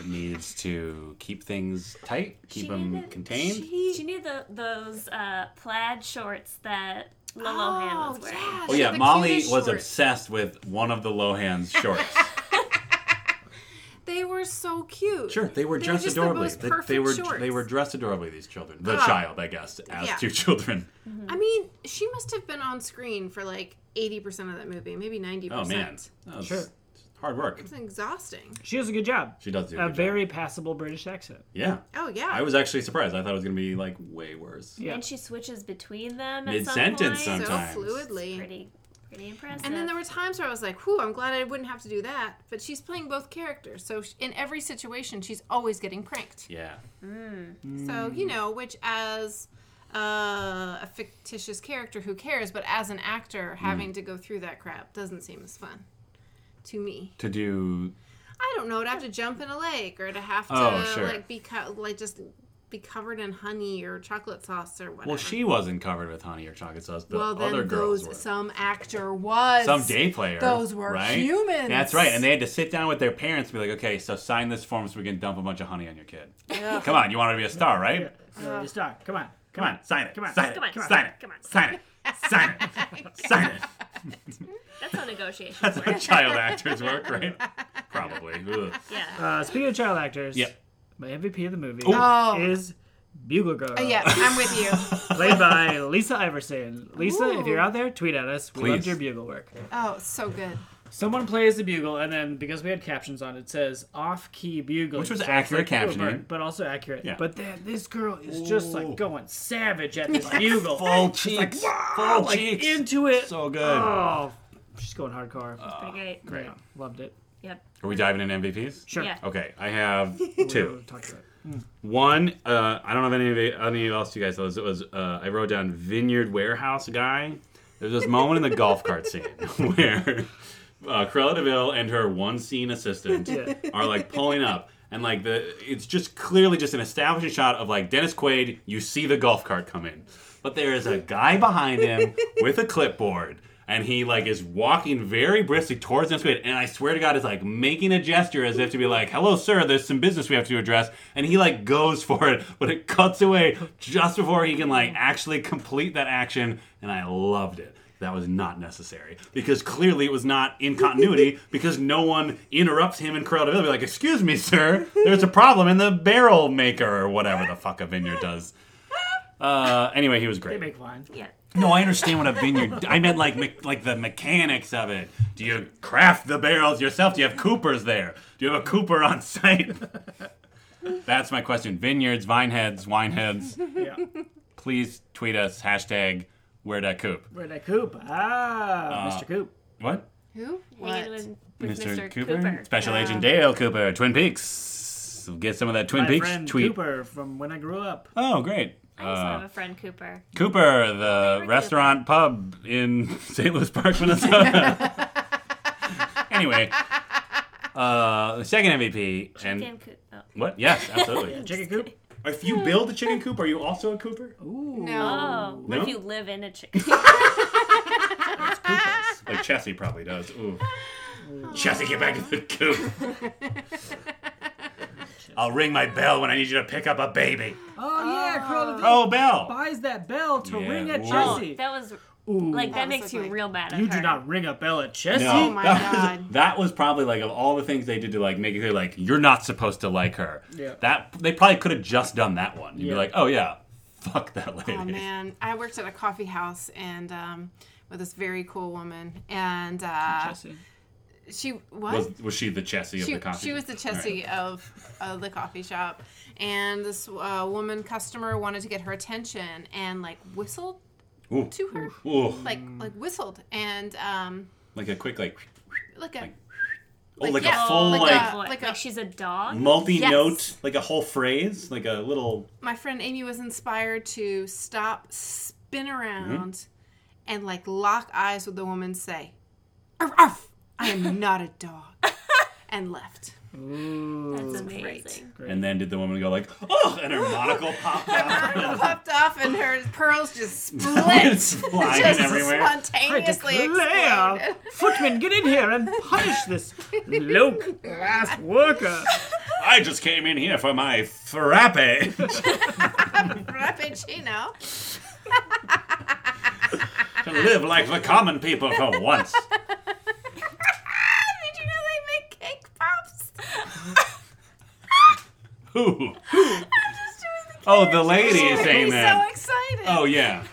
S1: (laughs)
S4: needs to keep things tight, keep
S1: She
S4: them
S1: needed-
S4: contained.
S1: She knew the, those uh, plaid shorts that Lil Lohan was wearing.
S4: oh
S5: she
S4: yeah,
S5: had the
S4: Molly
S5: cutest
S4: was
S5: shorts.
S4: obsessed with one of the Lohan's shorts.
S5: They were so cute.
S4: sure, they were
S5: They were
S4: dressed
S5: just the
S4: adorably.
S5: most
S4: They- they,
S5: perfect
S4: were they
S5: shorts.
S4: were dressed adorably. These children, the
S5: Ah.
S4: child, I guess, as
S5: Yeah.
S4: two (laughs) children.
S1: Mm-hmm.
S5: I mean, she must have been on screen for like 80% of that movie, maybe 90%.
S4: Oh man, that was
S3: Sure.
S4: hard work.
S5: It's exhausting.
S3: She does a good job.
S4: She does do a
S3: a
S4: good
S3: very passable British accent.
S4: Yeah,
S5: Oh, yeah.
S4: I was actually surprised. I thought it was gonna be like way worse.
S3: Yeah.
S1: And she switches between them at
S4: Mid-sentence
S1: some
S5: so
S1: point.
S4: sometimes.
S5: fluidly.
S1: Pretty, pretty impressive.
S5: And then there were times where I was like, whew, I'm glad I wouldn't have to do that. But she's playing both characters. So sh- in every situation, she's always getting pranked.
S4: Yeah,
S5: So,
S4: Mm.
S5: you know, which as uh, a fictitious character, who cares? But as an actor,
S4: Mm.
S5: having to go through that crap doesn't seem as fun to me.
S4: to do
S5: I don't know, to have to jump in a lake or to have to,
S4: Oh, sure.
S5: like, be co- like just be covered in honey or chocolate sauce or whatever.
S4: Well, she wasn't covered with honey or chocolate sauce. The
S5: Well, then
S4: other girls
S5: those,
S4: were. Some,
S5: some actor was.
S4: day player.
S5: those were
S4: right?
S5: humans.
S4: That's right. And they had to sit down with their parents and be like, okay, so sign this form so we can dump a bunch of honey on your kid. Come on, you want to be a star, right?
S5: Uh.
S3: You're the star. Come on.
S4: Come on, sign it.
S3: Come on.
S4: Sign it.
S1: Come on.
S4: Sign it.
S1: Come on.
S4: Sign it.
S1: (laughs)
S4: Sign it. Sign it.
S1: That's how negotiations
S5: (laughs)
S4: That's
S1: (laughs) work.
S4: how child actors work, right?
S1: (laughs)
S4: Probably. Ugh.
S1: Yeah.
S3: Uh, speaking of child actors,
S4: Yep.
S3: my MVP of the movie
S5: Oh.
S3: is Bugler Girl,
S5: Uh, (laughs) yeah, I'm with you.
S3: (laughs)
S4: (laughs)
S3: played by Lisa Iverson. Lisa, if you're
S5: Ooh.
S3: out there, tweet at us. We loved
S4: Please.
S3: your bugle work.
S5: Oh, so good.
S3: Someone plays the bugle, and then because we had captions on, it says off-key bugle,
S4: Which was accurate captioning.
S3: but also accurate.
S4: Yeah.
S3: But then this girl is just
S4: Ooh.
S3: like going savage at this bugle,
S4: Full cheeks. Full
S3: like
S4: cheeks.
S3: into it.
S4: So Uh, good.
S3: Oh, she's going hardcore.
S5: Oh.
S1: Pretty great.
S4: great.
S3: Yeah, loved it.
S1: Yep.
S4: Are we diving into MVPs?
S3: Sure.
S1: Yeah.
S4: Okay, I (laughs) have two.
S3: We'll talk about it.
S4: One, uh, I don't know if any of any else you guys knows. It was uh, I wrote down Vineyard Warehouse guy. There's this moment in the golf cart scene (laughs) where uh, Cruella Deville and her one scene assistant
S3: Yeah.
S4: (laughs) are like pulling up, and like the it's just clearly just an establishing shot of like Dennis Quaid. You see the golf cart come in, but there is a guy behind him with a clipboard. And he like is walking very briskly towards Dennis Quaid, and I swear to God, is like making a gesture as if to be like, "Hello, sir. There's some business we have to address." And he like goes (laughs) for it, but it cuts away just before he can like actually complete that action. And I loved it that was not necessary because clearly it was not in continuity because no one interrupts him and Cruella Deville be like, "Excuse me, sir, there's a problem in the barrel maker or whatever the fuck a vineyard does." Uh, anyway, he was
S3: They
S4: great.
S3: make wine.
S1: Yeah.
S4: No, I understand what a vineyard. I meant like me- like the mechanics of it. Do you craft the barrels yourself? Do you have coopers there? Do you have a cooper on site? That's my question. Vineyards, vine heads, wine heads.
S5: (laughs)
S3: Yeah.
S4: Please tweet us hashtag where that coop.
S3: Where'd that Coop?
S4: Uh,
S3: Ah, Mr. Coop.
S4: What?
S5: Who? What?
S1: Hanging with, with Mr. Cooper.
S4: Special Agent Dale Cooper, Twin Peaks. Get some of that Twin
S3: My
S4: Peaks
S3: friend
S4: tweet.
S3: Cooper from when I grew up.
S4: Oh, great.
S1: I also have
S4: Uh,
S1: a friend, Cooper.
S4: Cooper, the
S1: Cooper.
S4: restaurant pub in (laughs) St. Louis Park, Minnesota.
S3: (laughs)
S4: anyway, uh, the second MVP.
S1: Damn
S4: And
S1: Coop. Oh.
S4: what? Yes,
S3: (laughs)
S4: absolutely.
S3: Chicken Coop.
S4: if you build a chicken coop, are you also a Cooper?
S3: Ooh.
S5: No.
S1: Oh, what
S4: No?
S1: if you live in a chicken?
S4: (laughs) Like Chessie probably does. Ooh. Chessie, get back in the coop.
S3: (laughs)
S4: I'll ring my bell when I need you to pick up a baby.
S3: Oh yeah, Cruella de Vil
S4: Oh, bell.
S3: buys that bell to
S4: Yeah,
S3: ring at
S4: ooh.
S1: oh,
S3: Jesse.
S1: that was
S3: Ooh.
S1: like that
S5: was
S1: makes
S5: ugly.
S1: you real mad. At
S3: you do
S1: her.
S3: not ring a bell at Jesse.
S4: No,
S5: Oh
S4: (laughs)
S5: my
S4: that was-
S5: God.
S4: that was probably like of all the things they did to like make it clear, like you're not supposed to like her.
S3: Yeah.
S4: That they probably could have just done that one. You'd
S3: Yeah.
S4: be like, oh yeah, fuck that lady.
S5: Oh man, I worked at a coffee house and um, with this very cool woman, and uh,
S3: Jesse.
S5: she what?
S4: (laughs) Was was she the Chessie
S5: she,
S4: of the coffee?
S5: she was the Chessie of uh, the coffee shop, and this uh, woman customer wanted to get her attention and like whistled
S4: Ooh.
S5: to her,
S4: Ooh, like,
S5: like like whistled, and um,
S4: a quick like
S5: like a
S4: Like- oh
S5: Like,
S4: like,
S5: yeah,
S4: a full
S5: like
S4: like,
S5: a-
S1: What,
S5: like
S1: like she's a dog.
S4: multi note
S5: Yes.
S4: like a whole phrase like a little
S5: my friend Amy was inspired to stop, spin around,
S4: Mm-hmm.
S5: and like lock eyes with the woman and say, "Arf, arf, I
S4: (laughs)
S5: am not a dog," and left.
S1: That's amazing.
S5: great.
S4: And then did the woman go like, oh, and her
S5: (laughs)
S4: monocle popped out.
S5: Popped off, and her
S4: (laughs)
S5: pearls just split.
S4: It's flying
S5: just
S4: everywhere.
S3: I
S5: spontaneously
S3: declare,
S5: exploded. (laughs)
S3: footman, get in here and punish this low class worker.
S4: I just came in here for my frappe (laughs)
S5: Frappuccino.
S4: to live like the common people for
S5: (laughs)
S4: once.
S5: Ah, Did you know they make cake pops?
S4: Ooh.
S5: Just doing the
S4: Oh, the lady is saying
S5: He's
S4: that.
S5: so excited.
S4: Oh
S5: (laughs)
S4: yeah.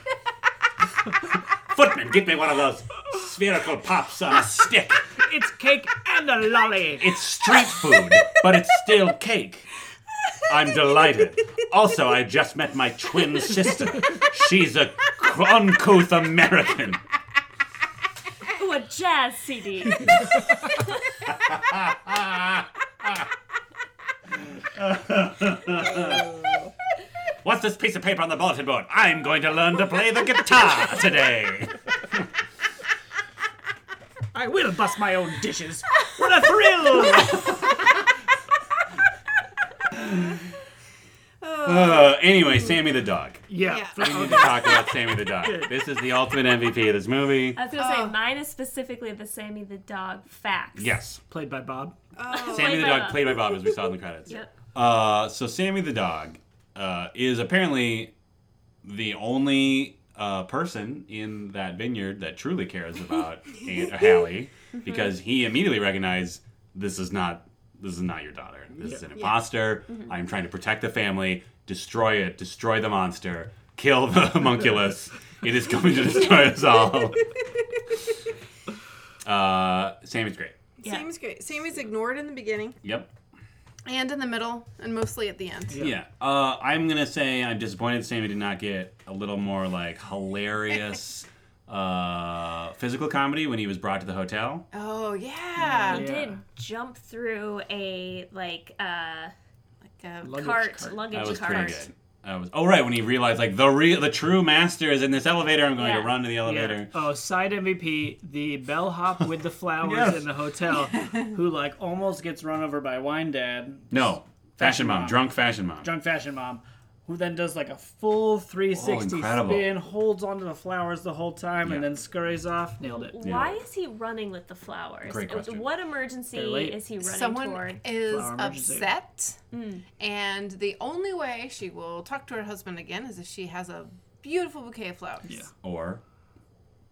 S4: Footman, get me one of those spherical pops on a stick.
S3: It's cake and a lolly.
S4: It's street food, but it's still cake. I'm delighted. Also, I just met my twin sister. She's a c- uncouth American.
S1: Ooh, a jazz
S3: (laughs)
S1: CD.
S4: What's this piece of paper on the bulletin board? I'm going to learn to play the guitar today.
S5: (laughs)
S3: I will bust my own dishes. What a
S1: (laughs)
S3: thrill!
S4: Uh, anyway, Sammy the dog.
S3: Yeah.
S4: We need to talk about Sammy the dog. This is the ultimate MVP of this movie.
S1: I was gonna
S3: Oh.
S1: say mine is specifically the Sammy the dog facts.
S4: Yes.
S3: Played by Bob.
S5: Oh,
S4: Sammy the
S1: by
S4: dog,
S1: Bob.
S4: played by Bob, as we saw in the credits.
S1: Yep.
S4: Uh, so Sammy the dog uh, is apparently the only uh, person in that vineyard that truly cares about Aunt Hallie because he immediately recognized this is not this is not your daughter. This is an imposter. I'm trying to protect the family, destroy it, destroy the monster, kill the (laughs) homunculus. it is coming to destroy us all. uh, Sammy's great.
S1: Yeah.
S2: Sammy's great. Sammy's ignored in the beginning
S4: Yep.
S5: And in the middle, and mostly at the end.
S4: Yeah. Uh, I'm going to say I'm disappointed Sammy did not get a little more like hilarious (laughs) uh, physical comedy when he was brought to the hotel.
S5: Oh yeah.
S1: He
S3: Yeah.
S1: did jump through a like uh,
S5: Like a-
S3: Luggage
S1: cart,
S3: cart.
S1: luggage
S4: That was
S1: cart.
S4: pretty good. That was, oh, right. When he realized like the real, the true master is in this elevator, I'm going to
S1: Yeah.
S4: run to the
S3: Yeah.
S4: elevator.
S3: Oh, side MVP, the bellhop with the flowers
S4: Yes.
S3: in the hotel, who like almost gets run over by wine dad,
S4: No. Fashion
S3: Fashion
S4: mom,
S3: mom.
S4: drunk fashion mom.
S3: drunk fashion mom, who then does like a full 360
S4: Oh, incredible.
S3: spin, holds onto the flowers the whole time,
S4: Yeah.
S3: and then scurries off. Nailed it.
S1: Why is he running with the flowers?
S4: Great
S1: Uh,
S4: question.
S1: What
S3: They're
S1: emergency
S3: late.
S1: is he running
S5: Someone
S1: toward?
S5: (laughs) is
S3: Flower emergency.
S5: upset, and the only way she will talk to her husband again is if she has a beautiful bouquet of flowers.
S3: Yeah.
S4: Or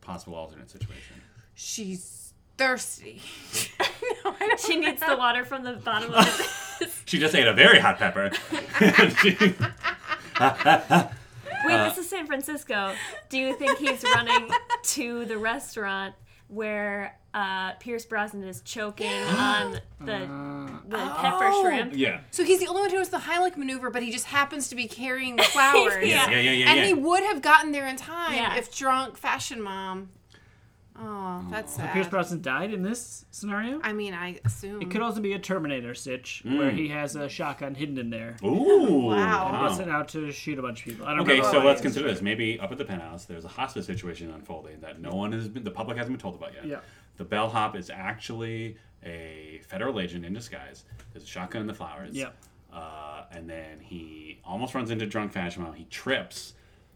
S4: possible alternate situation.
S5: She's thirsty. (laughs) no, I don't
S1: She needs the water from the bottom of the
S4: She just ate a very hot
S5: (laughs)
S4: pepper. (laughs) She- Uh,
S1: Wait, this is San Francisco. Do you think he's running to the restaurant where uh, Pierce Brosnan
S4: (gasps)
S1: is choking on the, the pepper
S5: Oh.
S1: shrimp?
S4: yeah.
S5: So he's the only one who knows the Heimlich maneuver, but he just happens to be carrying the flowers.
S4: Yeah, yeah, yeah, yeah.
S5: And he would have gotten there in time
S1: Yeah.
S5: if drunk fashion mom. Oh, that's sad.
S3: Pierce Brosnan died in this scenario.
S5: I mean, I assume.
S3: It could also be a Terminator stitch where
S4: Mm.
S3: he has a shotgun hidden in there.
S4: Ooh.
S5: Wow.
S3: and busts it out to shoot a bunch of people. I don't
S4: Okay,
S3: remember
S4: so
S3: why.
S4: let's consider this. Maybe up at the penthouse, there's a hospice situation unfolding that no one has been, the public hasn't been told about yet.
S3: Yeah.
S4: The bellhop is actually a federal agent in disguise. There's a shotgun in the flowers.
S3: Yeah.
S4: Uh, and then he almost runs into drunk fashion mom. He trips.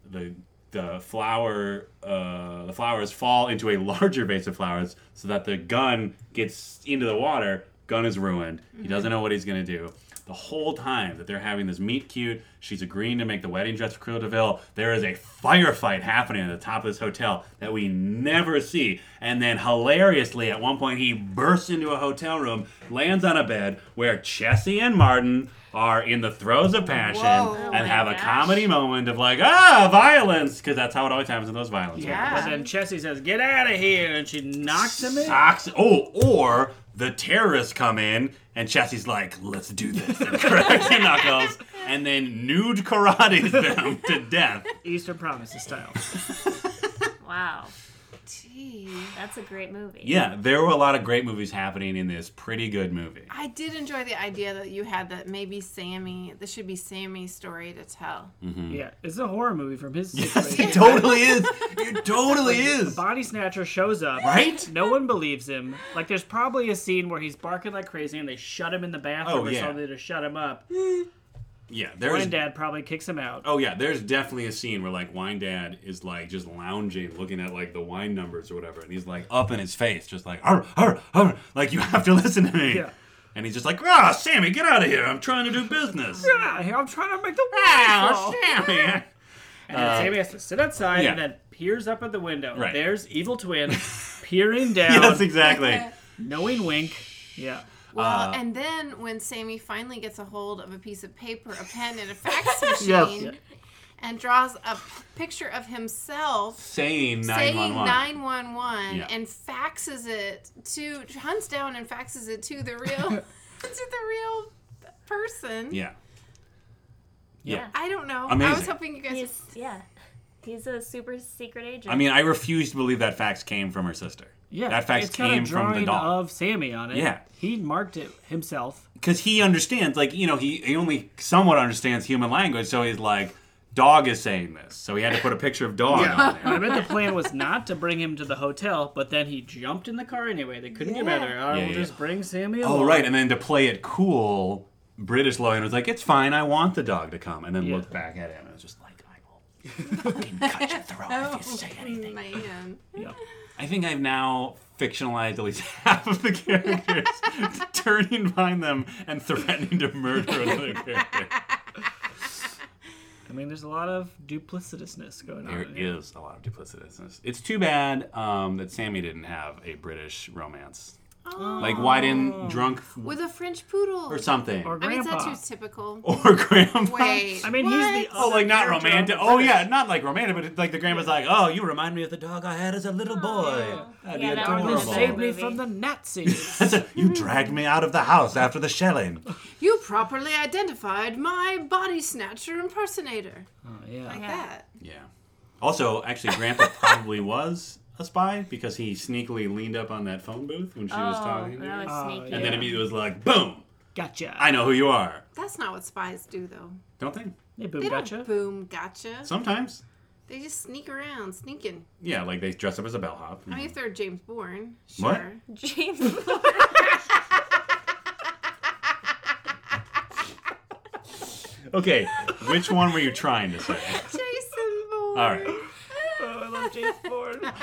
S4: The the flower uh, the flowers fall into a (laughs) larger vase of flowers so that the gun gets into the water. Gun is ruined.
S3: Mm-hmm.
S4: He doesn't know what he's gonna do. The whole time that they're having this meet cute, she's agreeing to make the wedding dress for Cruel Deville. There is a firefight happening at the top of this hotel that we never see. And then hilariously, at one point, he bursts into a hotel room, lands on a bed where Chessie and Martin are in the throes of passion
S5: Whoa.
S4: and
S5: Oh
S1: my
S4: have a
S1: gosh.
S4: comedy moment of like, ah, violence, because that's how it always happens in those violence.
S5: Yeah.
S3: But then Chessie says, "Get out of here," and she knocks him in.
S4: Socks. Oh, or the terrorists come in and Chessie's like, let's do this. (laughs) And cracks her knuckles and then nude karates them to death.
S3: Eastern Promises style.
S1: Wow.
S5: Gee.
S1: That's a great movie.
S4: Yeah, there were a lot of great movies happening in this pretty good movie.
S5: I did enjoy the idea that you had that maybe Sammy, this should be Sammy's story to tell.
S3: Yeah, it's a horror movie from his
S4: Mm. Yes, (laughs) it
S3: situation.
S4: totally is. It totally
S3: A
S4: is.
S3: body snatcher shows up.
S4: Right?
S3: No one believes him. Like, there's probably a scene where he's barking like crazy and they shut him in the bathroom
S4: Oh,
S3: or
S4: yeah.
S3: something to shut him up.
S4: Yeah,
S3: One
S4: there's.
S3: dad probably kicks him out.
S4: Oh yeah, there's definitely a scene where like Wine Dad is like just lounging, looking at like the wine numbers or whatever, and he's like up in his face, just like "Arr, arr, arr," like you have to (laughs) listen to me.
S3: Yeah.
S4: And he's just like, ah, Sammy, get out of here! I'm trying to do business.
S3: Get out of here. Ah, I'm trying to make the
S4: Ah, (laughs)
S3: world.
S4: Sammy.
S3: And then Sammy has to sit outside
S4: yeah.
S3: and then peers up at the window.
S4: Right.
S3: There's Evil
S4: (laughs)
S3: Twin peering down,
S4: yes, exactly.
S3: knowing wink. Yeah.
S5: Well,
S4: Uh,
S5: and then when Sammy finally gets a hold of a piece of paper, a pen, and
S4: (laughs)
S5: a fax machine,
S3: Yeah.
S5: and draws a p- picture of himself
S4: Saying nine
S5: saying
S4: one one.
S5: 911
S4: Yeah.
S5: and faxes it to, hunts down and faxes it to
S4: (laughs)
S5: the real, (laughs) to the real person.
S4: Yeah. Yeah.
S5: I don't know. I was
S4: Amazing.
S5: hoping you guys.
S1: He's yeah. He's a super secret agent.
S4: I mean, I refuse to believe that fax came from her sister.
S3: Yeah.
S4: That fax
S3: it's got
S4: came
S3: a
S4: from
S3: drawing
S4: the doll.
S3: of Sammy on it.
S4: Yeah.
S3: He marked it himself.
S4: because he understands, like you know, he, he only somewhat understands human language, so he's like, "Dog is saying this," so he had to put a picture of dog on
S3: (laughs)
S4: there.
S3: I bet the plan was not to bring him to the hotel, but then he jumped in the car anyway. They couldn't get out of there. All right,
S4: Yeah,
S3: we'll
S4: yeah.
S3: just bring Sammy
S4: Oh,
S3: along.
S4: right, and then to play it cool, British Logan was like, "It's fine, I want the dog to come," and then
S3: Yeah.
S4: looked back at him and was just like, "I will fucking cut your throat if you say anything." (laughs)
S5: Man.
S3: Yeah.
S4: I think I've now fictionalized at least (laughs) half of the characters, (laughs) turning behind them and threatening to murder another character.
S3: I mean, there's a lot of duplicitousness going on.
S4: There
S3: in it.
S4: is a lot of duplicitousness. It's too bad um, that Sammy didn't have a British romance. Like, why didn't drunk f-
S5: With a French poodle.
S4: or something
S3: Or
S4: or,
S5: I mean, is
S3: grandpa.
S5: that too typical?
S4: grandpa?
S5: Wait.
S3: I mean, he's the
S4: (laughs) Oh, like not
S3: character on
S4: romantic.
S3: the
S4: Oh
S3: British.
S4: yeah, not like romantic, but it's like the grandpa's like, "Oh, you remind me of the dog I had as a little boy. That'd
S1: Yeah,
S4: be
S1: that would've
S3: You
S1: been
S4: adorable."
S3: saved me
S1: movie.
S3: from the
S4: (laughs)
S3: Nazis.
S4: That's a, you dragged me out of the house after the shelling.
S5: You properly identified my body snatcher impersonator.
S3: oh, yeah.
S5: Like
S1: Yeah.
S5: that.
S4: Yeah. Also, actually, Grandpa probably was a spy because he sneakily leaned up on that phone booth when she was
S1: oh,
S4: talking, to
S1: that
S4: him.
S1: was
S3: Oh,
S1: sneaky.
S4: and then immediately was like, "Boom!
S3: Gotcha.
S4: I know who you are."
S5: That's not what spies do, though.
S4: Don't they?
S3: Hey, boom,
S5: They
S3: gotcha.
S5: don't boom gotcha.
S4: Sometimes.
S5: They just sneak around, sneaking.
S4: Yeah, like they dress up as a bellhop.
S5: I mean, if they're James Bourne, sure.
S4: What?
S1: (laughs) James.
S4: Okay, which one were you trying to say?
S3: (laughs)
S5: Jason Bourne.
S4: All right.
S3: Oh, I love
S1: (laughs)
S3: James Bond.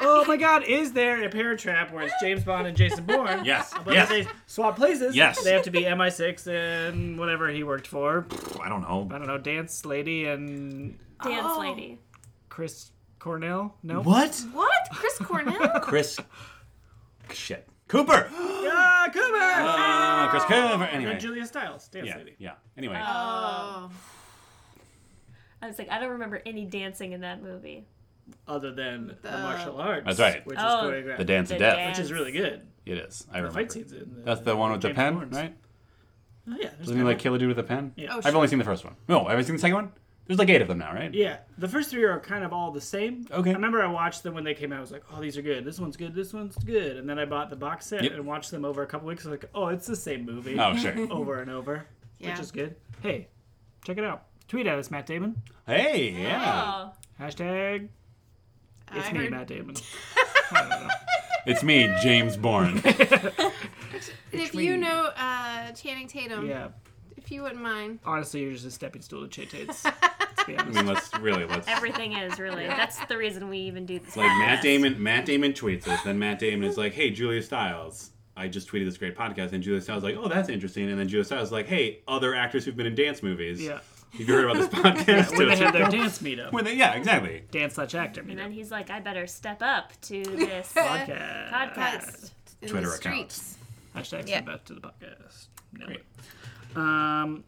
S3: oh my God! Is there a parent trap where it's James Bond and Jason
S4: (laughs)
S3: Bourne?
S4: Yes.
S3: But if
S4: Yes.
S3: they swap places.
S4: Yes.
S3: They have to be MI6 and whatever he worked for.
S4: I don't know.
S3: I don't know, dance lady and
S1: Dance
S5: Oh.
S1: lady.
S3: Chris Cornell. No.
S4: What?
S5: What?
S3: (laughs)
S5: Chris Cornell?
S4: Chris. Shit. Cooper.
S3: Ah, Cooper.
S4: Ah, Chris Cooper.
S3: and
S4: Anyway.
S3: Julia Stiles, dance
S4: Yeah.
S3: lady. Uh,
S4: Yeah. Anyway.
S5: oh.
S1: I was like, I don't remember any dancing in that movie.
S3: Other than the, martial arts.
S4: That's right.
S3: Which
S1: Oh.
S3: is choreographed.
S4: the dance of
S1: The
S4: death.
S1: dance.
S3: Which is really good.
S4: It is. I
S3: The
S4: remember.
S3: fight scenes in.
S4: That's the one with the
S3: James
S4: pen,
S3: Bourne's.
S4: right?
S3: Oh, yeah. there's
S4: Doesn't he
S3: that
S4: like
S3: one.
S4: kill a dude with a pen?
S3: Yeah.
S5: Oh,
S4: I've only seen the first one. No, have I seen the second one? There's like eight of them now, right?
S3: Yeah, the first three are kind of all the same.
S4: Okay.
S3: I remember I watched them when they came out. I was like, oh, these are good. This one's good. This one's good. And then I bought the box set
S4: Yep.
S3: and watched them over a couple weeks. I was like, oh, it's the same movie
S4: Oh, sure.
S3: (laughs) over and over,
S5: Yeah.
S3: which is good. Hey, check it out. Tweet at us, Matt Damon.
S4: Hey, yeah.
S1: Oh.
S3: Hashtag it's
S5: I
S3: me,
S5: heard-
S3: Matt
S5: (laughs)
S3: Damon.
S4: It's me, James Bourne.
S5: If you know uh, Channing Tatum,
S3: Yeah,
S5: if you wouldn't mind.
S3: honestly, you're just a stepping stool to Chay
S5: (laughs)
S3: Tate's. Let's be
S4: I
S3: honest.
S4: mean, let's really let's
S1: Everything is really. That's the reason we even do this.
S4: Like Matt
S1: podcast.
S4: Damon, Matt Damon tweets us. Then Matt Damon is like, "Hey, Julia Stiles, I just tweeted this great podcast." And Julia Stiles is like, "Oh, that's interesting." And then Julia Stiles is like, "Hey, other actors who've been in dance movies.
S3: Yeah.
S4: have you heard about (laughs) this podcast?"
S3: When they
S4: It's
S3: had their
S4: like,
S3: dance meetup,
S4: when they- yeah, exactly.
S3: dance slash actor
S1: And then
S3: meetup.
S1: he's like, I better step up
S3: (laughs)
S1: to this
S3: Podcast.
S1: podcast.
S5: In
S4: Twitter
S5: the
S4: account.
S5: streets.
S3: Hashtag
S5: Yeah.
S3: send back to the podcast. Nailed it. Um,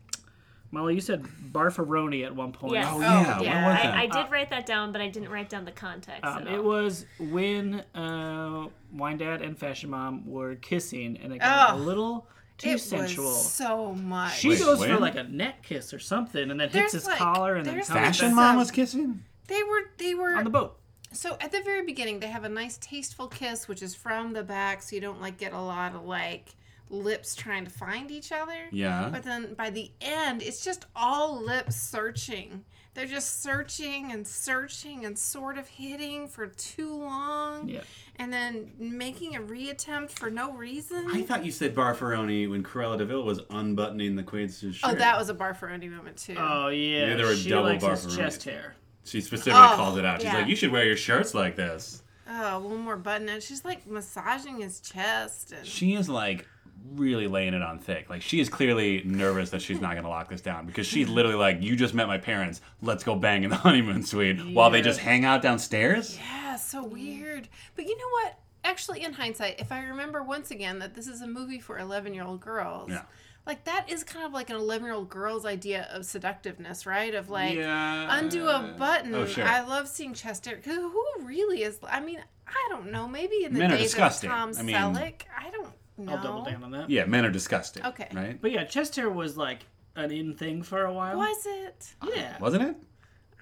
S3: Molly, you said barfaroni at one point.
S1: Yes.
S4: Oh
S1: Oh,
S4: yeah,
S5: yeah.
S4: what was that?
S1: I, I did write that down, but I didn't write down the context
S3: Um,
S1: at all.
S3: it was when uh, Wine Dad and Fashion Mom were kissing, and it got
S5: Ugh.
S3: a little too
S5: It
S3: sensual.
S5: was so much.
S3: she
S4: Wait,
S3: goes for
S4: when?
S3: like a neck kiss or something, and then hits
S5: There's,
S3: his
S5: like-
S3: collar, and then
S5: there's
S3: comes
S5: like
S3: back
S4: Fashion
S5: That's
S4: Mom
S5: a-
S4: was kissing.
S5: they were they were
S3: on the boat.
S5: So at the very beginning, they have a nice tasteful kiss, which is from the back, so you don't like get a lot of like lips trying to find each other.
S4: Yeah.
S5: But then by the end, it's just all lips searching. They're just searching and searching and sort of hitting for too long,
S3: Yeah.
S5: and then making a reattempt for no reason.
S4: I thought you said Barfaroni when Cruella Deville was unbuttoning the Queen's shirt.
S5: oh, that was a barfaroni moment too.
S3: Oh yeah,
S4: Yeah, they were
S3: she
S4: double
S3: likes his
S4: Barbaroni.
S3: chest hair.
S4: She specifically
S5: Oh,
S4: called it out. She's
S5: yeah.
S4: like, you should wear your shirts like this.
S5: oh, one more button, and she's like massaging his chest. And
S4: She is like really laying it on thick. Like she is clearly nervous that she's not going to lock this down because
S5: (laughs)
S4: she's literally like, you just met my parents. Let's go bang in the (laughs) honeymoon suite while they just hang out downstairs.
S5: Yeah, so weird. But you know what? Actually, in hindsight, if I remember once again that this is a movie for 11 year old girls,
S4: Yeah.
S5: like that is kind of like an 11 year old girl's idea of seductiveness, right? Of like,
S4: yeah.
S5: undo a button.
S4: oh, sure.
S5: I love seeing chest hair. 'Cause who really is? I mean, I don't know. Maybe in the
S4: Men are
S5: days of
S4: disgusting.
S5: Tom
S4: I mean-
S5: Selleck. I don't know.
S3: I'll double down on that.
S4: Yeah, men are disgusting.
S5: Okay.
S4: Right?
S3: But yeah, chest hair was like an in thing for a while.
S5: Was it?
S3: Yeah.
S4: Wasn't it?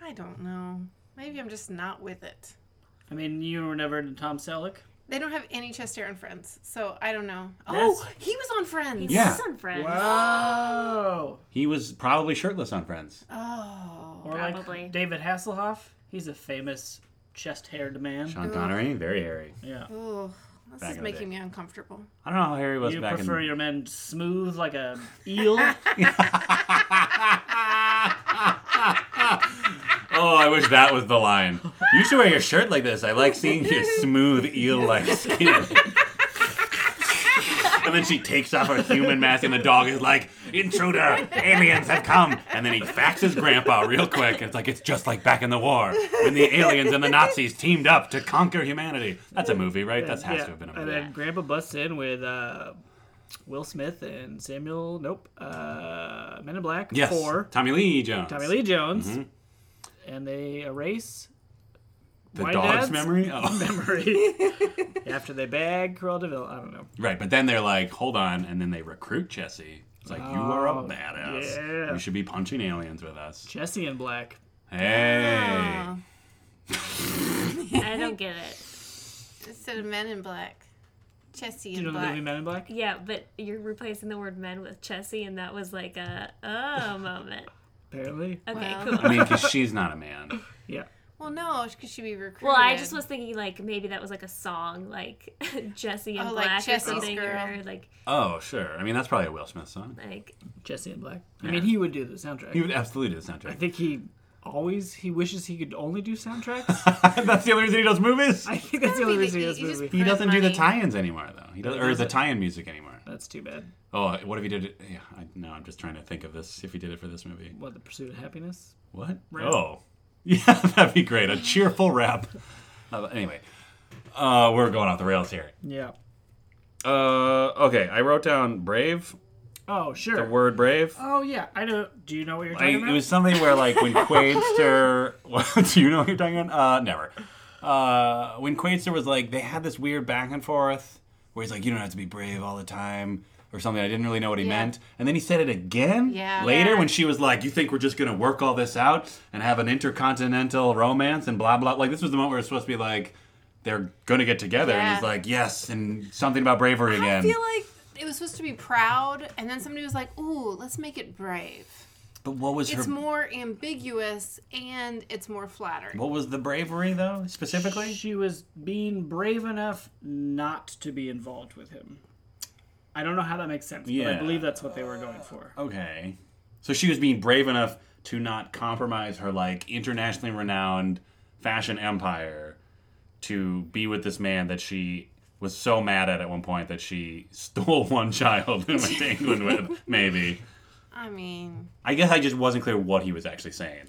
S5: I don't know. Maybe I'm just not with it.
S3: I mean, you were never into Tom Selleck.
S5: They don't have any chest hair in Friends, so I don't know. Oh,
S3: That's-
S5: he was on Friends.
S4: Yeah.
S1: This isn't friends.
S3: Wow.
S4: He was probably shirtless on Friends.
S5: Oh.
S3: Oh. Or
S1: Probably.
S3: like David Hasselhoff. He's a famous chest-haired man.
S4: Sean Connery, very hairy.
S3: Yeah.
S5: Ugh, this
S4: Back in
S5: is
S4: the
S5: making
S4: day.
S5: me uncomfortable.
S4: I don't know how hairy he was
S3: You
S4: back
S3: prefer
S4: in.
S3: your men smooth like a eel?
S4: Oh, I wish that was the line. You should wear your shirt like this. I like seeing your smooth eel-like skin. and then she takes off her human mask, and the dog is like, "Intruder! Aliens have come!" And then he faxes Grandpa real quick. And it's like it's just like back in the war when the aliens and the Nazis teamed up to conquer humanity. (laughs) That's a movie, right? That has
S3: Yeah.
S4: to have been a
S3: And
S4: movie.
S3: then Grandpa busts in with uh, Will Smith and Samuel. Nope. Uh, Men in Black.
S4: yes, Mm-hmm.
S3: Four.
S4: Tommy Lee Jones.
S3: Tommy Lee Jones. And they erase
S4: The
S3: My
S4: dog's
S3: dad's-
S4: memory. Oh.
S3: memory (laughs) after they bag Cruella Deville. I don't know.
S4: Right, but then they're like, hold on, and then they recruit Jesse. It's like, you are a
S3: Oh,
S4: badass.
S3: yeah.
S4: You should be punching aliens with us.
S3: Jesse in Black.
S4: Hey.
S5: Oh,
S1: I don't get it.
S5: instead of Men in Black,
S3: Do
S5: Jesse
S3: you
S5: in
S3: know the movie
S5: Black.
S3: Men in Black?
S1: Yeah, but you're replacing the word men with Chessie, and that was like a
S5: (laughs)
S1: oh moment.
S3: Apparently.
S1: Okay,
S5: Wow.
S1: cool.
S4: I mean, because she's not a man.
S3: Yeah.
S5: Well, no, because she be recruited.
S1: Well, I just was thinking like maybe that was like a song, like (laughs) Jesse and
S5: Oh, like
S1: Black
S5: Jessie's
S1: or something,
S5: Girl.
S1: or like
S4: Oh, sure. I mean, that's probably a Will Smith song.
S1: like
S3: Jesse in Black. I mean, he would do the
S4: He
S3: soundtrack.
S4: would absolutely do the
S3: I
S4: soundtrack.
S3: think he always he wishes he could only do (laughs) soundtracks.
S4: (laughs) that's the only reason he does movies.
S3: I think that's the only reason he does
S5: You just-
S3: movie.
S4: He doesn't do the
S5: Money.
S4: tie-ins anymore, though. He does, or
S3: does
S4: the
S3: it?
S4: tie-in music anymore.
S3: That's too bad.
S4: Oh, what if he did it? Yeah, I, no, I'm just trying to think of this. If he did it for this movie,
S3: What the pursuit of happiness?
S4: what?
S3: Rap.
S4: Oh, (laughs) yeah, that'd be great. A cheerful rap. Uh, anyway, uh, we're going off the rails here.
S3: Yeah.
S4: Uh, okay. I wrote down brave.
S3: Oh sure.
S4: The word brave.
S3: Oh yeah. I know. Do you know what you're
S4: I,
S3: talking
S4: it
S3: about?
S4: was something where like
S5: (laughs)
S4: when Quaidster. (laughs) Well, do you know what you're talking about? Uh, never. Uh, when Quaidster was like, they had this weird back and forth where he's like, you don't have to be brave all the time. Or something I didn't really know what he
S5: Yeah.
S4: meant, and then he said it again
S5: Yeah.
S4: later
S5: Yeah.
S4: when she was like, "You think we're just gonna work all this out and have an intercontinental romance and blah blah." Like this was the moment where it's supposed to be like, they're gonna get together, and
S5: Yeah.
S4: he's like, "Yes," and something about bravery
S5: I
S4: again.
S5: feel like it was supposed to be proud, and then somebody was like, "Ooh, let's make it brave."
S4: but what was
S5: It's
S4: her?
S5: more ambiguous and it's more flattering.
S4: What was the bravery though specifically?
S3: She was being brave enough not to be involved with him. I don't know how that makes sense, but
S4: Yeah.
S3: I believe that's what they were going for.
S4: Okay. So she was being brave enough to not compromise her like internationally renowned fashion empire to be with this man that she was so mad at at one point that she (laughs) stole one child and went to England with,
S3: (laughs)
S4: maybe.
S5: I mean,
S4: I guess I just wasn't clear what he was actually saying.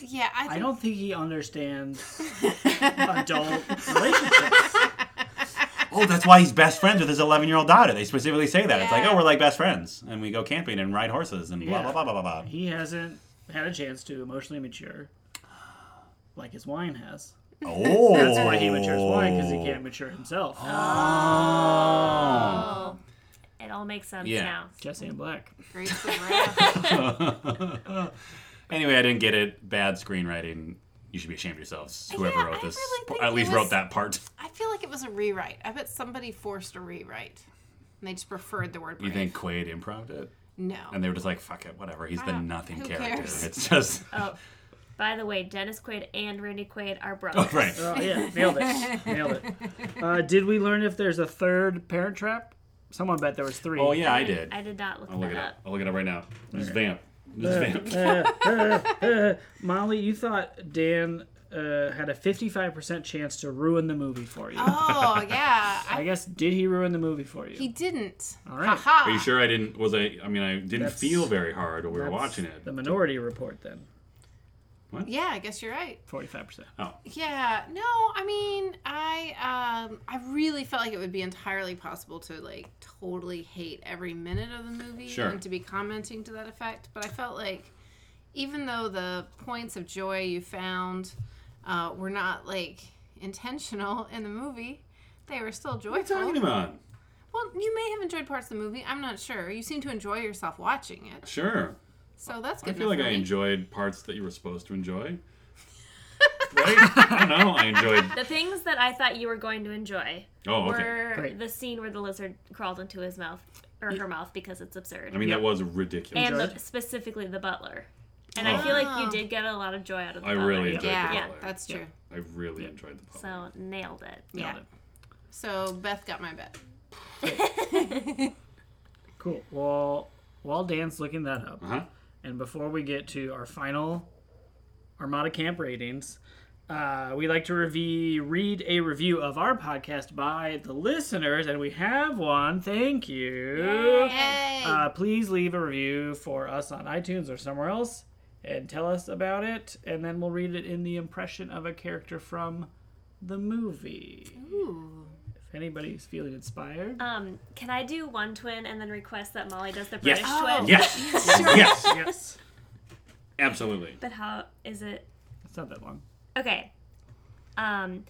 S5: yeah, I, think
S3: I don't think he
S5: (laughs)
S3: understands adult relationships.
S4: Oh, that's why he's best friends with his 11 year old daughter. They specifically say that. It's like,
S5: Yeah.
S4: oh, we're like best friends. And we go camping and ride horses and blah,
S3: Yeah.
S4: blah, blah, blah, blah, blah.
S3: He hasn't had a chance to emotionally mature like his wine has. (laughs)
S4: Oh.
S3: That's why he matures wine because he can't mature
S5: (gasps)
S3: himself.
S4: Oh.
S1: oh, it all makes sense
S4: Yeah.
S1: now.
S3: Jesse and Black.
S4: (laughs)
S5: Grace of Wrath.
S4: anyway, I didn't get it. Bad screenwriting. you should be ashamed of yourselves. Whoever
S5: Yeah,
S4: wrote
S5: I
S4: this,
S5: really
S4: po-
S5: think
S4: at
S5: it
S4: least
S5: was-
S4: wrote that part. (laughs)
S5: I feel like it was a rewrite. I bet somebody forced a rewrite. And they just preferred the word
S4: You
S5: brave.
S4: think Quaid improv it?
S5: No.
S4: And they were just like, fuck it, whatever. He's the
S5: Ah,
S4: nothing
S5: who
S4: character.
S5: cares?
S4: It's
S5: (laughs)
S4: just. (laughs)
S1: Oh, by the way, Dennis Quaid and Randy Quaid are
S4: Oh,
S1: brothers.
S4: right.
S3: Oh yeah, nailed
S5: (laughs)
S3: it, nailed it. Uh, did we learn if there's a third Parent Trap? Someone bet there was three.
S4: Oh, yeah, I did.
S1: I did not look
S4: I'll look
S1: that
S4: it up.
S1: up.
S4: I'll look it up right now. This vamp. This vamp.
S3: (laughs) Molly, you thought Dan uh, had a 55% chance to ruin the movie for you.
S5: oh, yeah.
S4: (laughs)
S5: I,
S3: I guess did he ruin the movie for you?
S5: he didn't.
S3: All right.
S5: Ha-ha.
S4: Are you sure I didn't? Was I? I mean, I didn't
S3: That's-
S4: feel very hard while we were
S3: That's
S4: watching it.
S3: The Minority Report then,
S5: Yeah, I guess you're right.
S3: 45%.
S4: Oh,
S5: Yeah, no, I mean, I um, I really felt like it would be entirely possible to like totally hate every minute of the movie
S4: Sure.
S5: and to be commenting to that effect. But I felt like even though the points of joy you found uh, were not like intentional in the movie, they were still
S4: what are you
S5: joyful.
S4: talking about?
S5: Well, you may have enjoyed parts of the movie. I'm not sure. You seem to enjoy yourself watching it,
S4: Sure.
S5: so that's
S4: I
S5: good.
S4: feel like
S5: enough for
S4: I
S5: me.
S4: enjoyed parts that you were supposed to
S5: (laughs)
S4: enjoy. right? I don't know. I enjoyed.
S1: The things that I thought you were going to enjoy
S4: Oh, okay.
S1: were
S3: Great.
S1: the scene where the lizard crawled into his mouth or her mouth because it's absurd,
S4: I mean,
S3: Yeah.
S4: that was ridiculous.
S1: and the,
S3: enjoyed?
S1: specifically the butler. And
S4: Oh.
S1: I feel like
S5: Ah.
S1: you did get a lot of joy out of the
S4: I
S1: butler.
S4: really enjoyed
S5: Yeah,
S4: the butler.
S5: that's true.
S4: I really enjoyed the butler.
S1: so nailed it.
S5: Yeah.
S3: Nailed it.
S5: So Beth got my bet.
S3: Cool. Well, while Dan's looking that up,
S4: Uh huh.
S3: and before we get to our final Armada Camp ratings, uh, we like to rev- read a review of our podcast by the listeners, and we have one. Thank you.
S5: Yay!
S3: Uh, please leave a review for us on iTunes or somewhere else and tell us about it, and then we'll read it in the impression of a character from the movie.
S5: Ooh.
S3: If anybody's feeling inspired,
S1: Um, can I do one twin and then request that Molly does the
S4: Yes.
S1: British
S5: Oh.
S1: twin?
S4: Yes. yes.
S3: yes,
S4: Absolutely.
S1: But how is it?
S3: it's not that long.
S1: Okay. Um,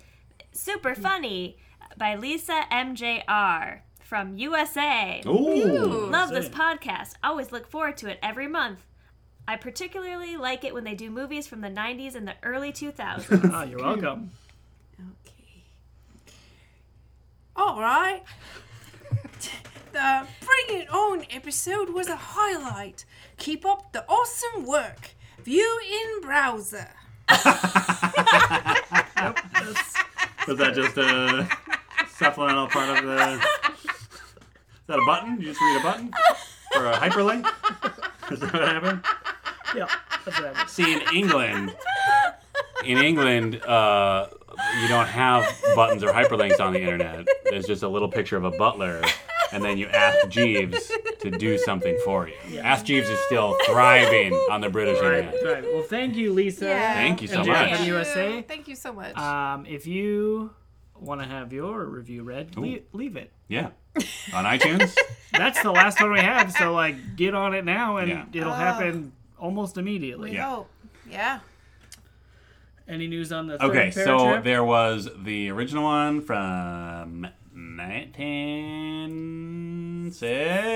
S1: Super Funny by Lisa MJR from USA.
S4: Ooh.
S1: Love this
S3: Same.
S1: podcast. Always look forward to it every month. I particularly like it when they do movies from the 90s and the early
S4: (laughs)
S1: 2000s.
S3: Ah, you're welcome.
S5: Okay.
S2: All right. (laughs) The Bring It On episode was a highlight. Keep up the awesome work. View in browser.
S4: Was that just a supplemental part of the? Is that a button? You just read a button or a hyperlink? Is that what happened?
S3: (laughs) Yeah, that's what happens.
S4: See, in England, in England, uh, you don't have buttons or hyperlinks on the internet. There's just a little picture of a butler, and then you ask Jeeves to do something for you. Ask Jeeves is still thriving on the British
S3: Right,
S4: internet.
S3: right. Well, thank you, Lisa.
S4: Thank you so
S3: And Jack
S4: much.
S3: from USA.
S5: Thank you so much.
S4: Uh,
S3: Um, if you want to have your review read, le- leave it.
S4: Yeah, on iTunes.
S3: That's the last one we have, so like get on it now, and
S4: Yeah.
S3: it'll happen almost immediately.
S5: we
S4: yeah.
S5: hope. Yeah.
S3: Any news on the third
S4: Okay,
S3: Parent
S4: so
S3: Trap?
S4: there was the original one from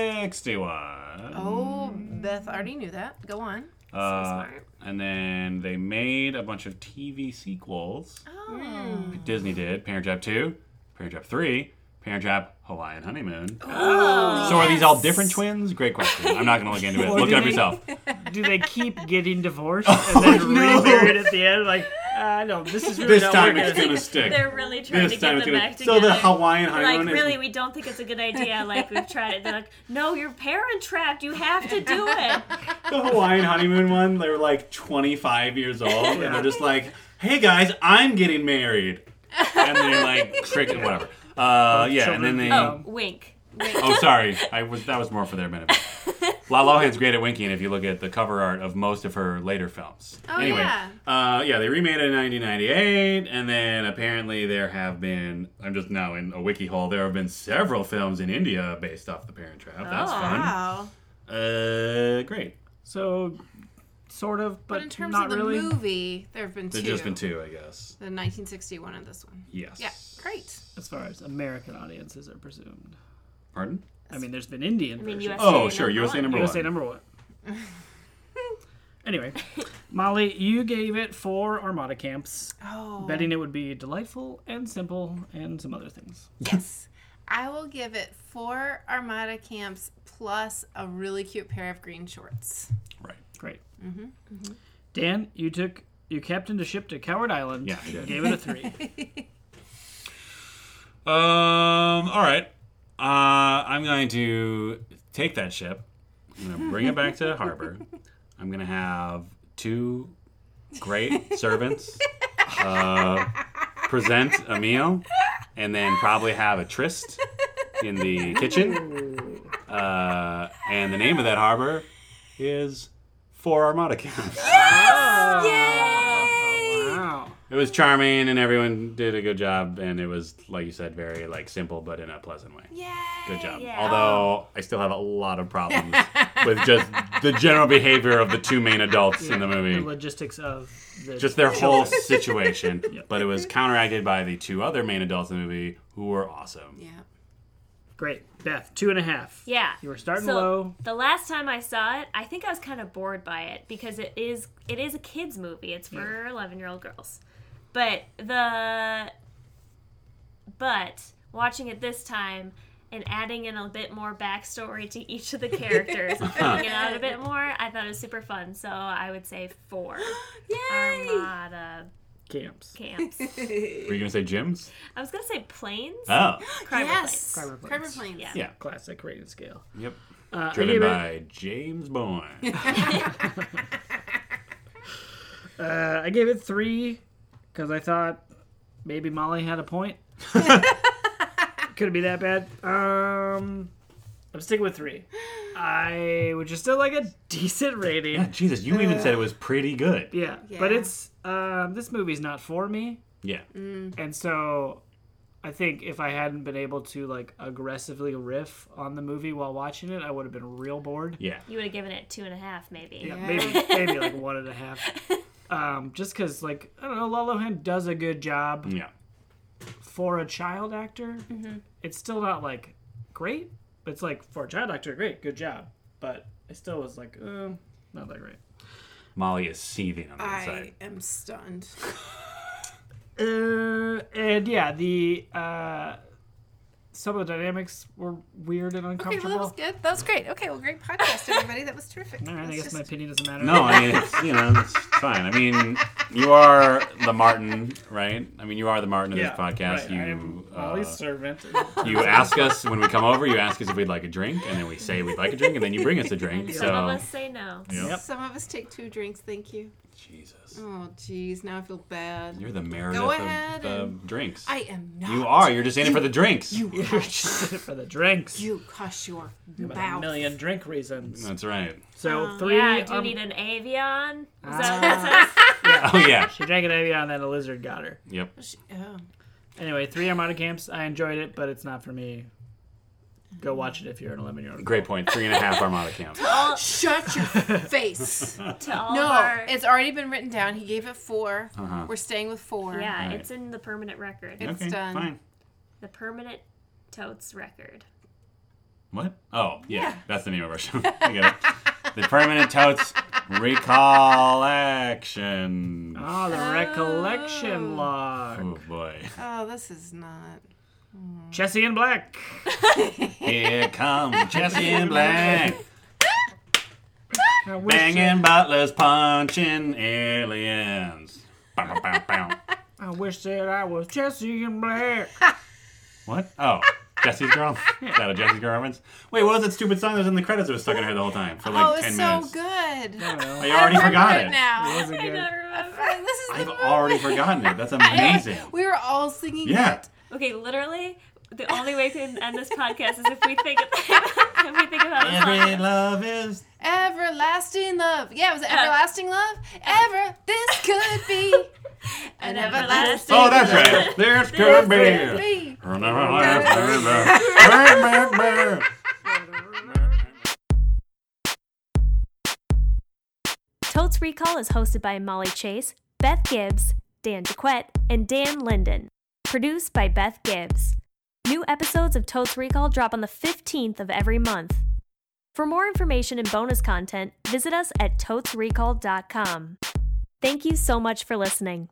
S4: 1961.
S5: Oh, Beth already knew that. Go on.
S4: Uh,
S1: smart.
S4: And then they made a bunch of TV sequels. Mm.
S5: Oh.
S4: Disney did Parent Trap 2, Parent Trap 3, Parent Trap Hawaiian Honeymoon.
S1: Oh,
S4: so are these all different twins? Great question. I'm not going to look into it.
S3: Or
S4: Look
S3: do
S4: it up
S3: they-
S1: (laughs)
S4: yourself.
S3: Do they (laughs) keep getting divorced and then
S4: Oh, no.
S3: remarried at the end? Like, uh, no, this is really
S4: This
S3: not
S4: time
S3: working.
S4: it's going to stick.
S1: They're really trying to
S4: This
S1: get
S4: time
S1: them
S4: it's going
S1: back
S4: to.
S1: together.
S4: So the Hawaiian
S1: They're like,
S4: Honeymoon is
S1: really, we don't think it's a good idea. Like, we've tried it. They're like, no, you're parent trapped. You have to do it.
S4: the Hawaiian honeymoon one, they were like 25 years old, and
S3: Yeah.
S4: they're just like, "Hey guys, I'm getting married," and they're like, "Trick, whatever." Uh, yeah, and then they.
S1: Oh,
S4: Oh.
S1: wink.
S4: sorry, I was that was more for their
S5: (laughs)
S4: benefit. La Lohan's great at winking if you look at the cover art of most of her later films.
S5: Oh,
S4: anyway,
S5: yeah.
S4: Uh, yeah, they remade it in 1998, and then apparently there have been, I'm just now in a wiki hole, there have been several films in India based off The Parent Trap. That's
S1: Oh.
S4: fun.
S5: Wow.
S4: Uh, great.
S3: So, sort of, but,
S5: But in terms
S3: not
S5: of the
S3: really.
S5: movie, there have been
S4: There's
S5: two.
S4: just been two, I guess.
S5: The 1961 and this one.
S4: Yes.
S5: Yeah. Great.
S3: As far as American audiences are presumed.
S4: Pardon?
S3: I mean, there's been Indian
S1: I mean,
S3: versions.
S1: USA.
S4: Oh, sure.
S1: number
S4: USA
S1: one.
S4: number
S3: USA
S4: one.
S3: number one. Anyway, Molly, you gave it four Armada camps,
S5: Oh.
S3: betting it would be delightful and simple and some other things.
S5: Yes. I will give it four Armada camps plus a really cute pair of green shorts.
S4: Right.
S3: Great. Dan, you took you captained a ship to Coward Island.
S4: Yeah, I did.
S3: Gave it a three.
S4: Um. All right. Uh, I'm going to take that ship. I'm going to bring it back to harbor. I'm going to have two great servants uh, present a meal, and then probably have a tryst in the kitchen. Uh, and the name of that harbor is Four Armada Camps.
S3: Oh, wow.
S4: It was charming, and everyone did a good job, and it was like you said, very like simple, but in a pleasant way.
S5: Yay!
S4: Good job.
S1: Yeah.
S4: Although I still have a lot of problems with just the general behavior of the two main adults in the
S3: The
S4: movie.
S3: logistics of the
S4: Just
S3: (laughs)
S4: their whole situation. But it was counteracted by the two other main adults in the movie who were awesome.
S5: Yeah.
S3: great. Beth, two and a half.
S1: Yeah.
S3: You were starting
S1: So,
S3: low.
S1: The last time I saw it, I think I was kind of bored by it because it is it is a kids movie. It's for 11-year-old girls. But the but watching it this time and adding in a bit more backstory to
S3: (laughs)
S1: each of the characters, and figuring it out a bit more, I thought it was super fun. So I would say
S3: (gasps)
S1: four Armada
S3: Camps.
S1: camps.
S3: (laughs)
S4: Were you gonna say
S5: (gasps)
S4: gyms?
S1: I was gonna say planes.
S4: Oh,
S1: Crime of
S5: yes.
S1: planes.
S3: Kramer planes.
S5: Kramer planes.
S1: Yeah.
S4: yeah.
S3: Classic rating scale.
S4: Yep.
S3: Uh, I
S4: Driven
S3: gave it-
S4: by
S3: (laughs)
S4: James Bourne.
S3: Uh, I gave it three because I thought maybe Molly had a point.
S5: (laughs)
S3: Could it be that bad? Um, I'm sticking with three. I would just still like a decent
S4: (laughs)
S3: rating.
S4: Jesus, you even said it was pretty
S5: (laughs)
S4: good.
S3: Yeah, but
S5: Yeah.
S3: it's um, this movie's not for me,
S4: Yeah.
S5: Mm-hmm.
S3: and so I think if I hadn't been able to like aggressively riff on the movie while watching it, I would have been real bored.
S4: Yeah.
S1: You would have given it two and a half, maybe.
S3: Yeah,
S5: Yeah.
S3: maybe maybe
S5: (laughs)
S3: like one and a half. Um, just because like I don't know, Lolohan does a good job.
S4: Yeah.
S3: for a child actor,
S5: Mm-hmm.
S3: it's still not like great. but It's like for a child actor, great, good job. But it still was like, uh, not that great.
S4: Molly is seething on the
S5: I
S4: inside.
S5: am stunned.
S3: Uh, and yeah, the uh, some of the dynamics were weird and
S5: Okay, well, that
S3: uncomfortable.
S5: was good. That was great. Okay, well, great podcast, everybody. That was terrific.
S3: All right, I
S5: That's
S3: guess
S5: just-
S3: my opinion doesn't matter.
S4: No, I mean, it's, you know, it's fine. I mean, you are the Martin, right? I mean, you are the Martin of
S3: yeah,
S4: this podcast.
S3: right,
S4: You,
S3: I am
S4: uh,
S3: Ollie's servant.
S4: you ask us when we come over. You ask us if we'd like a drink, and then we say we'd like a drink, and then you bring us a drink.
S1: And some of
S4: So,
S1: us say no.
S3: Yep.
S5: Some of us take two drinks. Thank you.
S4: Jesus,
S5: Oh, geez. Now I feel bad.
S4: you're the Meredith
S5: Go
S4: of
S5: ahead
S4: the
S5: and-
S4: drinks.
S5: I am not.
S4: you are. You're just in it for the drinks.
S5: You (laughs)
S3: (laughs)
S5: hush.
S3: for the drinks.
S5: you cuss your
S3: About a
S5: mouth.
S3: million drink reasons.
S4: That's right.
S3: So
S5: Uh,
S3: three.
S1: Yeah, do you
S3: um,
S1: need an avion? Is
S3: Ah.
S1: that what it says?
S4: Oh yeah.
S3: she drank an Evian, and then a lizard got her.
S4: Yep.
S5: Oh.
S3: Anyway, three Armada camps. I enjoyed it, but it's not for me. Go watch it if you're an 11 year old.
S4: Great point. Three and a half Armada camp.
S5: Shut your
S3: (laughs)
S5: face.
S1: To all of
S5: No,
S1: our,
S5: it's already been written down. He gave it 4 we We're staying with four.
S1: yeah,
S4: Right.
S1: it's in the permanent record.
S5: It's
S4: Okay.
S5: done.
S4: Fine.
S1: The permanent totes record.
S4: What? Oh yeah. That's the name of our show. (laughs) I get it. The permanent totes recall action.
S3: Oh, the recollection log.
S4: Oh boy.
S5: Oh, this is not.
S3: Jesse in Black.
S4: Here comes Jesse in black,
S3: I wish
S4: banging butlers, punching aliens. Bow, bow, bow, bow.
S3: I wish that I was Jesse in Black.
S4: What? Oh, Jesse's girl. Is that a Jesse's girl reference? Wait, what was that stupid song that was in the credits that was stuck in here the whole time for like
S5: oh, it's
S4: ten
S5: so
S4: minutes?
S5: good.
S3: I don't know.
S4: I already
S5: I remember
S4: forgot it.
S5: now.
S3: Wasn't
S1: (laughs) I
S3: good.
S1: don't remember.
S5: (laughs) this is the
S4: I've
S5: movie.
S4: already forgotten it.
S5: (laughs)
S4: That's amazing.
S5: We were all singing
S4: Yeah.
S5: it.
S1: Okay, literally, the only way we can end this podcast is if we think (laughs) if we think
S3: (laughs)
S1: about a song.
S4: Every love is.
S5: Everlasting love. Yeah, was it everlasting love? Ever. This could (laughs) be an everlasting.
S4: Oh, that's right. There's good
S5: love.
S4: beer.
S5: Be.
S1: Totes Recall is hosted by Molly Chase, Beth Gibbs, Dan DeQuette, and Dan Linden. Produced by Beth Gibbs. New episodes of Totes Recall drop on the 15th of every month. For more information and bonus content, visit us at totesrecall.com. Thank you so much for listening.